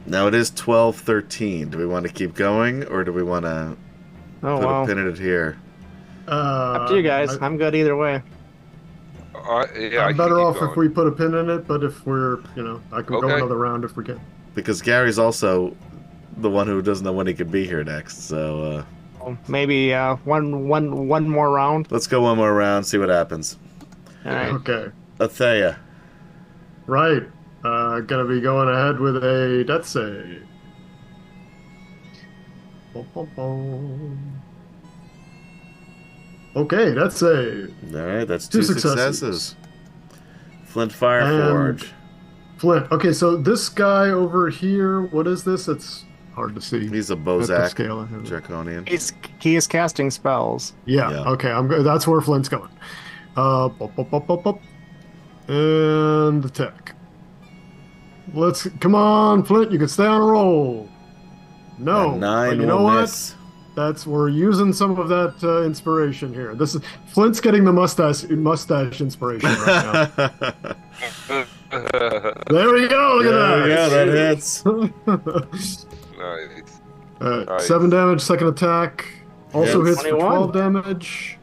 Speaker 2: Now it is twelve thirteen. Do we want to keep going, or do we want to
Speaker 3: Oh
Speaker 2: put
Speaker 3: well.
Speaker 2: a pin in it here?
Speaker 5: Uh,
Speaker 3: Up to you guys.
Speaker 5: I,
Speaker 3: I'm good either way.
Speaker 6: Uh, yeah,
Speaker 5: am
Speaker 6: I can
Speaker 5: better
Speaker 6: keep
Speaker 5: off
Speaker 6: going.
Speaker 5: if we put a pin in it, but if we're, you know, I can go
Speaker 6: Okay.
Speaker 5: another round if we can.
Speaker 2: Because Gary's also the one who doesn't know when he could be here next. So uh,
Speaker 3: Oh, Maybe uh, one one one more round.
Speaker 2: let's go one more round, see what happens.
Speaker 3: All right.
Speaker 5: Okay.
Speaker 2: Athea,
Speaker 5: Right. Uh, gonna be going ahead with a death save. Bum, bum, bum. Okay, death save.
Speaker 2: all right, that's two,
Speaker 5: Two
Speaker 2: successes.
Speaker 5: successes.
Speaker 2: Flint Fire
Speaker 5: And-
Speaker 2: Forge.
Speaker 5: Flint. Okay, so this guy over here, what is this? It's hard to see.
Speaker 2: He's a
Speaker 5: at the
Speaker 2: Bozak
Speaker 5: scale of him.
Speaker 2: Draconian.
Speaker 3: He's he is casting spells.
Speaker 5: Yeah.
Speaker 2: Yeah.
Speaker 5: Okay. I'm. go- That's where Flint's going. Uh, bop, bop, bop, bop, bop. and attack. Let's come on, Flint. You can stay on a roll.
Speaker 2: A
Speaker 5: No. but
Speaker 2: nine
Speaker 5: you know
Speaker 2: will
Speaker 5: what?
Speaker 2: miss.
Speaker 5: That's we're using some of that uh, inspiration here. This is Flint's getting the mustache mustache inspiration right
Speaker 6: nice.
Speaker 5: now. there we go. Look
Speaker 2: yeah, yeah,
Speaker 5: at
Speaker 2: that hits.
Speaker 5: that. Uh,
Speaker 6: Nice.
Speaker 5: Seven damage, second attack. Also
Speaker 2: Yeah.
Speaker 5: hits for
Speaker 3: 21.
Speaker 5: 12 damage.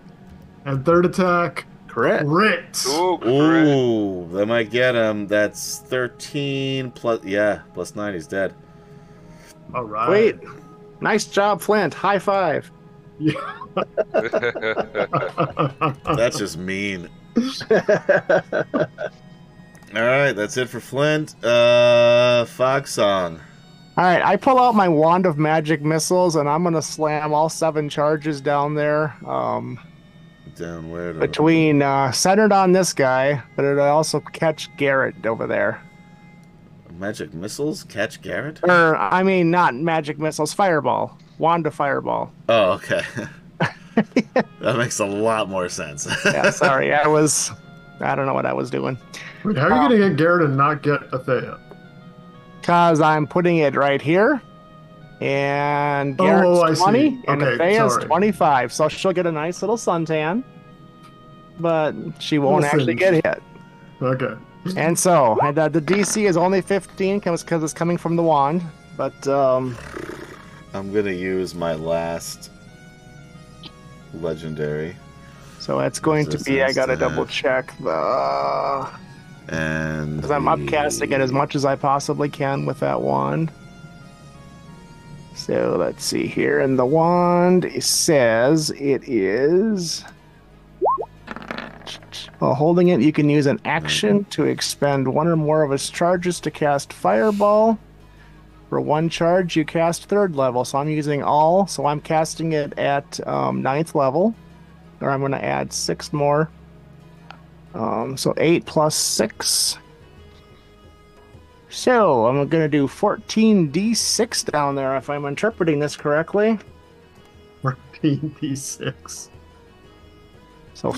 Speaker 5: And third attack,
Speaker 4: Correct.
Speaker 5: crit.
Speaker 6: Ooh, crit.
Speaker 2: Ooh, that might get him. That's thirteen plus. Yeah, plus nine. He's dead.
Speaker 5: All right.
Speaker 3: Wait. Nice job, Flint. High five.
Speaker 2: That's just mean. All right, that's it for Flint. Uh, Fox Song.
Speaker 3: All right, I pull out my wand of magic missiles and I'm gonna slam all seven charges down there. Um,
Speaker 2: Down where? To...
Speaker 3: between uh, centered on this guy, but it also catch Garrett over there.
Speaker 2: Magic missiles catch Garrett.
Speaker 3: Or Er, I mean, not magic missiles, fireball, wand of fireball.
Speaker 2: Oh, okay. that makes a lot more sense.
Speaker 3: Yeah, sorry, I was, I don't know what I was doing.
Speaker 5: Wait, how are you going to get Garrett and not get Athea?
Speaker 3: Cause I'm putting it right here, and
Speaker 5: Oh,
Speaker 3: Garrett's
Speaker 5: I see.
Speaker 3: twenty, and
Speaker 5: Okay,
Speaker 3: Athea's
Speaker 5: sorry.
Speaker 3: twenty-five, so she'll get a nice little suntan, but she won't
Speaker 5: Listen.
Speaker 3: actually get hit.
Speaker 5: Okay.
Speaker 3: And so, and, uh, the DC is only fifteen, because it's coming from the wand. But um,
Speaker 2: I'm gonna use my last legendary,
Speaker 3: So that's going to be. I
Speaker 2: Resistance
Speaker 3: gotta
Speaker 2: to
Speaker 3: double
Speaker 2: half.
Speaker 3: check the
Speaker 2: and
Speaker 3: because I'm upcasting it as much as I possibly can with that wand. So let's see here, and the wand it says it is. While holding it, you can use an action to expend one or more of its charges to cast Fireball. For one charge, you cast third level. So I'm using all. So I'm casting it at um, ninth level, or I'm going to add six more. Um, so eight plus six. So I'm going to do 14d6 down there if I'm interpreting this correctly.
Speaker 5: 14d6.
Speaker 3: So yeah,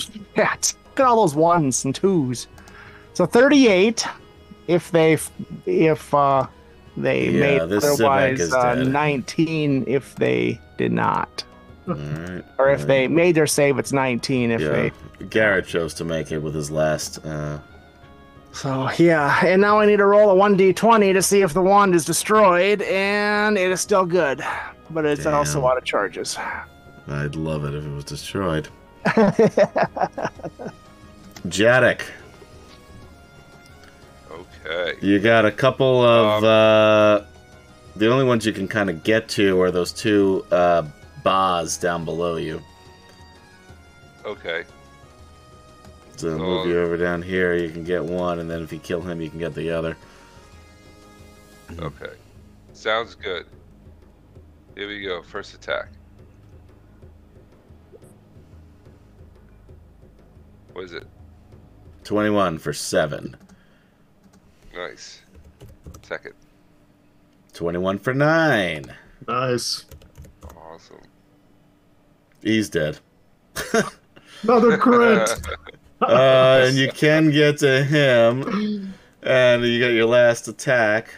Speaker 3: it's- look at all those ones and twos. So 38 if they if uh they
Speaker 2: Yeah,
Speaker 3: made
Speaker 2: this Sivak
Speaker 3: otherwise
Speaker 2: is
Speaker 3: uh,
Speaker 2: dead.
Speaker 3: 19 if they did not.
Speaker 2: All right.
Speaker 3: Or if they made their save it's 19 if
Speaker 2: Yeah.
Speaker 3: they
Speaker 2: Garrett chose to make it with his last. Uh,
Speaker 3: So yeah, and now I need to roll a 1d20 to see if the wand is destroyed and it is still good. But it's
Speaker 2: Damn.
Speaker 3: also out of charges.
Speaker 2: I'd love it if it was destroyed. Jadek,
Speaker 6: Okay.
Speaker 2: you got a couple of. uh, the only ones you can kind of get to are those two uh, bars down below you.
Speaker 6: Okay.
Speaker 2: So
Speaker 6: So-
Speaker 2: move you over down here. You can get one, and then if you kill him, you can get the other.
Speaker 6: Okay. Sounds good. Here we go. First attack. What is it?
Speaker 2: Twenty-one for seven.
Speaker 6: Nice. Second.
Speaker 2: Twenty-one for nine.
Speaker 5: Nice.
Speaker 6: Awesome.
Speaker 2: He's dead.
Speaker 5: Another crit.
Speaker 2: uh, and you can get to him, and you get your last attack.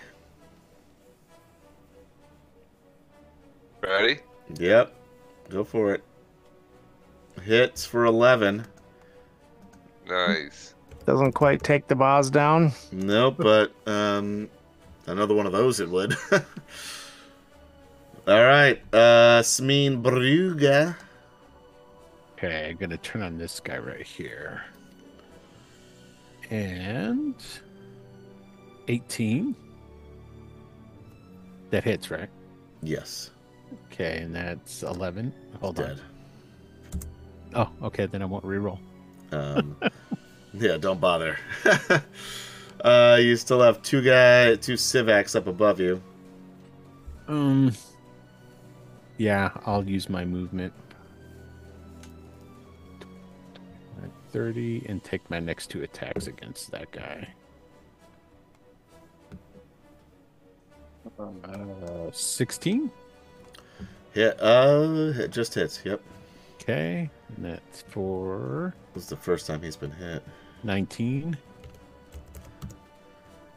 Speaker 6: Ready?
Speaker 2: Yep, go for it. Hits for eleven.
Speaker 6: Nice.
Speaker 3: Doesn't quite take the boss down.
Speaker 2: Nope, but um, another one of those it would. All right, uh, Smeen Bruga.
Speaker 4: Okay, I'm gonna turn on this guy right here. And 18. That hits, right?
Speaker 2: Yes.
Speaker 4: Okay, and that's 11. Hold
Speaker 2: Dead.
Speaker 4: on. Oh, okay, then I won't reroll.
Speaker 2: Um, yeah, don't bother. uh, you still have two guy, two Civacs up above you.
Speaker 4: Um. Yeah, I'll use my movement. 30 and take my next two attacks against that guy. Uh, 16.
Speaker 2: Hit, uh, it just hits. Yep.
Speaker 4: Okay, and that's for
Speaker 2: This is the first time he's been hit.
Speaker 4: 19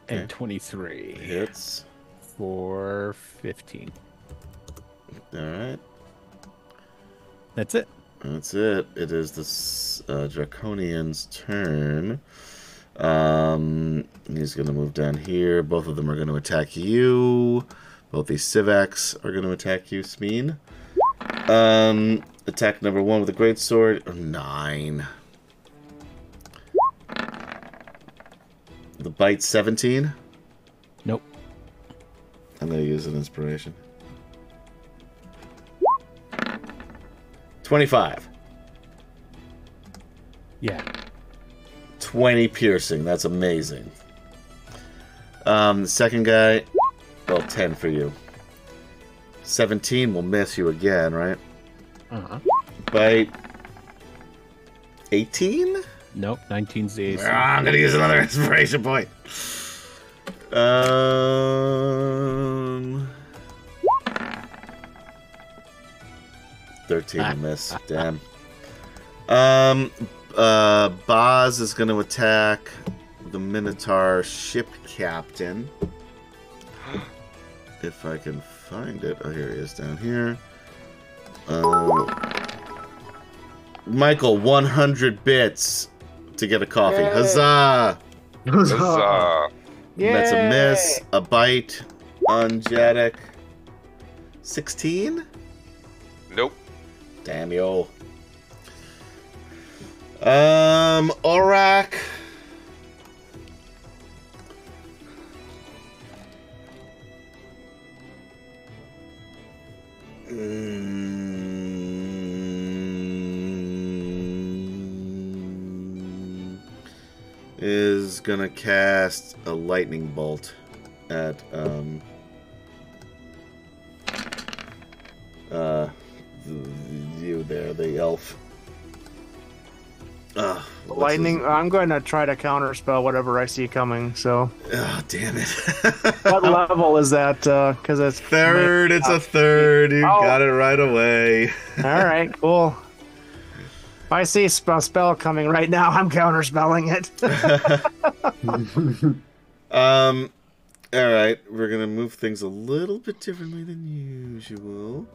Speaker 2: Okay.
Speaker 4: and 23
Speaker 2: Hits.
Speaker 4: for 15.
Speaker 2: All right.
Speaker 4: That's it.
Speaker 2: That's it. It is this uh, draconian's turn. Um, he's gonna move down here. Both of them are gonna attack you. Both these civacs are gonna attack you, Smeen. Um, attack number one with a great sword. Nine. The bite seventeen.
Speaker 4: Nope.
Speaker 2: I'm gonna use an inspiration. Twenty-five.
Speaker 4: Yeah.
Speaker 2: 20 piercing. That's amazing. Um, the second guy, well, 10 for you. 17 will miss you again, right?
Speaker 4: Uh-huh.
Speaker 2: By 18?
Speaker 4: Nope. 19's the AC.
Speaker 2: Ah, I'm going to use another inspiration point. Um, 13 will miss. Damn. Um, uh, Boz is going to attack the Minotaur ship captain. If I can find it. Oh, here he is down here. Uh, Michael, 100 bits to get a coffee.
Speaker 3: Yay.
Speaker 2: Huzzah!
Speaker 6: Huzzah.
Speaker 2: That's a miss.
Speaker 3: Yay.
Speaker 2: A bite on Jadek. 16?
Speaker 6: Nope.
Speaker 2: Damn you. Um, Orak. Mm, Is gonna cast a lightning bolt at um uh you there, the elf. Uh,
Speaker 3: Lightning. I'm going to try to counterspell whatever I see coming. So,
Speaker 2: Oh, damn it.
Speaker 3: what level is that? Because it's
Speaker 2: third. It's a third. You
Speaker 3: Oh.
Speaker 2: got it right away.
Speaker 3: All right, cool. If I see a spell coming right now, I'm counterspelling it.
Speaker 2: Um, all right. We're going to move things a little bit differently than usual.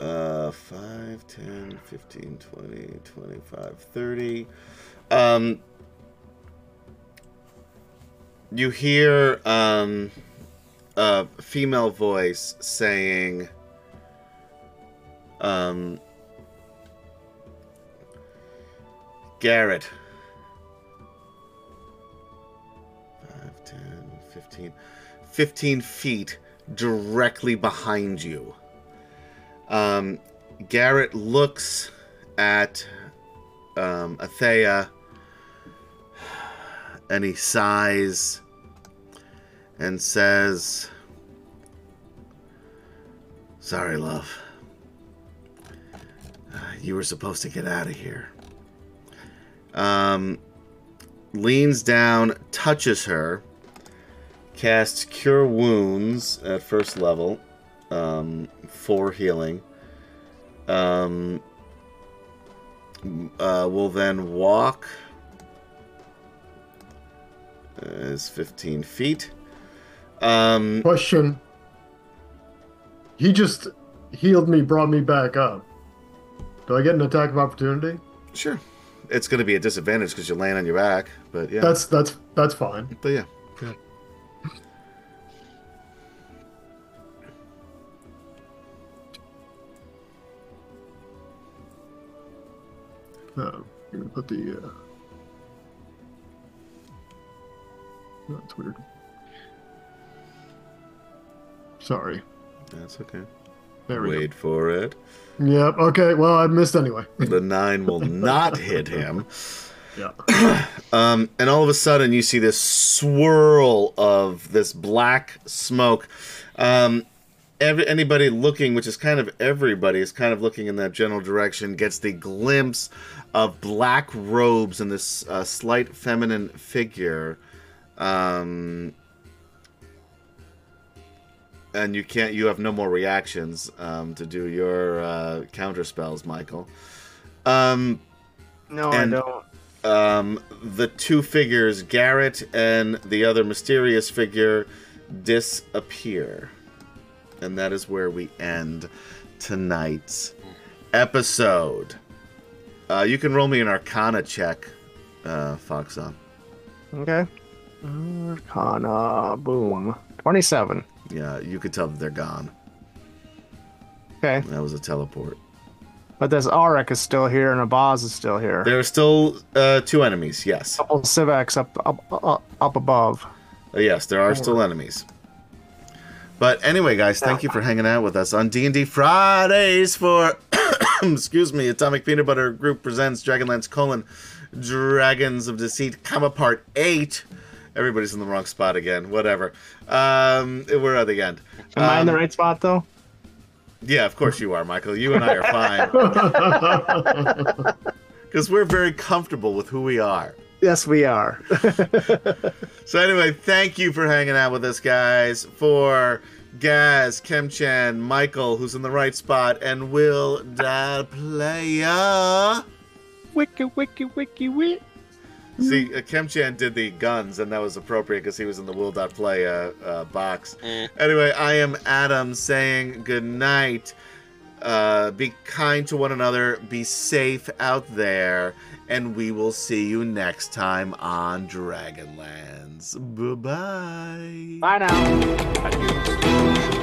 Speaker 2: Uh, 5, 10, 15, 20, 25, 30. Um, you hear um, a female voice saying, um, Garrett. 5, 10, 15, 15 feet directly behind you. Um, Garrett looks at um, Athea and he sighs and says, Sorry, love. Uh, You were supposed to get out of here. Um, leans down, touches her, casts Cure Wounds at first level um, for healing. Um, uh, will then walk uh, is 15 feet. Um,
Speaker 5: Question. He just healed me, brought me back up. Do I get an attack of opportunity?
Speaker 2: sure, it's going to be a disadvantage because you're laying on your back, but yeah,
Speaker 5: That's that's that's fine.
Speaker 2: but yeah.
Speaker 5: Uh, I'm gonna put the. Uh... That's weird. Sorry.
Speaker 2: That's okay.
Speaker 5: There we
Speaker 2: Wait for it.
Speaker 5: go. Yep. Okay. Well, I missed anyway.
Speaker 2: The nine will not hit him.
Speaker 5: Yeah.
Speaker 2: Um, and all of a sudden, you see this swirl of this black smoke. Um, every, anybody looking, which is kind of everybody, is kind of looking in that general direction, gets the glimpse of black robes and this uh, slight feminine figure. Um, and you can't. You have no more reactions um, to do your uh, counter spells, Michael. Um,
Speaker 3: No,
Speaker 2: And-
Speaker 3: I don't.
Speaker 2: um, the two figures, Garrett and the other mysterious figure, disappear. And that is where we end tonight's episode. Uh, you can roll me an Arcana check, uh, Foxon.
Speaker 3: Okay. Arcana. Boom. 27.
Speaker 2: Yeah, you could tell that they're gone.
Speaker 3: Okay.
Speaker 2: That was a teleport.
Speaker 3: But this Auric is still here and Abaz is still here.
Speaker 2: There are still uh, two enemies, yes.
Speaker 3: couple Civacs up, up, up, up above.
Speaker 2: Uh, Yes, there are still enemies. But anyway, guys, thank you for hanging out with us on D&D Fridays for, excuse me, Atomic Peanut Butter Group presents Dragonlance colon Dragons of Deceit, comma, part 8. Everybody's in the wrong spot again. Whatever. Um, we're at the end.
Speaker 3: Am I in the
Speaker 2: Um,
Speaker 3: right spot though?
Speaker 2: Yeah, of course you are, Michael. You and I are fine. Because we're very comfortable with who we are.
Speaker 3: Yes, we are.
Speaker 2: So anyway, thank you for hanging out with us, guys. For Gaz, Kemchan, Michael, who's in the right spot, and Will Dal Player.
Speaker 4: Wiki, wiki, wiki, wiki.
Speaker 2: See, uh, Kemchan did the guns, and that was appropriate because he was in the Will Dot Play uh, uh, box.
Speaker 6: Mm.
Speaker 2: Anyway, I am Adam saying good night. Uh, be kind to one another. Be safe out there, and we will see you next time on Dragonlands. Bye-bye.
Speaker 3: Bye now.
Speaker 6: Adios.